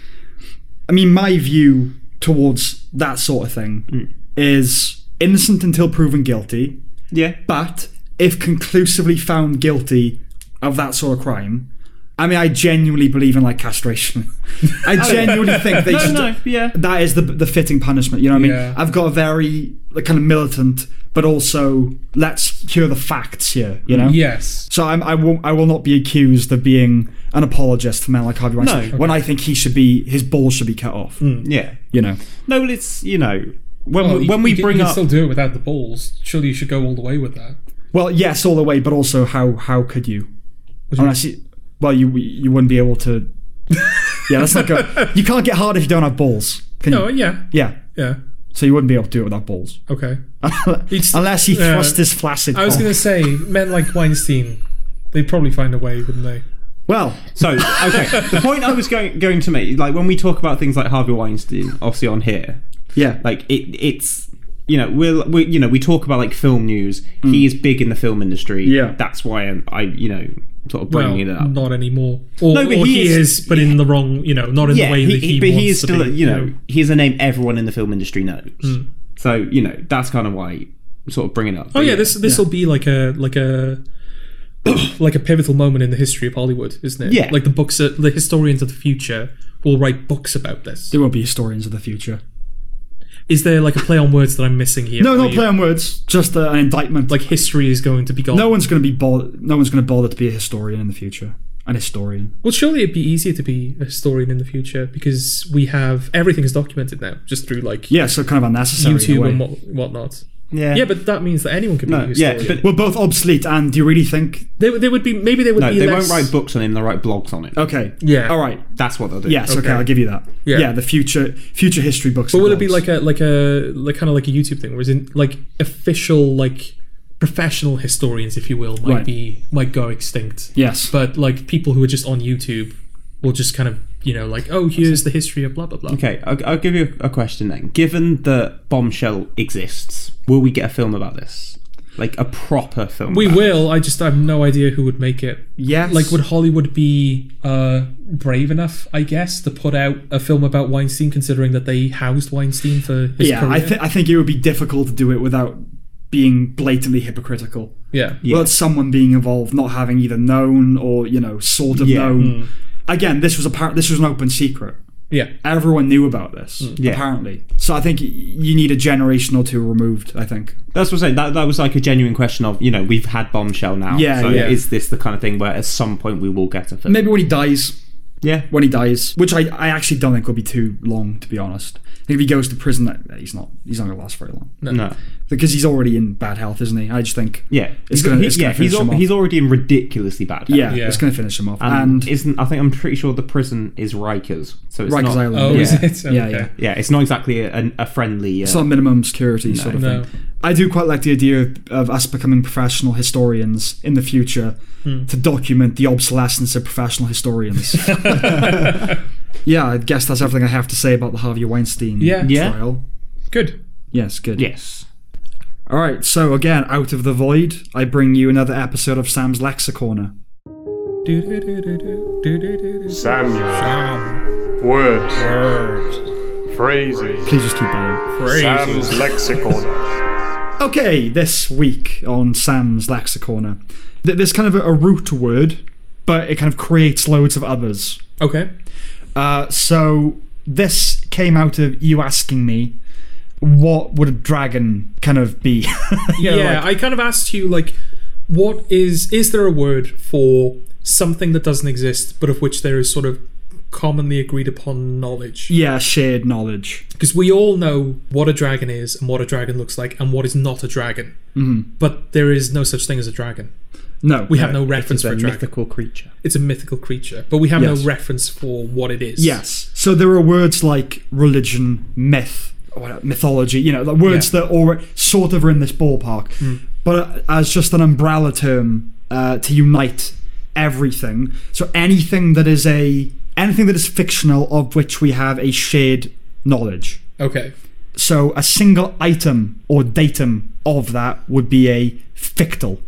I mean, my view towards that sort of thing Mm. is innocent until proven guilty. Yeah, But if conclusively found guilty of that sort of crime, I mean, I genuinely believe in like castration. I genuinely think they Oh, no, should. no, yeah. That is the the fitting punishment. You know what I mean? Yeah. I've got a very like, kind of militant, but also let's hear the facts here. You know? Yes. So I'm, I will I will not be accused of being an apologist for men like Harvey Weinstein No. when I think he should be his balls should be cut off. yeah. You know? No, well, it's you know when Well, we, Oh, you- when we you, bring you can up still do it without the balls. Surely you should go all the way with that. Well, yes, all the way, but also how how could you? What do you mean? Unless you, well, you you wouldn't be able to. yeah, that's not good. You can't get hard if you don't have balls. Can No, you? Oh, yeah, Yeah. yeah. So you wouldn't be able to do it without balls. Okay. It's- Unless he yeah. thrust his flaccid. I was Oh. cock. going to say, men like Weinstein, they'd probably find a way, wouldn't they? Well, So okay, the point I was going going to make, like when we talk about things like Harvey Weinstein, obviously on here, yeah. Like, like it, it's you know we'll we you know we talk about like film news. Mm. He is big in the film industry. Yeah. that's why I'm, I you know sort of Well, bringing it up. not anymore. Or, No, but or he he, is- is, but in the wrong, you know, not in yeah, the way he, that he, but wants he is to still be, Hmm. a, you know he's a name everyone in the film industry knows. So you know that's kind of why I'm sort of bringing it up. Oh yeah, this this will be like a like a like a pivotal moment in the history of Hollywood, isn't it? Yeah. like the books, that, the historians of the future will write books about this. there won't be historians of the future. Is there like a play on words that I'm missing here? No, Are not you- play on words. Just uh, an indictment. Like history is going to be gone. no one's going to be bothered. No one's going to bother to be a historian in the future. An historian. Well, surely it'd be easier to be a historian in the future because we have everything is documented now, just through like Yeah, so kind of unnecessary. in a YouTube way. and what, whatnot. Yeah. yeah, but that means that anyone could be a No, yeah, historian. but We're both obsolete, and do you really think? they, they would be maybe they would no, be they less, won't write books on him. They'll write blogs on it. Okay. Yeah. All right. That's what they'll do. Yes. Okay. Okay. I'll give you that. Yeah. the future future history books. But will it be like a like a like kind of like a YouTube thing, whereas in like official like professional historians, if you will, might Right. be might go extinct. Yes. But like people who are just on YouTube will just kind of you know like oh here's the history of blah blah blah. Okay, I'll, I'll give you a question then. Given that Bombshell exists, will we get a film about this? Like a proper film? We about it? will. I just have no idea who would make it. Yes. Like, would Hollywood be uh, brave enough, I guess, to put out a film about Weinstein, considering that they housed Weinstein for his Yeah. career? I think I think it would be difficult to do it without being blatantly hypocritical. yeah. Yeah. Without someone being involved, not having either known or you know sort of Yeah. Mm. known. Again, this was apparent. This was an open secret. Yeah. Everyone knew about this, Mm. apparently. So I think y- you need a generation or two removed. I think. That's what I'm saying. That, that was like a genuine question of, you know, we've had Bombshell now. Yeah, So yeah. is this the kind of thing where at some point we will get a film? Maybe when he dies, Yeah. when he dies, which I, I actually don't think will be too long, to be honest. I think if he goes to prison, that- that he's not he's not gonna last very long No. because he's already in bad health, isn't he? I just think Yeah. it's gonna, he- it's yeah, gonna finish he's, al- him off. he's already in ridiculously bad health. yeah, Yeah. it's gonna finish him off. And, And, isn't I think I'm pretty sure the prison is Rikers. So it's Rikers not, Island, Oh, yeah. is it? Yeah, Okay. yeah. Yeah, it's not exactly a, an- a friendly. Uh, it's not minimum security sort of No. thing. I do quite like the idea of, of us becoming professional historians in the future Hmm. to document the obsolescence of professional historians. yeah, I guess that's everything I have to say about the Harvey Weinstein Yeah. Yeah. trial. Good. Yes, good. yes. All right, so again, out of the void, I bring you another episode of Sam's Lexicorner. Samuel. Words. Phrases. Please just keep going. Sam's lexicon. Okay, this week on Sam's Lexicorner, th- there's kind of a, a root word, but it kind of creates loads of others. Okay. Uh, so this came out of you asking me, what would a dragon kind of be? Yeah. I kind of asked you like, what is is there a word for something that doesn't exist, but of which there is sort of commonly agreed upon knowledge? yeah, shared knowledge. because we all know what a dragon is and what a dragon looks like and what is not a dragon. Mm-hmm. But there is no such thing as a dragon. No, Uh, We have no reference for a dragon. creature. it's a mythical creature, but we have Yes. no reference for what it is. Yes. So there are words like religion, myth, or mythology, you know, the words that are sort of are in this ballpark, but uh, as just an umbrella term uh, to unite everything. So anything that is a anything that is fictional of which we have a shared knowledge. Okay. So a single item or datum of that would be a fictal.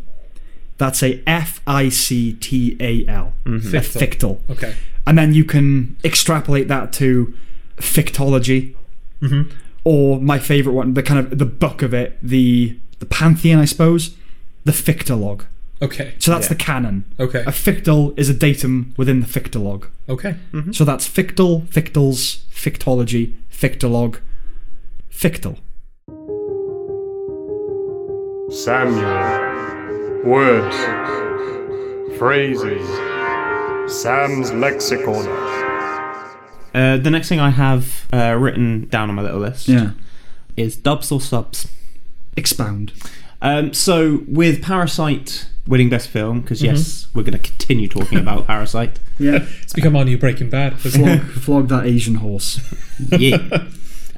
That's a F I C T A L. A Fictal. fictal Okay. and then you can extrapolate that to fictology Mm-hmm. or my favorite one the kind of the book of it the the pantheon i suppose the fictolog Okay. so that's the canon Okay. a fictal is a datum within the fictolog Okay. so that's fictal fictals fictology fictolog fictal Samuel. Words. Phrases. Sam's lexicon. Uh, the next thing I have uh, written down on my little list yeah is dubs or subs. expound Um, so with Parasite winning best film, because yes, Mm-hmm. we're going to continue talking about Parasite. yeah It's become our new Breaking Bad. flog, flog that asian horse Yeah.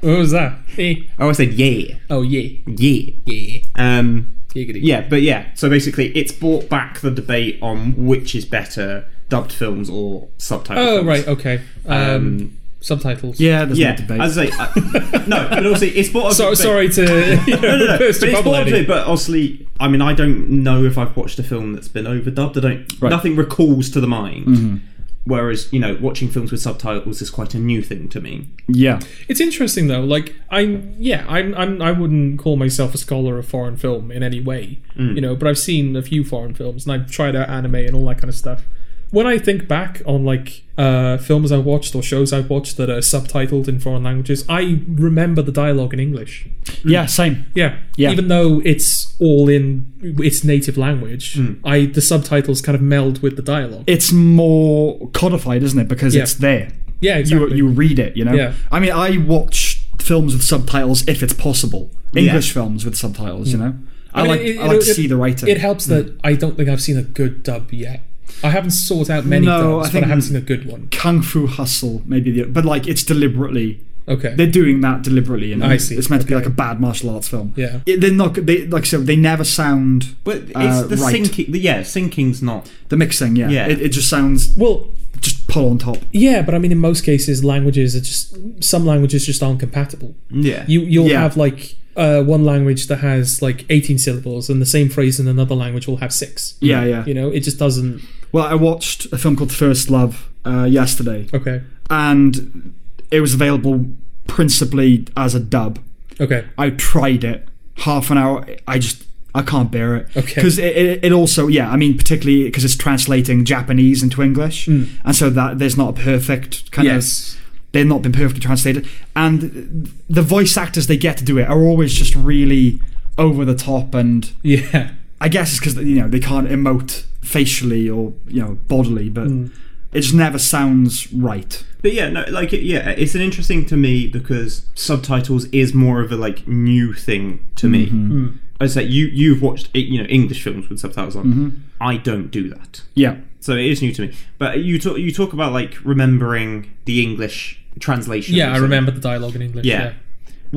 What was that? Eh. Oh, I said yeah, Oh yeah, yeah, yeah. um, Giggity. yeah. But yeah, so basically, it's brought back the debate on which is better, dubbed films or subtitled. Oh films. right, okay. Um, subtitles. Yeah, there's Yeah, no debate. as I say, I- no, but also it's brought. up- So, but- sorry to you know, No, no, no. But, burst your it's bubble, brought up Eddie. to- but obviously, I mean, I don't know if I've watched a film that's been overdubbed. I don't. Nothing recalls to the mind. Whereas, you know, watching films with subtitles is quite a new thing to me. yeah, It's interesting though. Like I'm, yeah, I'm, I'm, I wouldn't call myself a scholar of foreign film in any way, Mm. you know. But I've seen a few foreign films, and I've tried out anime and all that kind of stuff. When I think back on like uh, films I've watched or shows I've watched that are subtitled in foreign languages, I remember the dialogue in English. yeah, same. Yeah, Yeah. Even though it's all in its native language, Mm. I the subtitles kind of meld with the dialogue. It's more codified, isn't it? Because Yeah. it's there. yeah, You exactly. you read it. You know. Yeah. I mean, I watch films with subtitles if it's possible. English films with subtitles. You know. Hmm. I, mean, like it- I like it- to see the writer. Mm. It helps that I don't think I've seen a good dub yet. I haven't sought out many No, dubs, I but think- I haven't seen a good one. Kung Fu Hustle, maybe the but like it's deliberately Okay. they're doing that deliberately. And I see. It's meant to be like a bad martial arts film. Yeah. It- they're not. They like I said, they never sound. But it's Uh, the right. sinking. The, yeah, sinking's not. The mixing, yeah. Yeah. It, it just sounds well, just pull on top. yeah, but I mean, in most cases, languages are just some languages just aren't compatible. Yeah. You you'll Yeah. have like uh, one language that has like eighteen syllables, and the same phrase in another language will have six. Yeah, yeah. You know, it just doesn't. Well, I watched a film called First Love uh, yesterday, Okay. and it was available principally as a dub. Okay. I tried it half an hour. I just I can't bear it. Okay. Because it, it, it also yeah I mean particularly because it's translating Japanese into English, and so that there's not a perfect kind Mm. Yes. of. They've not been perfectly translated, and the voice actors they get to do it are always just really over the top and Yeah. I guess it's because you know they can't emote facially or you know bodily, but Mm. it just never sounds right. But yeah, no, like it, yeah, it's an interesting to me because subtitles is more of a like new thing to me. Mm-hmm. I say you you've watched eh, you know English films with subtitles on. Mm-hmm. I don't do that. Yeah, So it is new to me. But you talk you talk about like remembering the English translation. Yeah, I So- remember the dialogue in English. Yeah.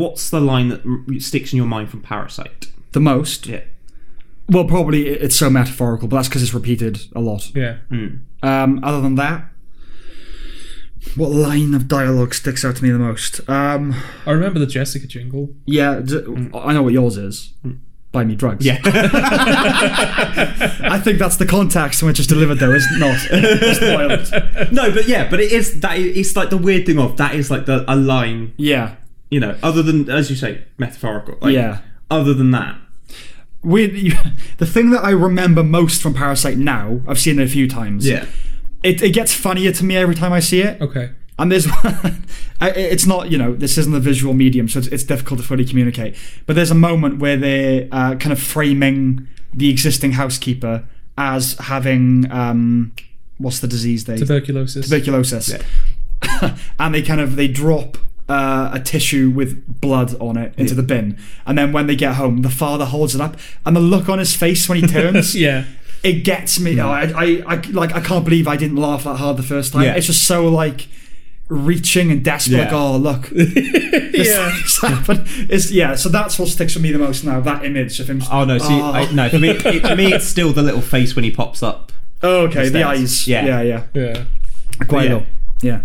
What's the line that r- sticks in your mind from Parasite? the most. Yeah. Well, probably it- it's so metaphorical, but that's because it's repeated a lot. Yeah. Yeah. Hmm. Um, other than that, what line of dialogue sticks out to me the most? Um, I remember the Jessica jingle. yeah, d- I know what yours is. Buy me drugs. Yeah. I think that's the context in which it's delivered, though, is it not? It's spoiled. No, but yeah, but it is that it's like the weird thing of that is like the a line, Yeah, you know, other than as you say metaphorical. Like, yeah. Other than that, Weird, you, the thing that I remember most from Parasite now, I've seen it a few times. yeah. It, it gets funnier to me every time I see it. Okay. And there's one, I, it's not, you know, this isn't a visual medium, so it's, it's difficult to fully communicate. But there's a moment where they're uh, kind of framing the existing housekeeper as having, um, what's the disease they? Tuberculosis. Tuberculosis. and they kind of, they drop uh, a tissue with blood on it into the bin. And then when they get home, the father holds it up and the look on his face when he turns. yeah. It gets me. Hmm. I, I, I, like, I can't believe I didn't laugh that hard the first time. Yeah. It's just so like reaching and desperate. Like, Yeah. oh look, this thing's happened. It's yeah. So that's what sticks with me the most now. That image of him. just- Oh no, see, Oh. I, no. For me, it, for me, it's still the little face when he pops up. Oh, okay, the Stairs. eyes. Yeah. yeah, yeah. Yeah. Quite yeah. low. Yeah.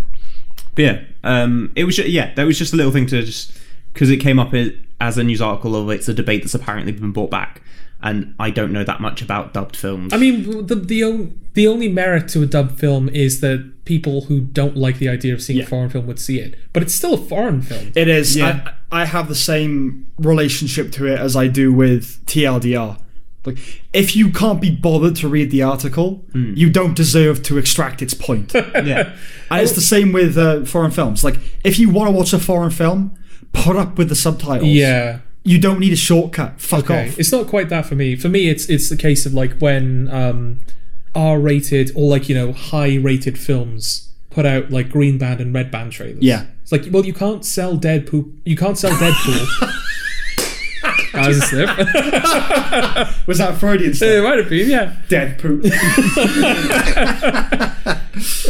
But yeah, um, it was ju- yeah, that was just a little thing to just because it came up i- as a news article of it's a debate that's apparently been brought back, and I don't know that much about dubbed films. I mean, the the on, the only merit to a dub film is that people who don't like the idea of seeing a foreign film would see it, but it's still a foreign film. It is. I, I have the same relationship to it as I do with TLDR. Like, if you can't be bothered to read the article, Hmm. you don't deserve to extract its point. yeah, And it's the same with uh, foreign films. Like, if you want to watch a foreign film, put up with the subtitles. Yeah. You don't need a shortcut. Fuck Okay. off. It's not quite that for me. For me, it's it's the case of like when um, R-rated or like you know high-rated films put out like green band and red band trailers. Yeah. It's like well, you can't sell dead poop. You can't sell Deadpool. that was a slip. Uh, Was that Freudian stuff? it might have been. Yeah. Dead poop.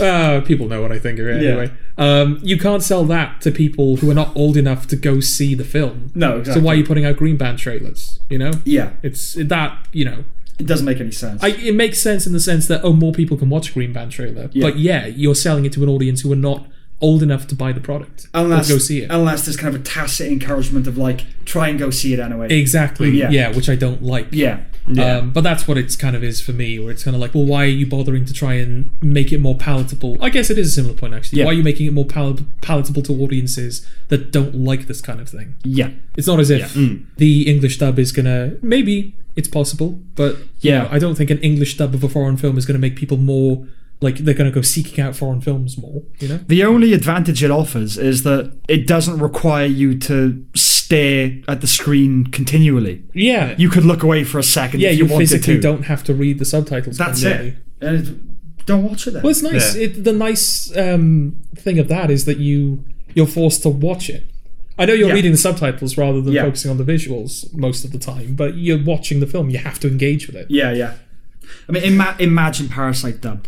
Uh, people know what I think of it anyway. Um, you can't sell that to people who are not old enough to go see the film. No, So exactly. why are you putting out Green Band trailers? You know, Yeah, it's that you know. it doesn't make any sense. I, it makes sense in the sense that oh, more people can watch Green Band trailer, but yeah, you're selling it to an audience who are not old enough to buy the product unless or go see it. Unless there's kind of a tacit encouragement of like try and go see it anyway. exactly. Mm, Yeah. Yeah. which I don't like. yeah, Um, but that's what it's kind of is for me, where it's kind of like, well, why are you bothering to try and make it more palatable? I guess it is a similar point, actually. Yeah. Why are you making it more pal- palatable to audiences that don't like this kind of thing? yeah, Mm. It's not as if the English dub is going to. Maybe it's possible, but yeah. I don't think an English dub of a foreign film is going to make people more. Like, they're going to go seeking out foreign films more, you know? The only advantage it offers is that it doesn't require you to stare at the screen continually. Yeah. You could look away for a second yeah, if you, you, wanted physically to. don't have to read the subtitles. That's constantly. it. And it- Don't watch it then. Well, it's nice. It, the nice um, thing of that is that you you're forced to watch it. I know you're Yeah. reading the subtitles rather than Yeah. focusing on the visuals most of the time, but you're watching the film. You have to engage with it. yeah, yeah. I mean, ima- imagine Parasite dubbed.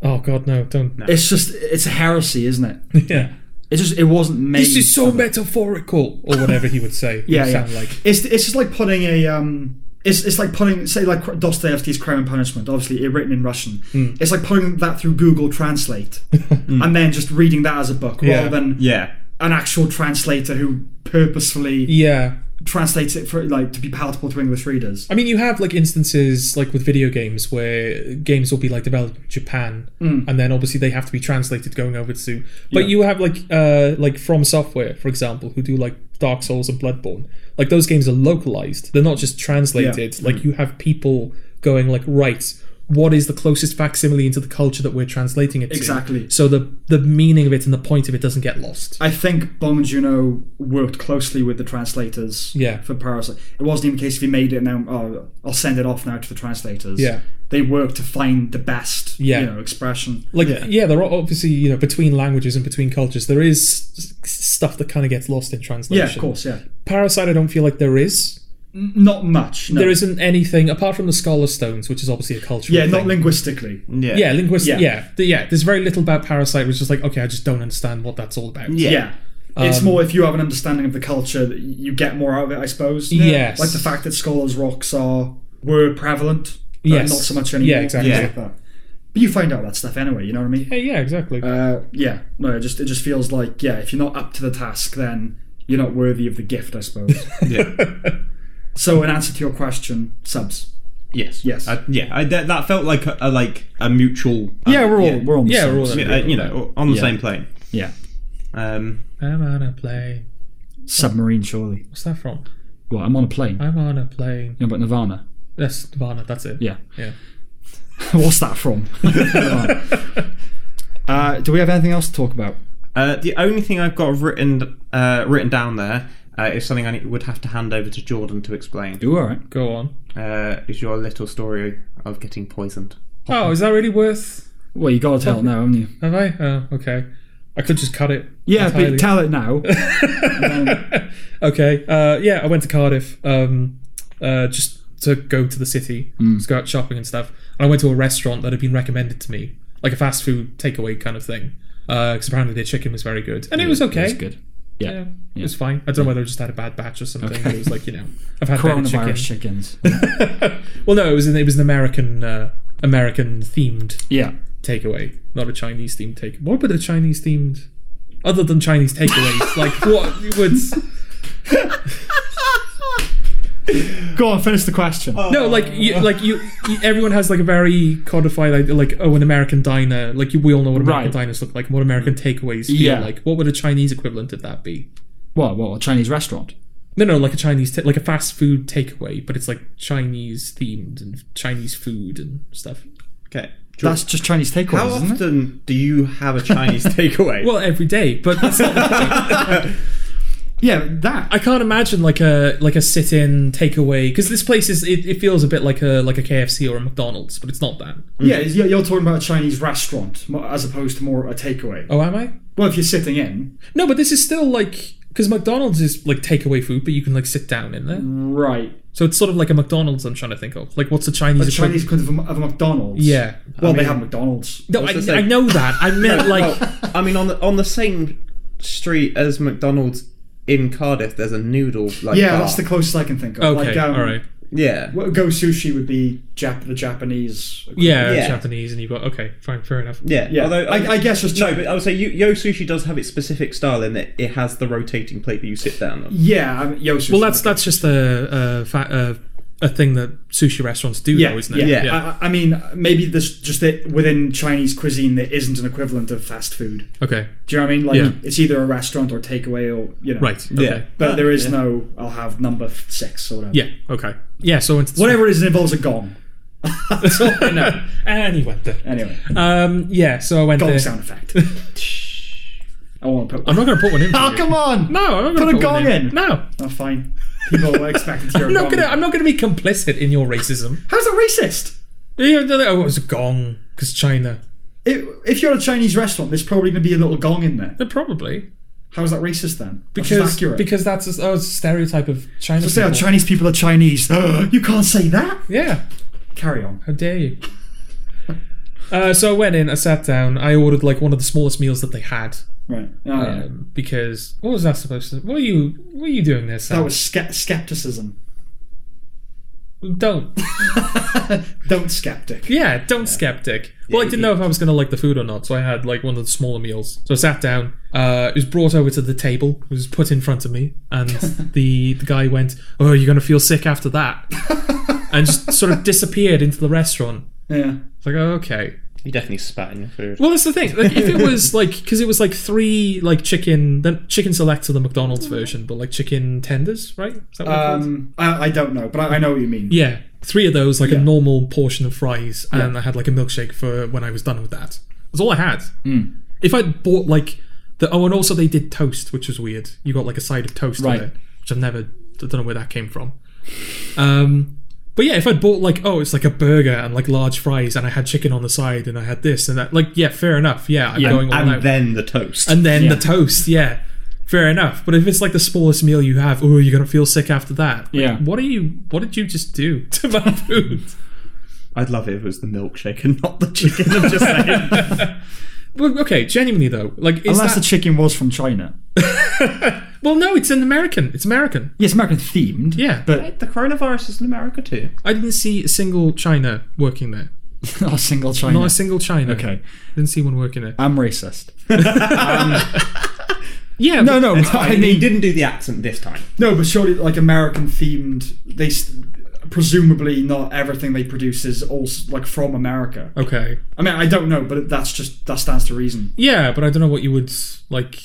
Oh God, no, don't. It's just, it's a heresy, isn't it? Yeah, It just, it wasn't made. this is so for that. metaphorical, or whatever he would say. Yeah, Would yeah. sound like It's, it's just like putting a, um, it's, it's like putting, say, like Dostoevsky's Crime and Punishment, obviously it written in Russian. Hmm. It's like putting that through Google Translate and then just reading that as a book rather than Yeah. an actual translator who purposefully yeah. translates it for like to be palatable to English readers. I mean, you have like instances like with video games where games will be like developed in Japan, and then obviously they have to be translated going over to. But you have like uh like from software, for example, who do like Dark Souls and Bloodborne. Like those games are localized; they're not just translated. Like you have people going like, right, what is the closest facsimile into the culture that we're translating it to? Exactly. So the the meaning of it and the point of it doesn't get lost. I think Bong Juno worked closely with the translators Yeah. for Parasite. It wasn't even a case if he made it now. Oh, I'll send it off now to the translators. Yeah. they worked to find the best Yeah. you know expression. like yeah. there are obviously you know between languages and between cultures there is s- s- stuff that kind of gets lost in translation yeah, of course, yeah. parasite i don't feel like there is N- Not much. No. there isn't anything apart from the scholar stones which is obviously a culture Yeah, not linguistically. Yeah. yeah linguistic Yeah. yeah yeah. The- yeah there's very little about parasite which is like okay i just don't understand what that's all about Yeah. Um, it's more if you have an understanding of the culture, that you get more out of it, I suppose. Yes. Like the fact that scholars' rocks are were prevalent, but Yes. not so much anymore. Yeah, exactly. things like that. But you find out that stuff anyway. You know what I mean? yeah, yeah exactly Uh, yeah. No, it just it just feels like yeah, if you're not up to the task, then you're not worthy of the gift, I suppose. so, in answer to your question, subs. Yes. Yes. Uh, yeah. I, that, that felt like a, a like a mutual. uh, yeah, we're all we're all on the yeah same we're all I mean, there. uh, you know, on the same plane. Yeah. Um, i'm on a plane submarine. Surely. what's that from Well, I'm on a plane. i'm on a plane You know about Nirvana? that's nirvana that's it Yeah. yeah What's that from? uh, do we have anything else to talk about? uh, the only thing I've got written uh, written down there uh, is something I need, would have to hand over to Jordan to explain. Ooh, all right. go on Uh, is your little story of getting poisoned? oh is that really worth Well, you gotta tell it now, haven't you? have i oh okay i could just cut it Yeah, Entirely. but tell it now. Um, okay. Uh, yeah, I went to Cardiff um, uh, just to go to the city, just go out shopping and stuff. And I went to a restaurant that had been recommended to me, like a fast food takeaway kind of thing. Because apparently their chicken was very good, and it was okay. It's good. Yeah, it was fine. I don't know whether I just had a bad batch or something. but It was like you know, I've had better chicken. Coronavirus chickens. well, no, it was an, it was an American uh, American themed yeah. takeaway, not a Chinese themed take. What would a Chinese themed, other than Chinese takeaways, like what would? Go on, finish the question. Oh. No, like you, like you, you, everyone has like a very codified idea, like oh, an American diner. Like you, we all know what American Right. diners look like, and what American takeaways feel Yeah. like. What would a Chinese equivalent of that be? What? What? A Chinese restaurant? No, no, like a Chinese, ta- like a fast food takeaway, but it's like Chinese themed and Chinese food and stuff. Okay. That's just Chinese takeaways, How isn't it? often do you have a Chinese takeaway? Well, every day, but that's not the point. Yeah, that. I can't imagine like a like a sit-in takeaway because this place is it, it feels a bit like a like a KFC or a McDonald's, but it's not that. Mm. Yeah, it's- you're you're talking about a Chinese restaurant mo- as opposed to more a takeaway. Oh, am I? Well, if you're sitting in, No, but this is still like because McDonald's is like takeaway food, but you can like sit down in there. right? So it's sort of like a McDonald's. I'm trying to think of like what's the Chinese? The equivalent- Chinese could have a, of a McDonald's. Yeah. Well, they mean- have McDonald's. No, What's I, the thing? I know that. I meant like Oh, I mean, on the on the same street as McDonald's in Cardiff, there's a noodle like Yeah, bar. that's the closest I can think of. okay, Like, um, all right, yeah. what- Go sushi would be Jap- the Japanese. yeah, yeah. Japanese, and you've got okay, fine, fair enough. Yeah, Yeah. Although uh, I, I guess just no, but I would say Yo- Yo Sushi does have its specific style in that it has the rotating plate that you sit down on. yeah, I mean, yo, sushi. Well, that's that's just a a, fa- uh, a thing that sushi restaurants do, Yeah, though, isn't yeah. it? I, I mean, maybe this just that within Chinese cuisine there isn't an equivalent of fast food. Okay. Do you know what I mean? Like Yeah. it's either a restaurant or takeaway or you know. Right. Okay. Yeah. But there is no. I'll have number f- six or whatever. Okay. Yeah. So it's Whatever it is, it involves a gong. that's all I know. And he went there. Anyway, Um. Yeah. So I went gong there. sound effect. I want to put. I'm not gonna put one in. for oh you. come on! No, I'm not gonna Put a put one gong in. No, Oh, fine. People were expecting to hear a I'm not gong. gonna. I'm not gonna be complicit in your racism. How's that racist? Yeah, no, no, it was a gong because China. If if you're at a Chinese restaurant, there's probably going to be a little gong in there. Yeah, probably How's that racist then? That's just because accurate. because that's a, that was a stereotype of China. Just say, oh, people. Chinese people are Chinese. Uh, you can't say that. Yeah. Carry on. How dare you? Uh, so I went in, I sat down, I ordered like one of the smallest meals that they had Right. Oh, yeah. um, because what was that supposed to? What are you? What are you doing there, Sam? That was ske- skepticism. don't. Don't skeptic. Yeah, don't skeptic. Well, I didn't know if I was gonna like the food or not, so I had like one of the smaller meals. So I sat down. Uh, it was brought over to the table. It was put in front of me, and the the guy went, "Oh, you're gonna feel sick after that," and just sort of disappeared into the restaurant. Yeah. It's like, oh, okay. You definitely spat in your food. Well, that's the thing. Like, if it was like, because it was like three like chicken, the chicken select to the McDonald's version, but like chicken tenders, right? Is that what they're called? Um, I, I don't know, but I, I know what you mean. Yeah, three of those, like Yeah. a normal portion of fries, and I had like a milkshake for when I was done with that. That's all I had. If I'd bought like the oh, and also they did toast, which was weird. You got like a side of toast, Right. right? It, which I've never, I don't know where that came from. Um, but yeah, if I'd bought like oh, it's like a burger and like large fries, and I had chicken on the side, and I had this and that, like yeah, fair enough. Yeah, I'm going all and out. then the toast. and then the toast, yeah. Fair enough, but if it's like the smallest meal you have, oh, you're gonna feel sick after that. Like, Yeah. What are you? What did you just do to my food? I'd love it if it was the milkshake and not the chicken. I'm just saying. Well, okay, genuinely though, like is Unless that? the chicken was from China. well, no, it's an American. It's American. Yeah, it's American themed. Yeah. But the coronavirus is in America too. I didn't see a single China working there. not a single China. Not a single China. Okay. Uh, didn't see one working there. I'm racist. Um, Yeah. No, no, I And you mean, didn't do the accent this time. no, but surely like American themed, they s- presumably not everything they produce is also like from America. Okay. I mean, I don't know, but that's just that stands to reason. Yeah, but I don't know what you would like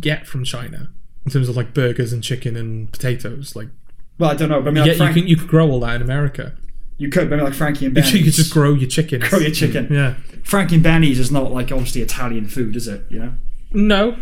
get from China in terms of like burgers and chicken and potatoes. Like, Well, I don't know, but I mean, yeah, like Uh, Frank, you can you could grow all that in America. you could, but I mean, like Frankie and You Benny's. could just grow your chicken. grow your chicken. Yeah. Frankie and Benny's is not like obviously Italian food, is it? You know, No.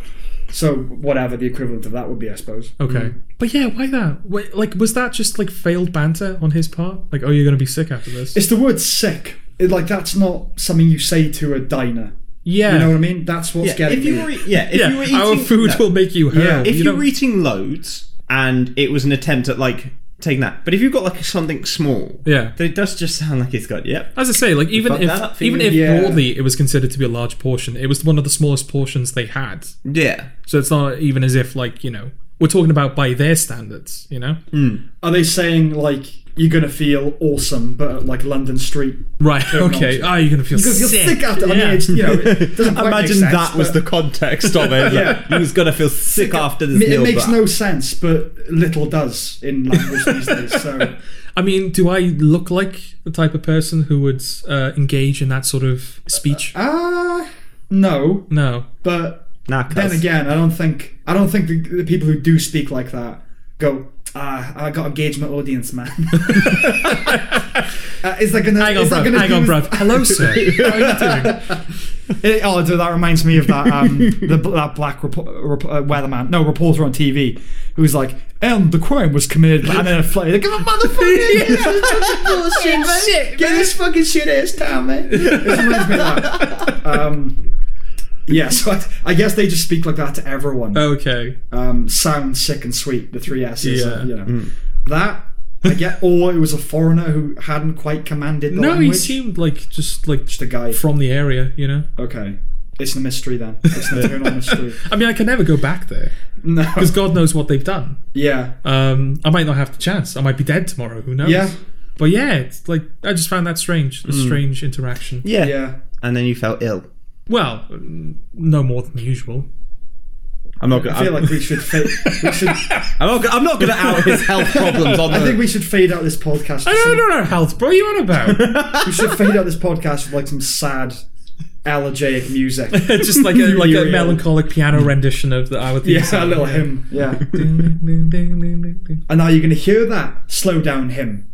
so whatever the equivalent of that would be, I suppose. Okay. Mm. But yeah, why that? Why, like, was that just like failed banter on his part? Like, oh, you're gonna be sick after this. It's the word "sick." It, like that's not something you say to a diner. yeah. You know what I mean? That's what's Yeah, getting if you me. were, e- yeah, if you were eating, our food no. will make you hurl. Yeah. you if you, don't- were eating loads and it was an attempt at like taking that, but if you've got like something small, yeah. then it does just sound like it's got yep. As I say, like even fuck that up if for even you. if Yeah. broadly it was considered to be a large portion, it was one of the smallest portions they had. Yeah, So it's not even as if like you know we're talking about by their standards, you know? Are they saying like you're gonna feel awesome, but at, like London Street? Right? Don't Okay. know. Oh, you're gonna feel Because you're sick. sick after. I mean, it's, you know, it doesn't quite Imagine make sense, that was but- the context of it. Yeah. yeah, he was gonna feel sick after this I mean, meal. it makes but- no sense, but little does in language these days. So I mean, do I look like the type of person who would uh, engage in that sort of speech? Ah, no. No. But Nah, cuz. then again, I don't think I don't think the, the people who do speak like that go. Ah, I got to gauge my audience, man. uh, is that gonna? Hang on, is that bruv. gonna Hang on, do- bruv. Hello, sir. How are you doing? Eh, oh, dude, that reminds me of that um, the, that black repo- rep- uh, weatherman, no reporter on TV, who was like, "And the crime was committed," and then a fly, like, "Oh, motherfucker, bullshit, man. get this fucking shit ass down, man." It reminds me of that. Um, yeah, so I, I guess they just speak like that to Oh, everyone. Okay. Um, sound, sick, and sweet, the three S's. Yeah. uh, you know. That I get, or it was a foreigner who hadn't quite commanded the No, language. he seemed like just like just a guy. from the area, you know. okay, it's a mystery then. It's an eternal mystery. I mean, I can never go back there No, because God knows what they've done. yeah, Um, I might not have the chance. I might be dead tomorrow. Who knows? yeah, Mm. But yeah, it's like I just found that strange, a strange interaction. Yeah. yeah. And then you felt ill. Well, mm, no more than usual. I'm not. I feel I'm, like we should fade. We should, I'm not. I'm not going to out his health problems on the. I think we should fade out this podcast. I with don't some- know health, bro. You on about? We should fade out this podcast with like some sad, elegiac music. just like a, like a Ethereal. melancholic piano rendition of the our theme Yeah, a song. little hymn. Yeah. Ding, ding, ding, ding, ding, ding. And now you're going to hear that slow down hymn